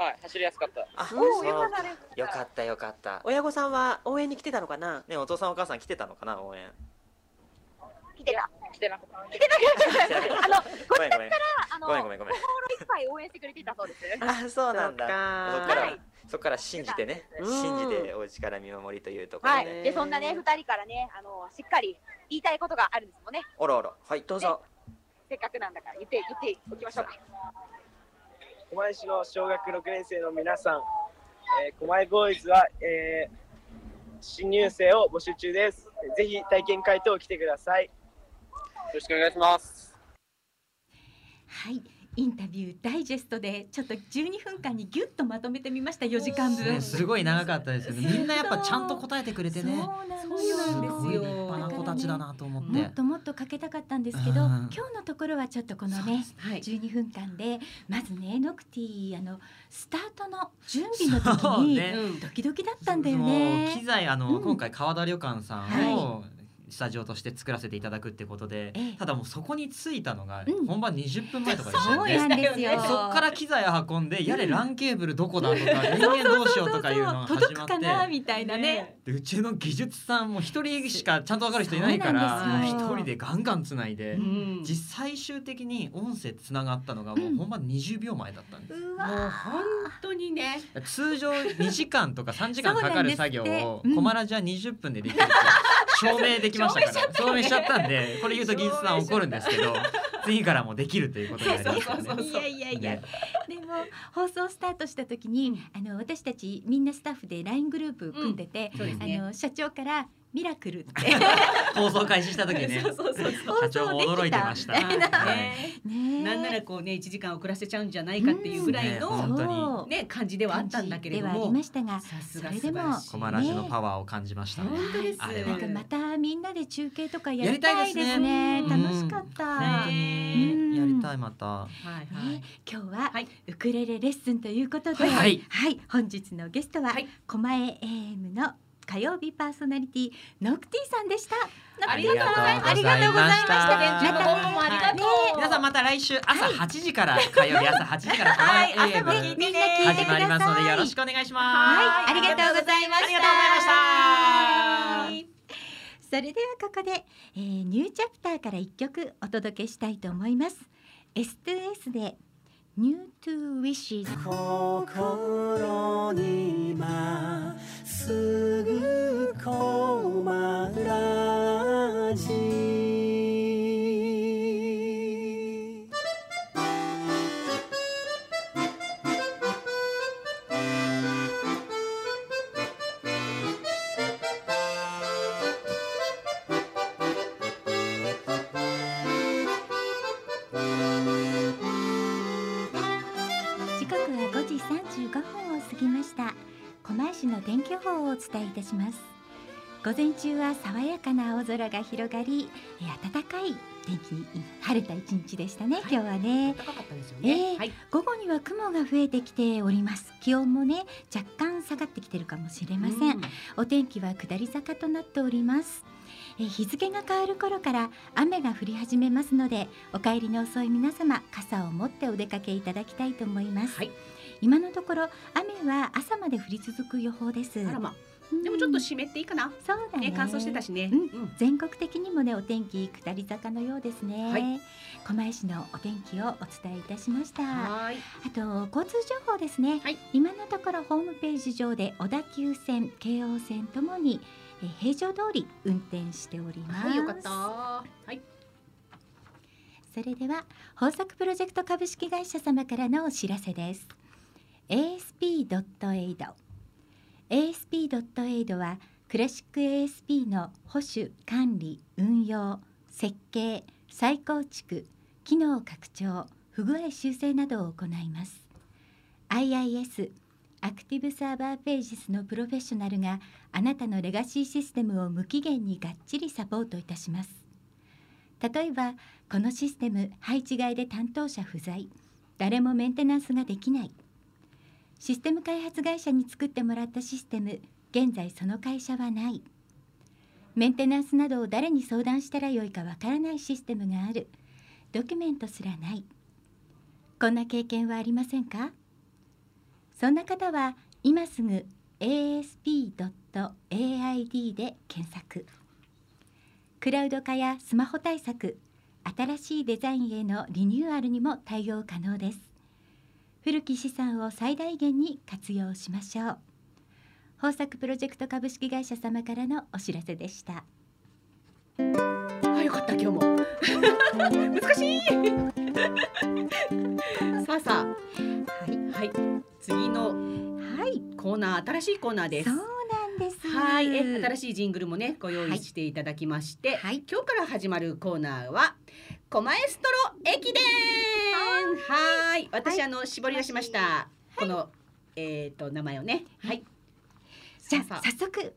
Speaker 15: はい、走りやすかった。
Speaker 5: あ
Speaker 11: お
Speaker 5: そ
Speaker 11: ー
Speaker 5: う
Speaker 11: よかったです
Speaker 5: よかったよかった
Speaker 11: 親御さんは応援に来てたのかな。
Speaker 5: ねお父さんお母さん来てたのかな応援
Speaker 14: 来てた。
Speaker 15: 来てなかった。
Speaker 14: 来てなかった。あの、
Speaker 5: ごめんごめん
Speaker 14: あの、
Speaker 5: ごめんごめんごめん
Speaker 14: 心いっぱい応援してくれていたそうです。
Speaker 5: あそうなんだ
Speaker 14: そ
Speaker 5: そ
Speaker 14: っ
Speaker 5: っ
Speaker 14: か
Speaker 5: から、
Speaker 14: はい
Speaker 5: そっから信じてね
Speaker 14: うん
Speaker 5: 信じてお家から見守りというところ
Speaker 14: は
Speaker 5: で、
Speaker 14: い、で、そんなね、二人からね、あの、しっかり言いたいことがあるんですもんね。
Speaker 5: あらあらはいどうぞ
Speaker 14: せっかくなんだから、言って、言っておきましょうか。
Speaker 15: 狛江市の小学6年生の皆さん、えー、狛江ボーイズは、えー新入生を募集中です。ぜひ体験会等来てください。よろしくお願いします。
Speaker 1: はい、インタビューダイジェストでちょっと12分間にギュッとまとめてみました4時間分。
Speaker 6: ねすごい長かったです けどみんなやっぱちゃんと答えてくれてね
Speaker 1: そうなんですよ
Speaker 6: ごい立派な子たちだなと思って、
Speaker 1: もっともっとかけたかったんですけど、
Speaker 6: うん
Speaker 1: 今日のところはちょっとこのね、12分間でまずねノクティあのスタートの準備の時
Speaker 6: そう
Speaker 1: に
Speaker 6: ね
Speaker 1: ドキドキだったんだよ
Speaker 6: もう
Speaker 1: ね。
Speaker 6: 機材あの、今回川田旅館さんを
Speaker 1: は
Speaker 6: スタジオとして作らせていただくってことで、
Speaker 1: ええ
Speaker 6: ただもうそこに着いたのが本番20分前とかでした
Speaker 1: そうなんですよ
Speaker 6: でそっから機材運んで、やれランケーブルどこだとか電源どうしようとかいうのが始
Speaker 1: 届
Speaker 6: ま
Speaker 1: く
Speaker 6: って
Speaker 1: かなみたいなね。
Speaker 6: でうちの技術さんも一人しかちゃんと分かる人いないか
Speaker 1: そうな
Speaker 6: ら
Speaker 1: んです
Speaker 6: 一
Speaker 1: よ
Speaker 6: 人でガンガンつないで、実最終的に音声つながったのがもう本番20秒前だったんです、
Speaker 8: もう本当にね。
Speaker 6: 通常2時間とか3時間かかる作業
Speaker 8: そうなんです
Speaker 6: を
Speaker 8: ってうん
Speaker 6: コマラジは20分でできるって証明できましたから
Speaker 8: 証
Speaker 6: 証
Speaker 8: 明
Speaker 6: 明
Speaker 8: し
Speaker 6: し
Speaker 8: ち
Speaker 6: ち
Speaker 8: ゃ
Speaker 6: ゃ
Speaker 8: っ
Speaker 6: ったた
Speaker 8: ね
Speaker 6: んでこれ言うと技術さん怒るんですけど次からもできるということになりますからね。
Speaker 1: いやいやいや。でも放送スタートした時に、あの私たちみんなスタッフで LINE グループ組んでて、
Speaker 6: そうですね
Speaker 1: あの社長からミラクルっ て
Speaker 6: 放送開始した時ね
Speaker 1: そうそうそうそう
Speaker 6: 社長も驚いてました。
Speaker 1: 放送できたみたいな
Speaker 6: はい
Speaker 2: なんならこうね一時間遅らせちゃうんじゃないかっていうぐらい
Speaker 6: うんね本
Speaker 2: のね感じではあったんだけれ
Speaker 1: で
Speaker 2: ど
Speaker 1: はあり
Speaker 2: も
Speaker 1: ましたが、それでも
Speaker 6: コマラジのパワーを感じましたね。
Speaker 1: 本当です。
Speaker 6: あれは
Speaker 1: なんかまたみんなで中継とかや
Speaker 6: や
Speaker 1: り
Speaker 6: りた
Speaker 1: たい
Speaker 6: い
Speaker 1: で
Speaker 6: ですす
Speaker 1: ね。
Speaker 6: ね
Speaker 1: 楽しかった。
Speaker 6: ねやりたいまた。
Speaker 1: ね、今日はウクレレレッスンということで、
Speaker 6: はいはい
Speaker 1: はい本日のゲストは狛江 AM の火曜日パーソナリティノクティさんでした。
Speaker 6: ありがとうございました
Speaker 1: ありがとうございました。
Speaker 6: ありがとうご
Speaker 1: また
Speaker 6: ざいました
Speaker 1: ね
Speaker 6: もありがとう
Speaker 1: ね
Speaker 6: 皆さんまた来週朝8時から火曜日朝8時からコ
Speaker 1: は
Speaker 6: マ
Speaker 1: い
Speaker 6: ラ AM
Speaker 1: 朝も聞いてねみんな聞いてくだ
Speaker 6: 始
Speaker 1: さ
Speaker 6: ま
Speaker 1: い
Speaker 6: りますのでよろしくお願いします。
Speaker 1: はい、ありがとうございました。
Speaker 6: ありがとうございました。
Speaker 1: それではここで、えーニューチャプターから一曲お届けしたいと思います。S2S で New to Wishes。
Speaker 16: 心に今すぐこまらじ
Speaker 1: 時刻は5時35分を過ぎました狛江市の天気予報をお伝えいたします午前中は爽やかな青空が広がりえー暖かい天気に晴れた一日でしたね、今日はね
Speaker 2: 高かったですよ
Speaker 1: え
Speaker 2: ね。
Speaker 1: ー午後には雲が増えてきております気温もね若干下がってきてるかもしれません、お天気は下り坂となっておりますえー日付が変わる頃から雨が降り始めますのでお帰りの遅い皆様傘を持ってお出かけいただきたいと思います、今のところ雨は朝まで降り続く予報です
Speaker 2: でもちょっと湿っていいかな。
Speaker 1: そうだね
Speaker 2: ね乾燥してたしね。
Speaker 1: うん全国的にもねお天気下り坂のようですね、
Speaker 2: はい
Speaker 1: 狛江市のお天気をお伝えいたしました
Speaker 2: は
Speaker 1: あ
Speaker 2: ーい
Speaker 1: と交通情報ですね、今のところホームページ上で小田急線京王線ともにえー平常通り運転しております、
Speaker 2: はい、よかった。はい。
Speaker 1: それでは豊作プロジェクト株式会社様からのお知らせです ASP.AID ASP.AID はクラシック ASP の保守管理運用設計再構築機能拡張不具合修正などを行います IIS アクティブサーバーページスのプロフェッショナルがあなたのレガシーシステムを無期限にがっちりサポートいたします例えばこのシステム配置外で担当者不在誰もメンテナンスができないシステム開発会社に作ってもらったシステム現在その会社はないメンテナンスなどを誰に相談したらよいかわからないシステムがあるドキュメントすらないこんな経験はありませんかそんな方は今すぐ asp.aid で検索クラウド化やスマホ対策新しいデザインへのリニューアルにも対応可能です古き資産を最大限に活用しましょう豊作プロジェクト株式会社様からのお知らせでした
Speaker 2: あよかった今日も 難し いさあさあ。はい。次の。
Speaker 1: はい。
Speaker 2: コーナー新しいコーナーです。
Speaker 1: そうなんです
Speaker 2: はい。え新しいジングルもねご用意していただきまして、今日から始まるコーナーは狛江ストロ駅伝。はい私、あの絞り出しました。このえっ、と名前をね。はい。
Speaker 1: じゃあ早速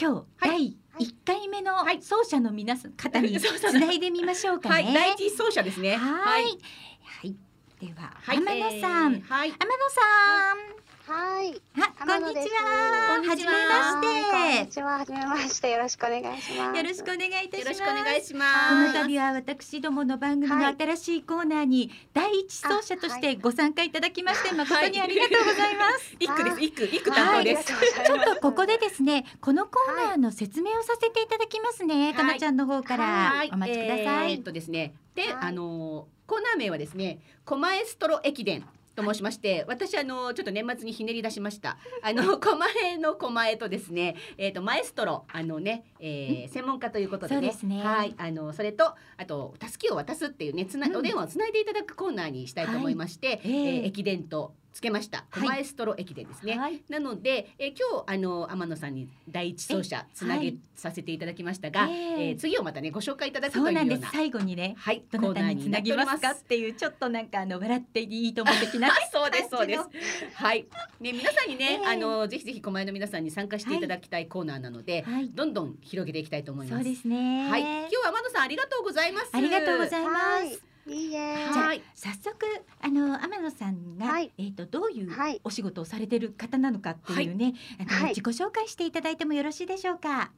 Speaker 1: 今日、第一回目の奏者の皆さん、方に
Speaker 2: そう
Speaker 1: つ
Speaker 2: そう
Speaker 1: ないでみましょうかね、
Speaker 2: はい第一走者ですね。
Speaker 1: はい
Speaker 2: はい
Speaker 1: はいでは、
Speaker 2: はい
Speaker 1: 天野さん、
Speaker 2: えーはい
Speaker 1: 天野さんはいあこんにちは
Speaker 17: こんにちは
Speaker 1: はじめまして
Speaker 17: こんにちは、はじめまして、よろしくお願いします。
Speaker 1: よろしくお願いいたします。
Speaker 17: よろしくお願いします
Speaker 1: この度は私どもの番組の新しいコーナーに第一走者としてご参加いただきまして誠にありがとうござい ます。
Speaker 2: 一区です一区一区担当です
Speaker 1: はいちょっとここでですね、このコーナーの説明をさせていただきますね。かなちゃんの方から
Speaker 2: はい
Speaker 1: お待ちくださ
Speaker 2: えー
Speaker 1: い
Speaker 2: っ。とですね、で、あのーコーナー名はですね、狛江ストロ駅伝。と申しまして、私あのーちょっと年末にひねり出しました。あの狛江の狛江とですね、えっ、とマエストロあのね、えー専門家ということでね、
Speaker 1: そうですね
Speaker 2: はいあのそれとあと助けを渡すっていうねつな、
Speaker 1: うん
Speaker 2: お電話をつないでいただくコーナーにしたいと思いまして、えー駅伝とつけました狛江ストロ駅伝ですね。なので、えー今日あの天野さんに第一走者つなげ、
Speaker 1: はい
Speaker 2: させていただきましたが、
Speaker 1: え
Speaker 2: え
Speaker 1: え
Speaker 2: ー次をまたねご紹介いただく
Speaker 1: そ
Speaker 2: といううよ
Speaker 1: な
Speaker 2: うんな
Speaker 1: です。最後にね、
Speaker 2: はい、
Speaker 1: どなたに
Speaker 2: コ
Speaker 1: つ
Speaker 2: ー
Speaker 1: な
Speaker 2: ナーに
Speaker 1: ぎますか
Speaker 2: なっ
Speaker 1: ってていうちょっとなんかあの笑っていいと思的な
Speaker 2: そうですそう です
Speaker 1: 感じの。
Speaker 2: はい、ね皆さんにね、
Speaker 1: ええ
Speaker 2: あのぜひぜひ狛江の皆さんに参加していただきたいコーナーなので、どんどん広げていきたいと思います。
Speaker 1: そうですね
Speaker 2: はい、今日は天野さんありがとうございます。
Speaker 1: ありがとうございます。
Speaker 17: いいえ
Speaker 1: じゃあ早速あの天野さんが、えっ、とどういうお仕事をされてる方なのかっていうね、あの、
Speaker 17: はい
Speaker 1: 自己紹介していただいてもよろしいでしょうか。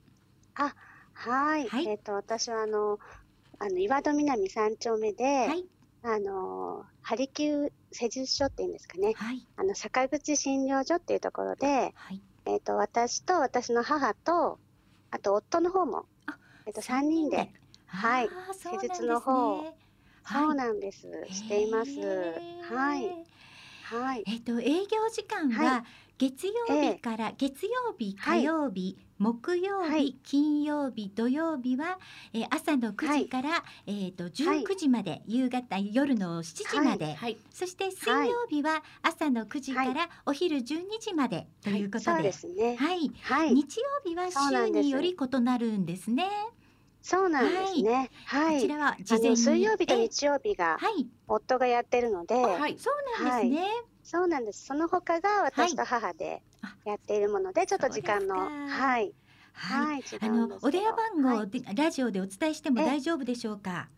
Speaker 17: あ、はい。えっ、と、私はあの、あの岩戸南三丁目で、あの、ハリキュー施術所っていうんですかね。
Speaker 1: はい。
Speaker 17: あの坂口診療所っていうところで、えっ、と私と私の母とあと夫の方も、えっ、と三人で、はい、施術の方を、そうなんです、しています。はい、はい。
Speaker 1: えっ、と営業時間は月曜日から、月曜日火曜日、木曜日、金曜日土曜日は、えー朝の9時から、えっ、と19時まで、夕方夜の7時まで、そして水曜日は朝の9時からお昼12時までということで、
Speaker 17: はいそうですね
Speaker 1: はい、
Speaker 17: はい
Speaker 1: 日曜日は
Speaker 17: そうな
Speaker 1: 週
Speaker 17: んです
Speaker 1: により異なるんですね。
Speaker 17: そうなんですね。はい。
Speaker 1: こちらは事
Speaker 17: あ
Speaker 1: 前
Speaker 17: の
Speaker 1: に
Speaker 17: 水曜日と日曜日が夫がやってるので、
Speaker 1: はいそうなんですね
Speaker 17: はいそうなんです。その他が私と母でやっているもので、ちょっと時間のはいはい時
Speaker 1: あ
Speaker 17: 間
Speaker 1: のお電話番号で、ラジオでお伝えしても大丈夫でしょうか。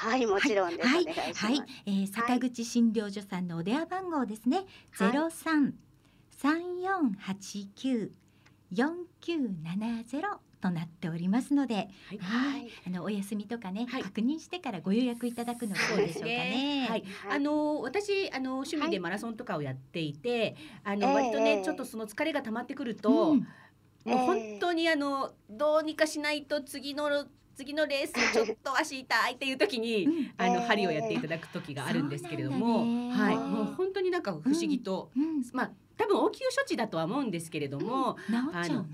Speaker 17: はいもちろんです
Speaker 1: はい
Speaker 17: お願いします
Speaker 1: はい、えー坂口診療所さんのお電話番号ですね。ゼロ三三四八九四九七ゼロとなっておりますので、はい、あのお休みとかね、確認してからご予約いただくのがどうでしょうかね。
Speaker 2: はい、あの私あの趣味でマラソンとかをやっていて、あの
Speaker 1: ええ
Speaker 2: 割とね、
Speaker 1: ええ
Speaker 2: ちょっとその疲れが溜まってくると、もう本当にあのどうにかしないと次の次のレースちょっと足痛いっていう時に、あの針をやっていただく時があるんですけれども、はいもう本当になんか不思議と、まあ多分応急処置だとは思うんですけれども、あの治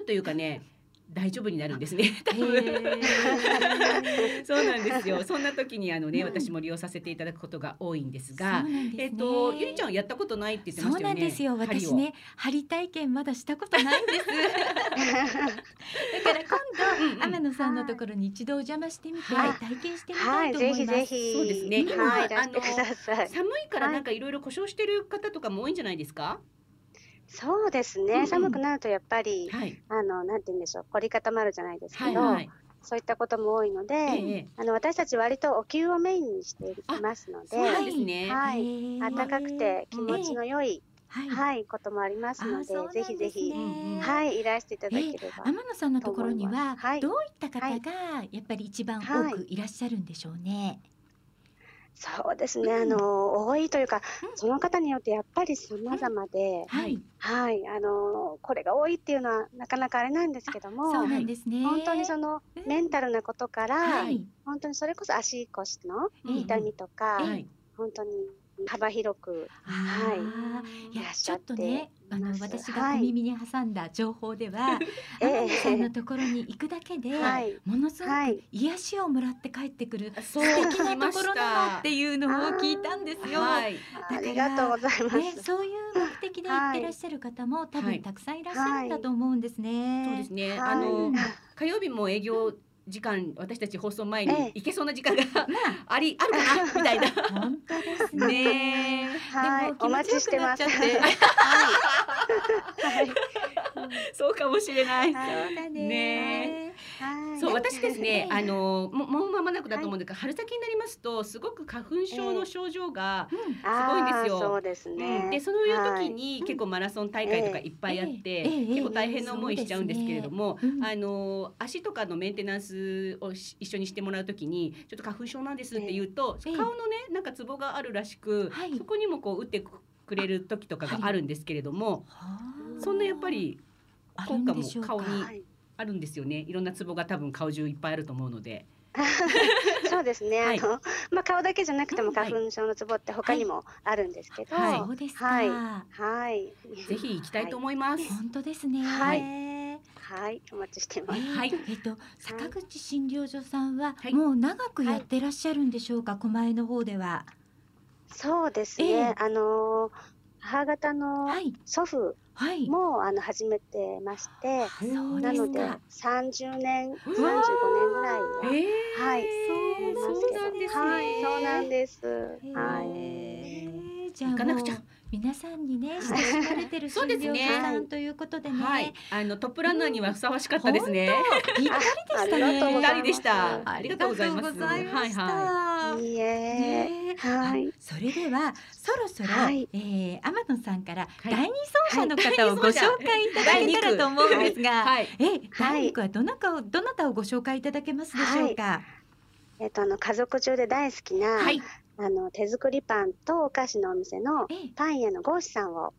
Speaker 2: るというかね。大丈夫になるんですね。多分 そうなんですよ。そんな時にあのね、私も利用させていただくことが多いんですが、
Speaker 1: そうなんですね
Speaker 2: えっとゆりちゃんやったことないって言って
Speaker 1: そ
Speaker 2: まし
Speaker 1: う
Speaker 2: た
Speaker 1: な
Speaker 2: よね。
Speaker 1: んですよ。
Speaker 2: 針を
Speaker 1: 私ね、針体験まだしたことないんです。だから今度、天野さんのところに一度お邪魔してみて、
Speaker 2: はい
Speaker 1: 体験してみたいと思います。
Speaker 2: そうですね。今、
Speaker 1: はい、
Speaker 2: あの寒いから
Speaker 17: はい
Speaker 2: なんかいろいろ故障してる方とかも多いんじゃないですか？
Speaker 17: そうですね、
Speaker 2: うんうん
Speaker 17: 寒くなるとやっぱり、
Speaker 2: はい
Speaker 17: あのなんて言うんでしょう凝り固まるじゃないですけど、
Speaker 2: はいはい
Speaker 17: そういったことも多いので、
Speaker 2: ええ
Speaker 17: あの私たち割とお灸をメインにしていますので
Speaker 2: そうなんですね
Speaker 17: は
Speaker 2: へ
Speaker 17: い、暖かくて気持ちの良い、はいこともありますので
Speaker 1: あそうなん
Speaker 17: ぜひぜひ、はい、いらしていただければ、
Speaker 1: 天野さんのところには、どういった方がやっぱり一番
Speaker 17: はい
Speaker 1: 多くいらっしゃるんでしょうね。
Speaker 17: そうですね、あの多いというか、その方によってやっぱり様々で、
Speaker 1: はい、
Speaker 17: あのこれが多いっていうのはなかなかあれなんですけども、
Speaker 1: そうなんですね
Speaker 17: 本当にそのメンタルなことから、
Speaker 1: はい
Speaker 17: 本当にそれこそ足腰の
Speaker 1: うん
Speaker 17: 痛みとか、
Speaker 1: はい
Speaker 17: 本当に幅広く、はい、
Speaker 1: いや
Speaker 17: らっし
Speaker 1: ち
Speaker 17: ゃ
Speaker 1: ょ
Speaker 17: っ
Speaker 1: ってとねあの私が小耳に挟んだ情報では、
Speaker 17: ええ
Speaker 1: 天野さんのところに行くだけで、
Speaker 17: はい
Speaker 1: ものすごく癒しをもらって帰ってくる素
Speaker 17: う
Speaker 1: 敵なところだなっていうのを聞いたんですよ。
Speaker 17: はい
Speaker 1: だから
Speaker 17: ありがとうございます
Speaker 1: ね、そういう目的で行ってらっしゃる方も、多分たくさんいらっしゃるんだと思うんですね。
Speaker 2: そうですね。あの火曜日も営業時間私たち放送前に行けそうな時間が ありあるかなみたい な。
Speaker 1: 本当です
Speaker 2: ねえ。
Speaker 17: はい、お待ちしてます。
Speaker 2: そうかもしれない。
Speaker 17: はい
Speaker 1: ね
Speaker 2: ね
Speaker 17: はい、
Speaker 2: そう私ですねあのももう間もなくだと思うんですが、春先になりますとすごく花粉症の症状がすごいんですよ。
Speaker 17: あーそうですね
Speaker 2: んでそういう時に結構マラソン大会とかいっぱいあって、結構大変な思いしちゃうんですけれども、あの足とかのメンテナンスをし一緒にしてもらう時にちょっと花粉症なんですって言うと、顔のねなんかツボがあるらしく、そこにもこう打ってくれる時とかがあるんですけれども、そんなやっぱり効果も顔にあるんですよね。いろんなツボが多分顔中いっぱいあると思うので。
Speaker 17: そうですね。あの、まあ、顔だけじゃなくても花粉症のツボって他にもあるんですけど。
Speaker 2: はい
Speaker 1: そうですか
Speaker 17: はい。はい。
Speaker 2: ぜひ行きたいと思います。
Speaker 1: 本当ですね。。
Speaker 17: はいはい、お待ちしてます。
Speaker 1: はい、えっと坂口診療所さんはもう長くやってらっしゃるんでしょうか、狛江の方では。
Speaker 17: そうです
Speaker 1: え
Speaker 17: ね
Speaker 1: え。
Speaker 17: あの、母方の祖父も、あの始めてまして、
Speaker 1: う
Speaker 17: な
Speaker 1: ですか
Speaker 17: ので30年、35年ぐらいは、はい、そうなんですはい、そうなんです。はい。
Speaker 1: じゃあ
Speaker 17: 行かなく。
Speaker 1: もう皆さんにね親しまれてる診
Speaker 2: そうです
Speaker 1: 療
Speaker 2: ね
Speaker 1: 所さんということでね。
Speaker 2: はい、あのトップランナーにはふさわしかったですね。
Speaker 1: ぴったりでしたね
Speaker 2: ぴったりでした。ありがとうございます。
Speaker 1: ありがとうございました
Speaker 2: はい
Speaker 1: ねえあそれではそろそろ、えー天野さんから第二走者の方をご紹介いただけたらと思うんですが、
Speaker 2: はい
Speaker 1: え第二区はどなたをどなたをご紹介いただけますでしょうか。
Speaker 17: えっとあの家族中で大好きな、あの手作りパンとお菓子のお店のパン屋のゴーシュさんを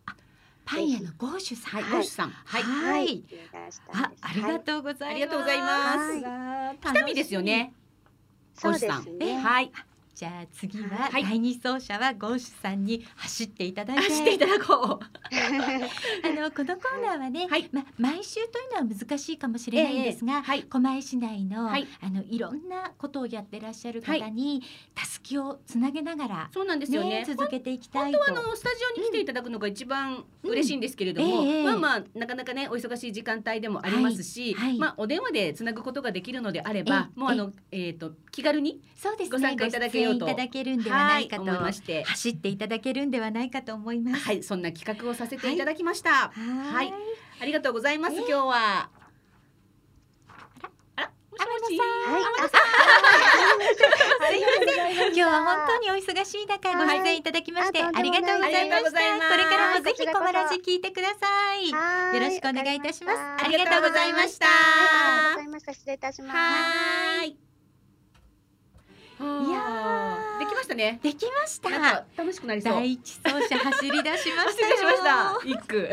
Speaker 1: パン屋のゴーシュさん、
Speaker 17: はい
Speaker 2: ゴーシュさんはい
Speaker 17: はい、
Speaker 2: はい
Speaker 17: お願いした
Speaker 1: あありがとうございます。
Speaker 2: ありがとうございます
Speaker 1: はい
Speaker 2: 北見ですよね。
Speaker 1: ゴ
Speaker 2: ゴ
Speaker 1: ーシ
Speaker 2: ーシ
Speaker 1: ュ
Speaker 2: ュ
Speaker 1: さ
Speaker 2: さ
Speaker 1: ん
Speaker 2: ん
Speaker 1: はい。じゃあ次は第二走者はゴーシュさんに走っていただいて、
Speaker 2: 走っていただこう。
Speaker 1: あのこのコーナーはね、ま毎週というのは難しいかもしれないんですが、狛江市内の、い、あのいろんなことをやってらっしゃる方に、たすきをつなげながら、
Speaker 2: そうなんですよね
Speaker 1: 続けていきたいと。
Speaker 2: 本当はあのスタジオに来ていただくのが一番嬉しいんですけれども、
Speaker 1: うんええ
Speaker 2: まあまあなかなかねお忙しい時間帯でもありますし、まあお電話でつなぐことができるのであれば、もうあのえっ、と気軽にご参加いただけよう
Speaker 1: ご出演
Speaker 2: と、
Speaker 1: いただけるんではないかと
Speaker 2: は思いまして、
Speaker 1: 走っていただけるんではないかと思います。
Speaker 2: はい、そんな企画をさせていただきました。はいありがとうございます。今日は。
Speaker 1: すいません。今日は本当にお忙しい中ご出演いただきまして、ありがとうございました。
Speaker 2: ありがとうございます
Speaker 1: これからもぜひ
Speaker 2: こちら
Speaker 1: 小
Speaker 2: こそ
Speaker 1: ラジ聞いてください。よろしくお願いいたします。あ
Speaker 2: あ
Speaker 1: り
Speaker 2: り
Speaker 1: が
Speaker 2: が
Speaker 1: とうご
Speaker 2: とうご
Speaker 1: ざ
Speaker 2: ざ
Speaker 1: い
Speaker 2: い
Speaker 1: ま
Speaker 2: ま
Speaker 1: し
Speaker 2: したた。
Speaker 17: ありがとうございました。失礼いたします。
Speaker 2: はい。い
Speaker 1: や
Speaker 2: できましたね。
Speaker 1: できました。
Speaker 2: 楽しくなりそう。
Speaker 1: 第一走者走り出しましたよ。
Speaker 2: 走り出しました。一句。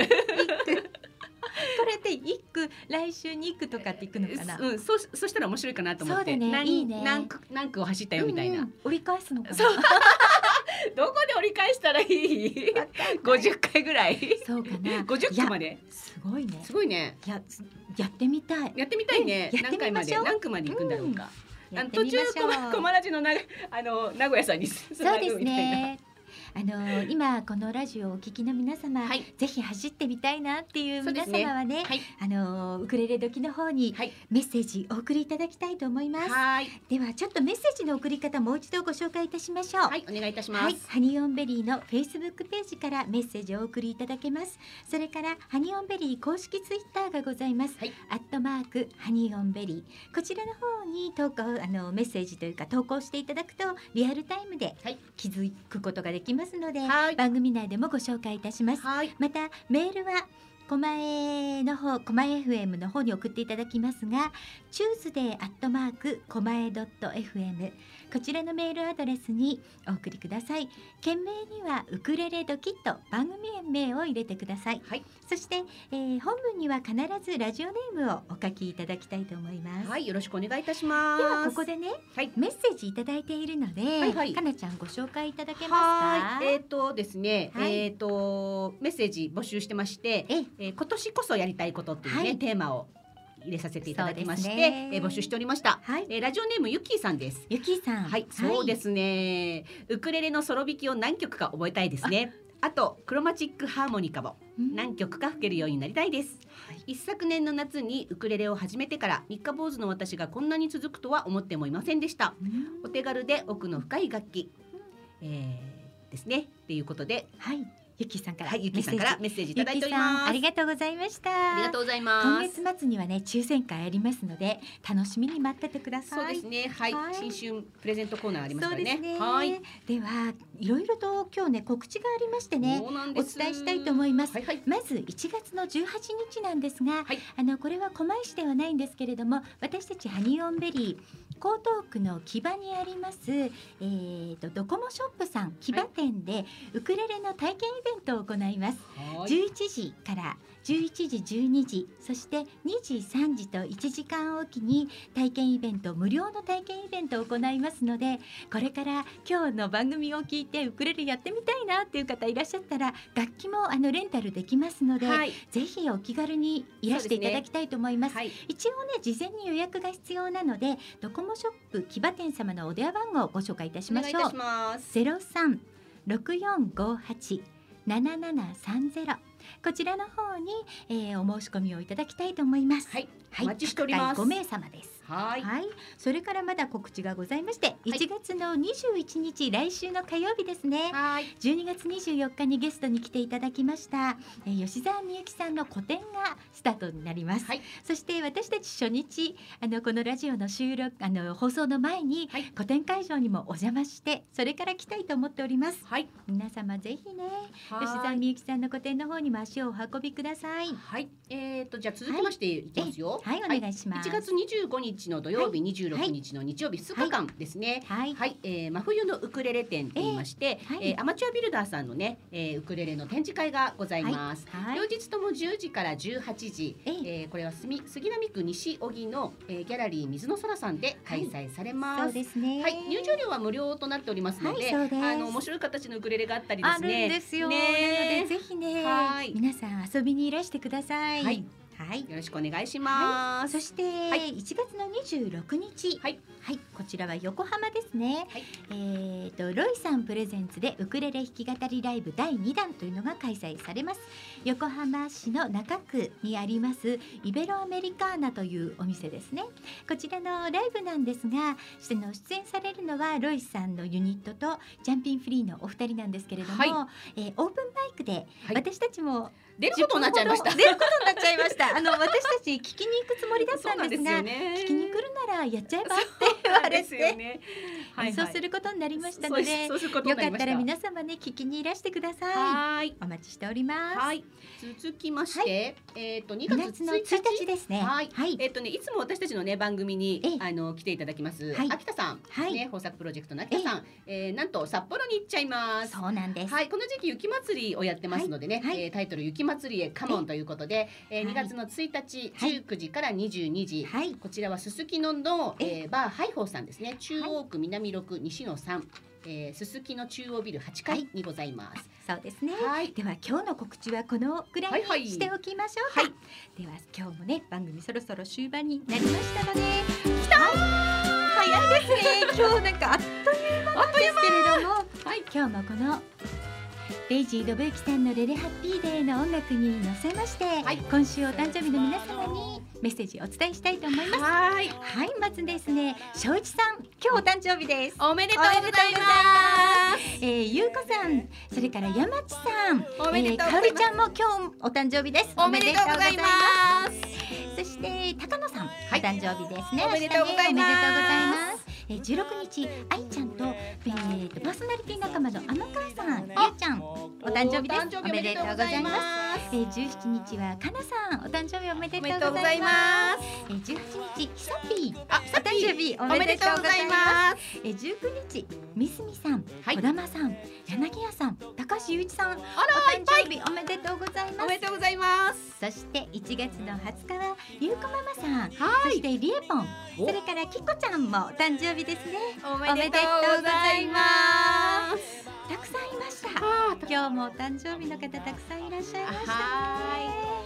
Speaker 1: これって一句来週に一句とかっていくのかな。
Speaker 2: うん、そそしたら面白いかなと思って。
Speaker 1: そうだね
Speaker 2: 何
Speaker 1: いいね
Speaker 2: 何区何区を走ったよみたいな。
Speaker 1: うんうん折り返すのかな。
Speaker 2: どこで折り返したらいい？五十回ぐらい。
Speaker 1: そうかな。
Speaker 2: 五十回まで。
Speaker 1: すごいね。
Speaker 2: すごいね。
Speaker 1: ややってみたい。
Speaker 2: やってみたいね。
Speaker 1: うんやってみ
Speaker 2: 何回
Speaker 1: ま
Speaker 2: ま
Speaker 1: し
Speaker 2: で
Speaker 1: ょう
Speaker 2: 何区まで行くんだろうか。
Speaker 1: うん
Speaker 2: あ
Speaker 1: やっ
Speaker 2: の
Speaker 1: てみ
Speaker 2: 途
Speaker 1: ま
Speaker 2: 中
Speaker 1: しょう
Speaker 2: こまこまらじのなあの名古屋さんにつ
Speaker 1: そ
Speaker 2: な
Speaker 1: うで
Speaker 2: ぐ
Speaker 1: す
Speaker 2: みたいな。
Speaker 1: ね。あの今このラジオをお聞きの皆様、ぜひ走ってみたいなっていう皆様はね、あのウクレレ時の方にメッセージお送りいただきたいと思います。ではちょっとメッセージの送り方もう一度ご紹介いたしましょう。
Speaker 2: はい、お願いいたします
Speaker 1: ハニーオンベリーのフェイスブックページからメッセージをお送りいただけます。それからハニーオンベリー公式ツイッターがございます。アットマークハニーオンベリーこちらの方に投稿あのメッセージというか投稿していただくとリアルタイムで気づくことができますので、番組内でもご紹介いたします。またメールは狛江の方、狛江 FM の方に送っていただきますが、チューズデーアットマーク狛江ドット FM こちらのメールアドレスにお送りください。件名にはウクレレドキッと番組名を入れてください。そして、えー本文には必ずラジオネームをお書きいただきたいと思います。
Speaker 2: はい、よろしくお願いいたします。
Speaker 1: ではここでね、メッセージいただいているので、
Speaker 2: はいはい
Speaker 1: かなちゃんご紹介いただけま
Speaker 2: は
Speaker 1: すか。
Speaker 2: ーい、えっ、とですね、
Speaker 1: はい
Speaker 2: えっ、とメッセージ募集してまして、えー今年こそやりたいことっていうね、テーマを入れさせていただきまし
Speaker 1: そ
Speaker 2: て、
Speaker 1: うですね
Speaker 2: えー募集しておりました。えーラジオネームゆきーさんです。
Speaker 1: ゆきーさん、
Speaker 2: はい、そうですね。ウクレレのソロ弾きを何曲か覚えたいですね。あとクロマチックハーモニカも何曲か吹けるようになりたいです。一昨年の夏にウクレレを始めてから三日坊主の私がこんなに続くとは思ってもいませんでした。お手軽で奥の深い楽器、えーですねっていうことで、
Speaker 1: はい、ゆきさんから、
Speaker 2: はい、ゆきさんからメッセージいただいており
Speaker 1: ゆきさ
Speaker 2: ま
Speaker 1: んあ
Speaker 2: す。
Speaker 1: りがとうございました。
Speaker 2: ありがとうございます
Speaker 1: 今月末にはね、抽選会ありますので、楽しみに待っててください。
Speaker 2: そうですね、はい、新春プレゼントコーナーあります
Speaker 1: そ
Speaker 2: か
Speaker 1: う
Speaker 2: ら
Speaker 1: で
Speaker 2: ね
Speaker 1: す。ね。
Speaker 2: はい、
Speaker 1: では、いろいろと今日ね、告知がありましてね、
Speaker 2: そうなん
Speaker 1: お
Speaker 2: です
Speaker 1: 伝えしたいと思います。まず1月の18日なんですが、あのこれは狛江市ではないんですけれども、私たちハニーオンベリー。江東区の木場にあります、えー、とドコモショップさん木場店で、ウクレレの体験イベントを行います
Speaker 2: はい
Speaker 1: 11時から11時12時そして2時3時と1時間おきに体験イベント無料の体験イベントを行いますのでこれから今日の番組を聞いてウクレレやってみたいなっていう方いらっしゃったら楽器もあのレンタルできますので、
Speaker 2: はい
Speaker 1: ぜひお気軽にいらしていただきたいと思います
Speaker 2: そうですね
Speaker 1: 一応ね事前に予約が必要なのでドコモショップ木場店様のお電話番号をご紹介いたしましょう
Speaker 2: お願いいたします
Speaker 1: ゼロ三六四五八七七三ゼロこちらの方に、えー、お申し込みをいただきたいと思います。はい、
Speaker 2: お待ちしております
Speaker 1: 各回5名様です。
Speaker 2: はい、
Speaker 1: それからまだ告知がございまして、1月の21日、来週の火曜日ですね。
Speaker 2: はい、
Speaker 1: 12月24日にゲストに来ていただきました、えー吉澤美由紀さんの個展がスタートになります。そして私たち初日、あのこのラジオの収録あの放送の前に、個展会場にもお邪魔して、それから来たいと思っております。皆様ぜひね、
Speaker 2: はい
Speaker 1: 吉澤美由紀さんの個展の方にも足をお運びください。
Speaker 2: はい、えっ、とじゃあ続きましていきますよ。
Speaker 1: はいはいお願いします
Speaker 2: 1月25日の土曜日、26日の日曜日、2日間ですね。
Speaker 1: はい、
Speaker 2: えー真冬のウクレレ展と言いまして、え
Speaker 1: はい
Speaker 2: ーアマチュアビルダーさんのね、えーウクレレの展示会がございます。
Speaker 1: はい
Speaker 2: 両日とも10時から18時、えーこれは杉杉並区西荻の、えーギャラリー水の空さんで開催されます。
Speaker 1: そうですね。
Speaker 2: はい、入場料は無料となっておりますので、
Speaker 1: はいそうです
Speaker 2: あの面白い形のウクレレがあったりですね。
Speaker 1: あるんですよ。
Speaker 2: ね
Speaker 1: なのでぜひね
Speaker 2: はい、
Speaker 1: 皆さん遊びにいらしてください。
Speaker 2: はい
Speaker 1: はい、
Speaker 2: よろしくお願いします。
Speaker 1: そして、1月の26日、
Speaker 2: はい、
Speaker 1: こちらは横浜ですね。えっ、とロイさんプレゼンツでウクレレ弾き語りライブ第2弾というのが開催されます。横浜市の中区にありますイベロアメリカーナというお店ですね。こちらのライブなんですが、その出演されるのはロイさんのユニットとジャンピンフリーのお二人なんですけれども、
Speaker 2: は
Speaker 1: え
Speaker 2: い
Speaker 1: ーオープンマイクで私たちも
Speaker 2: 出ることになっちゃいました
Speaker 1: 10分ほど出ることになっちゃいました。あ の私たち聞きに行くつもりだったんです
Speaker 2: そう
Speaker 1: が、
Speaker 2: なんですよね
Speaker 1: 聞きに来るならやっちゃえばって言われ
Speaker 2: そうなんです
Speaker 1: て、
Speaker 2: よねはいはい
Speaker 1: そうすることになりましたので、
Speaker 2: そうですそうすること
Speaker 1: よ
Speaker 2: に
Speaker 1: か
Speaker 2: なり
Speaker 1: っ
Speaker 2: ましたた
Speaker 1: ら皆様ね聞きにいらしてください。
Speaker 2: はい
Speaker 1: お待ちしております。
Speaker 2: はい、続きまして、えっ、と2月
Speaker 1: 2月の1日ですね
Speaker 2: はい、えっ、とねいつも私たちのね番組にあの来ていただきます、秋田さん、ね豊作プロジェクトの秋田さん、えーなんと札幌に行っちゃいます。
Speaker 1: そうなんです。
Speaker 2: はい、この時期雪まつりをやってますのでね、えータイトル雪き祭りへカモンということで、えー、2月の1日19時から22時、こちらはすすきのの、えー、バーハイホーさんですね中央区南6西野3、えー、すすきの中央ビル8階にございます。
Speaker 1: そうですね。では今日の告知はこのぐらいにしておきましょうか。では今日もね番組そろそろ終盤になりましたので、来た早いです ね。今日なんかあっという間なんですけれども、今日もこのレイジー・ドブユキさんの「レレハッピーデー」の音楽に乗せまして、今週お誕生日の皆様にメッセージをお伝えしたいと思います
Speaker 2: はい
Speaker 1: まずですね翔一さん今日お誕生日です
Speaker 2: おめでとうございます
Speaker 1: えー、ゆうこさんそれから山地さん
Speaker 2: おめでとうご
Speaker 1: か
Speaker 2: ざいます
Speaker 1: おりちゃんも今日お誕生日です
Speaker 2: おめでとうございます
Speaker 1: おめでとうございますそして高野さん、お誕生日ですね
Speaker 2: おめでとうござ
Speaker 1: 明日ねおめでとうござい
Speaker 2: います
Speaker 1: ますえー、16日あいちゃんと、えー、とパーソナリティ仲間のあの母さんゆうちゃんお誕生日です
Speaker 2: お誕生日おめでとうございます
Speaker 1: えー、17日はかなさんお誕生日おめでとうございますえー、18日ひさぴーお誕生日おめでとうございますえー、19日みすみさん小玉さん柳屋さん高橋ゆういちさんお誕生日おめでとうございますおめでとうございますそして1月の20日はゆうこママさんそしてりえぽんそれからきこちゃんもお誕生日ですねお
Speaker 2: めでとうございます
Speaker 1: たくさんいました今日もお誕生日の方たくさんいらっしゃいました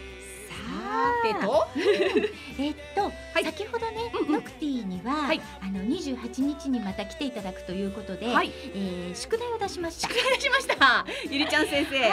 Speaker 1: ねさあうんえっと、先ほどね、ノクティには、あの二十八日にまた来ていただくということで、
Speaker 2: はい
Speaker 1: えー宿題を出しました。
Speaker 2: 宿題出しました。ゆりちゃん先生
Speaker 1: はい、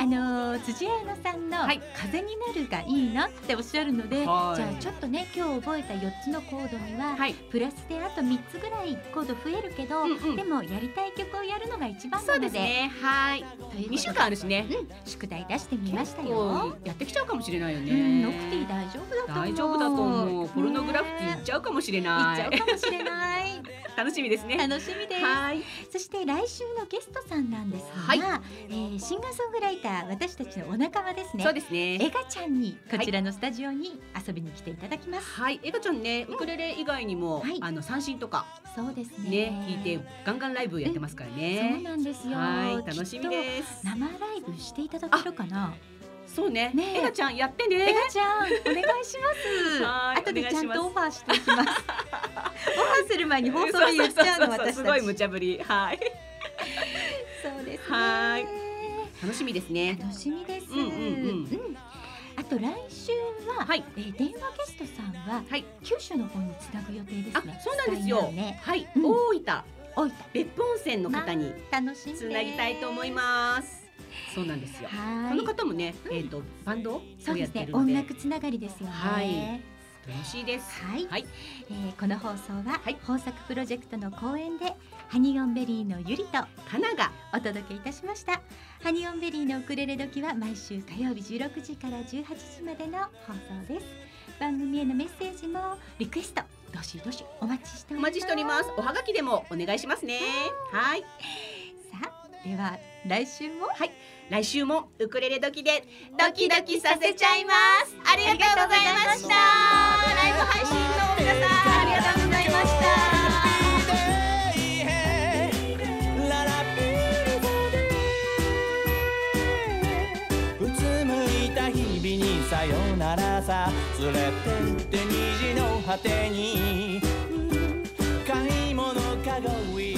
Speaker 1: あのー辻彩乃さんの、風になるがいいなっておっしゃるので、
Speaker 2: はい
Speaker 1: じゃあちょっとね今日覚えた四つのコードには、プラスであと三つぐらいコード増えるけど、でもやりたい曲をやるのが一番なので、
Speaker 2: そうですねはい二週間あるしね、
Speaker 1: 宿題出してみましたよ。
Speaker 2: やってきちゃうかもしれないよね、
Speaker 1: うんノクティ大丈夫だと思う
Speaker 2: 大丈夫だと思うポルノグラフィティ行っちゃうかもしれない
Speaker 1: 行っちゃうかもしれ ない
Speaker 2: 楽しみですね楽
Speaker 1: しみですそして来週のゲストさんなんですが、えーシンガーソングライター私たちのお仲間ですね
Speaker 2: そうですね
Speaker 1: エガちゃんにこちらのスタジオに遊びに来ていただきます
Speaker 2: はいエガちゃんねウクレレ以外にも、あの三振とか
Speaker 1: そうですね
Speaker 2: ね弾いてガンガンライブやってますからね、
Speaker 1: そうなんですよ
Speaker 2: はい楽しみです
Speaker 1: す生ライブしていただけるかな
Speaker 2: そうねエガちゃんやってね
Speaker 1: エガちゃんお願いします
Speaker 2: はい
Speaker 1: 後でちゃんとオ
Speaker 2: お
Speaker 1: ファーしていきますオファーする前に放送で言っち ゃうの私たち
Speaker 2: すごい無茶ぶりはい
Speaker 1: そうですね
Speaker 2: はい楽しみですね
Speaker 1: 楽しみです。
Speaker 2: うんうんうん
Speaker 1: あと来週は、えー電話ゲストさんは、九州の方につなぐ予定ですね。
Speaker 2: そうなんですよ。はい、大分、
Speaker 1: 大分、
Speaker 2: 別府温泉の方に
Speaker 1: 楽しんで
Speaker 2: つなぎたいと思います。そうなんですよ。
Speaker 1: はい
Speaker 2: この方もね、えっ、とバンドを
Speaker 1: そうで
Speaker 2: やっ
Speaker 1: す
Speaker 2: て
Speaker 1: ね
Speaker 2: る。の
Speaker 1: 音
Speaker 2: で、
Speaker 1: 楽つながりですよね。
Speaker 2: はい楽しいです。
Speaker 1: はい、えーこの放送は、豊作プロジェクトの公演でハニオンベリーのゆりと
Speaker 2: 花が
Speaker 1: お届けいたしましたハニオンベリーのウクレレ時は毎週火曜日16時から18時までの放送です番組へのメッセージもリクエストどしどしお待ちしてお
Speaker 2: お
Speaker 1: ります
Speaker 2: 待ちしております。おはがきでもお願いしますね。はい。
Speaker 1: では来週も
Speaker 2: はい。来週もウクレレ時でドキドキさせちゃいます。ありがとうございました。ライブ配信の皆さんありがとうございました。
Speaker 16: ララピーボディうつむいた日々にさよならさ連れてって虹の果てに買い物かごい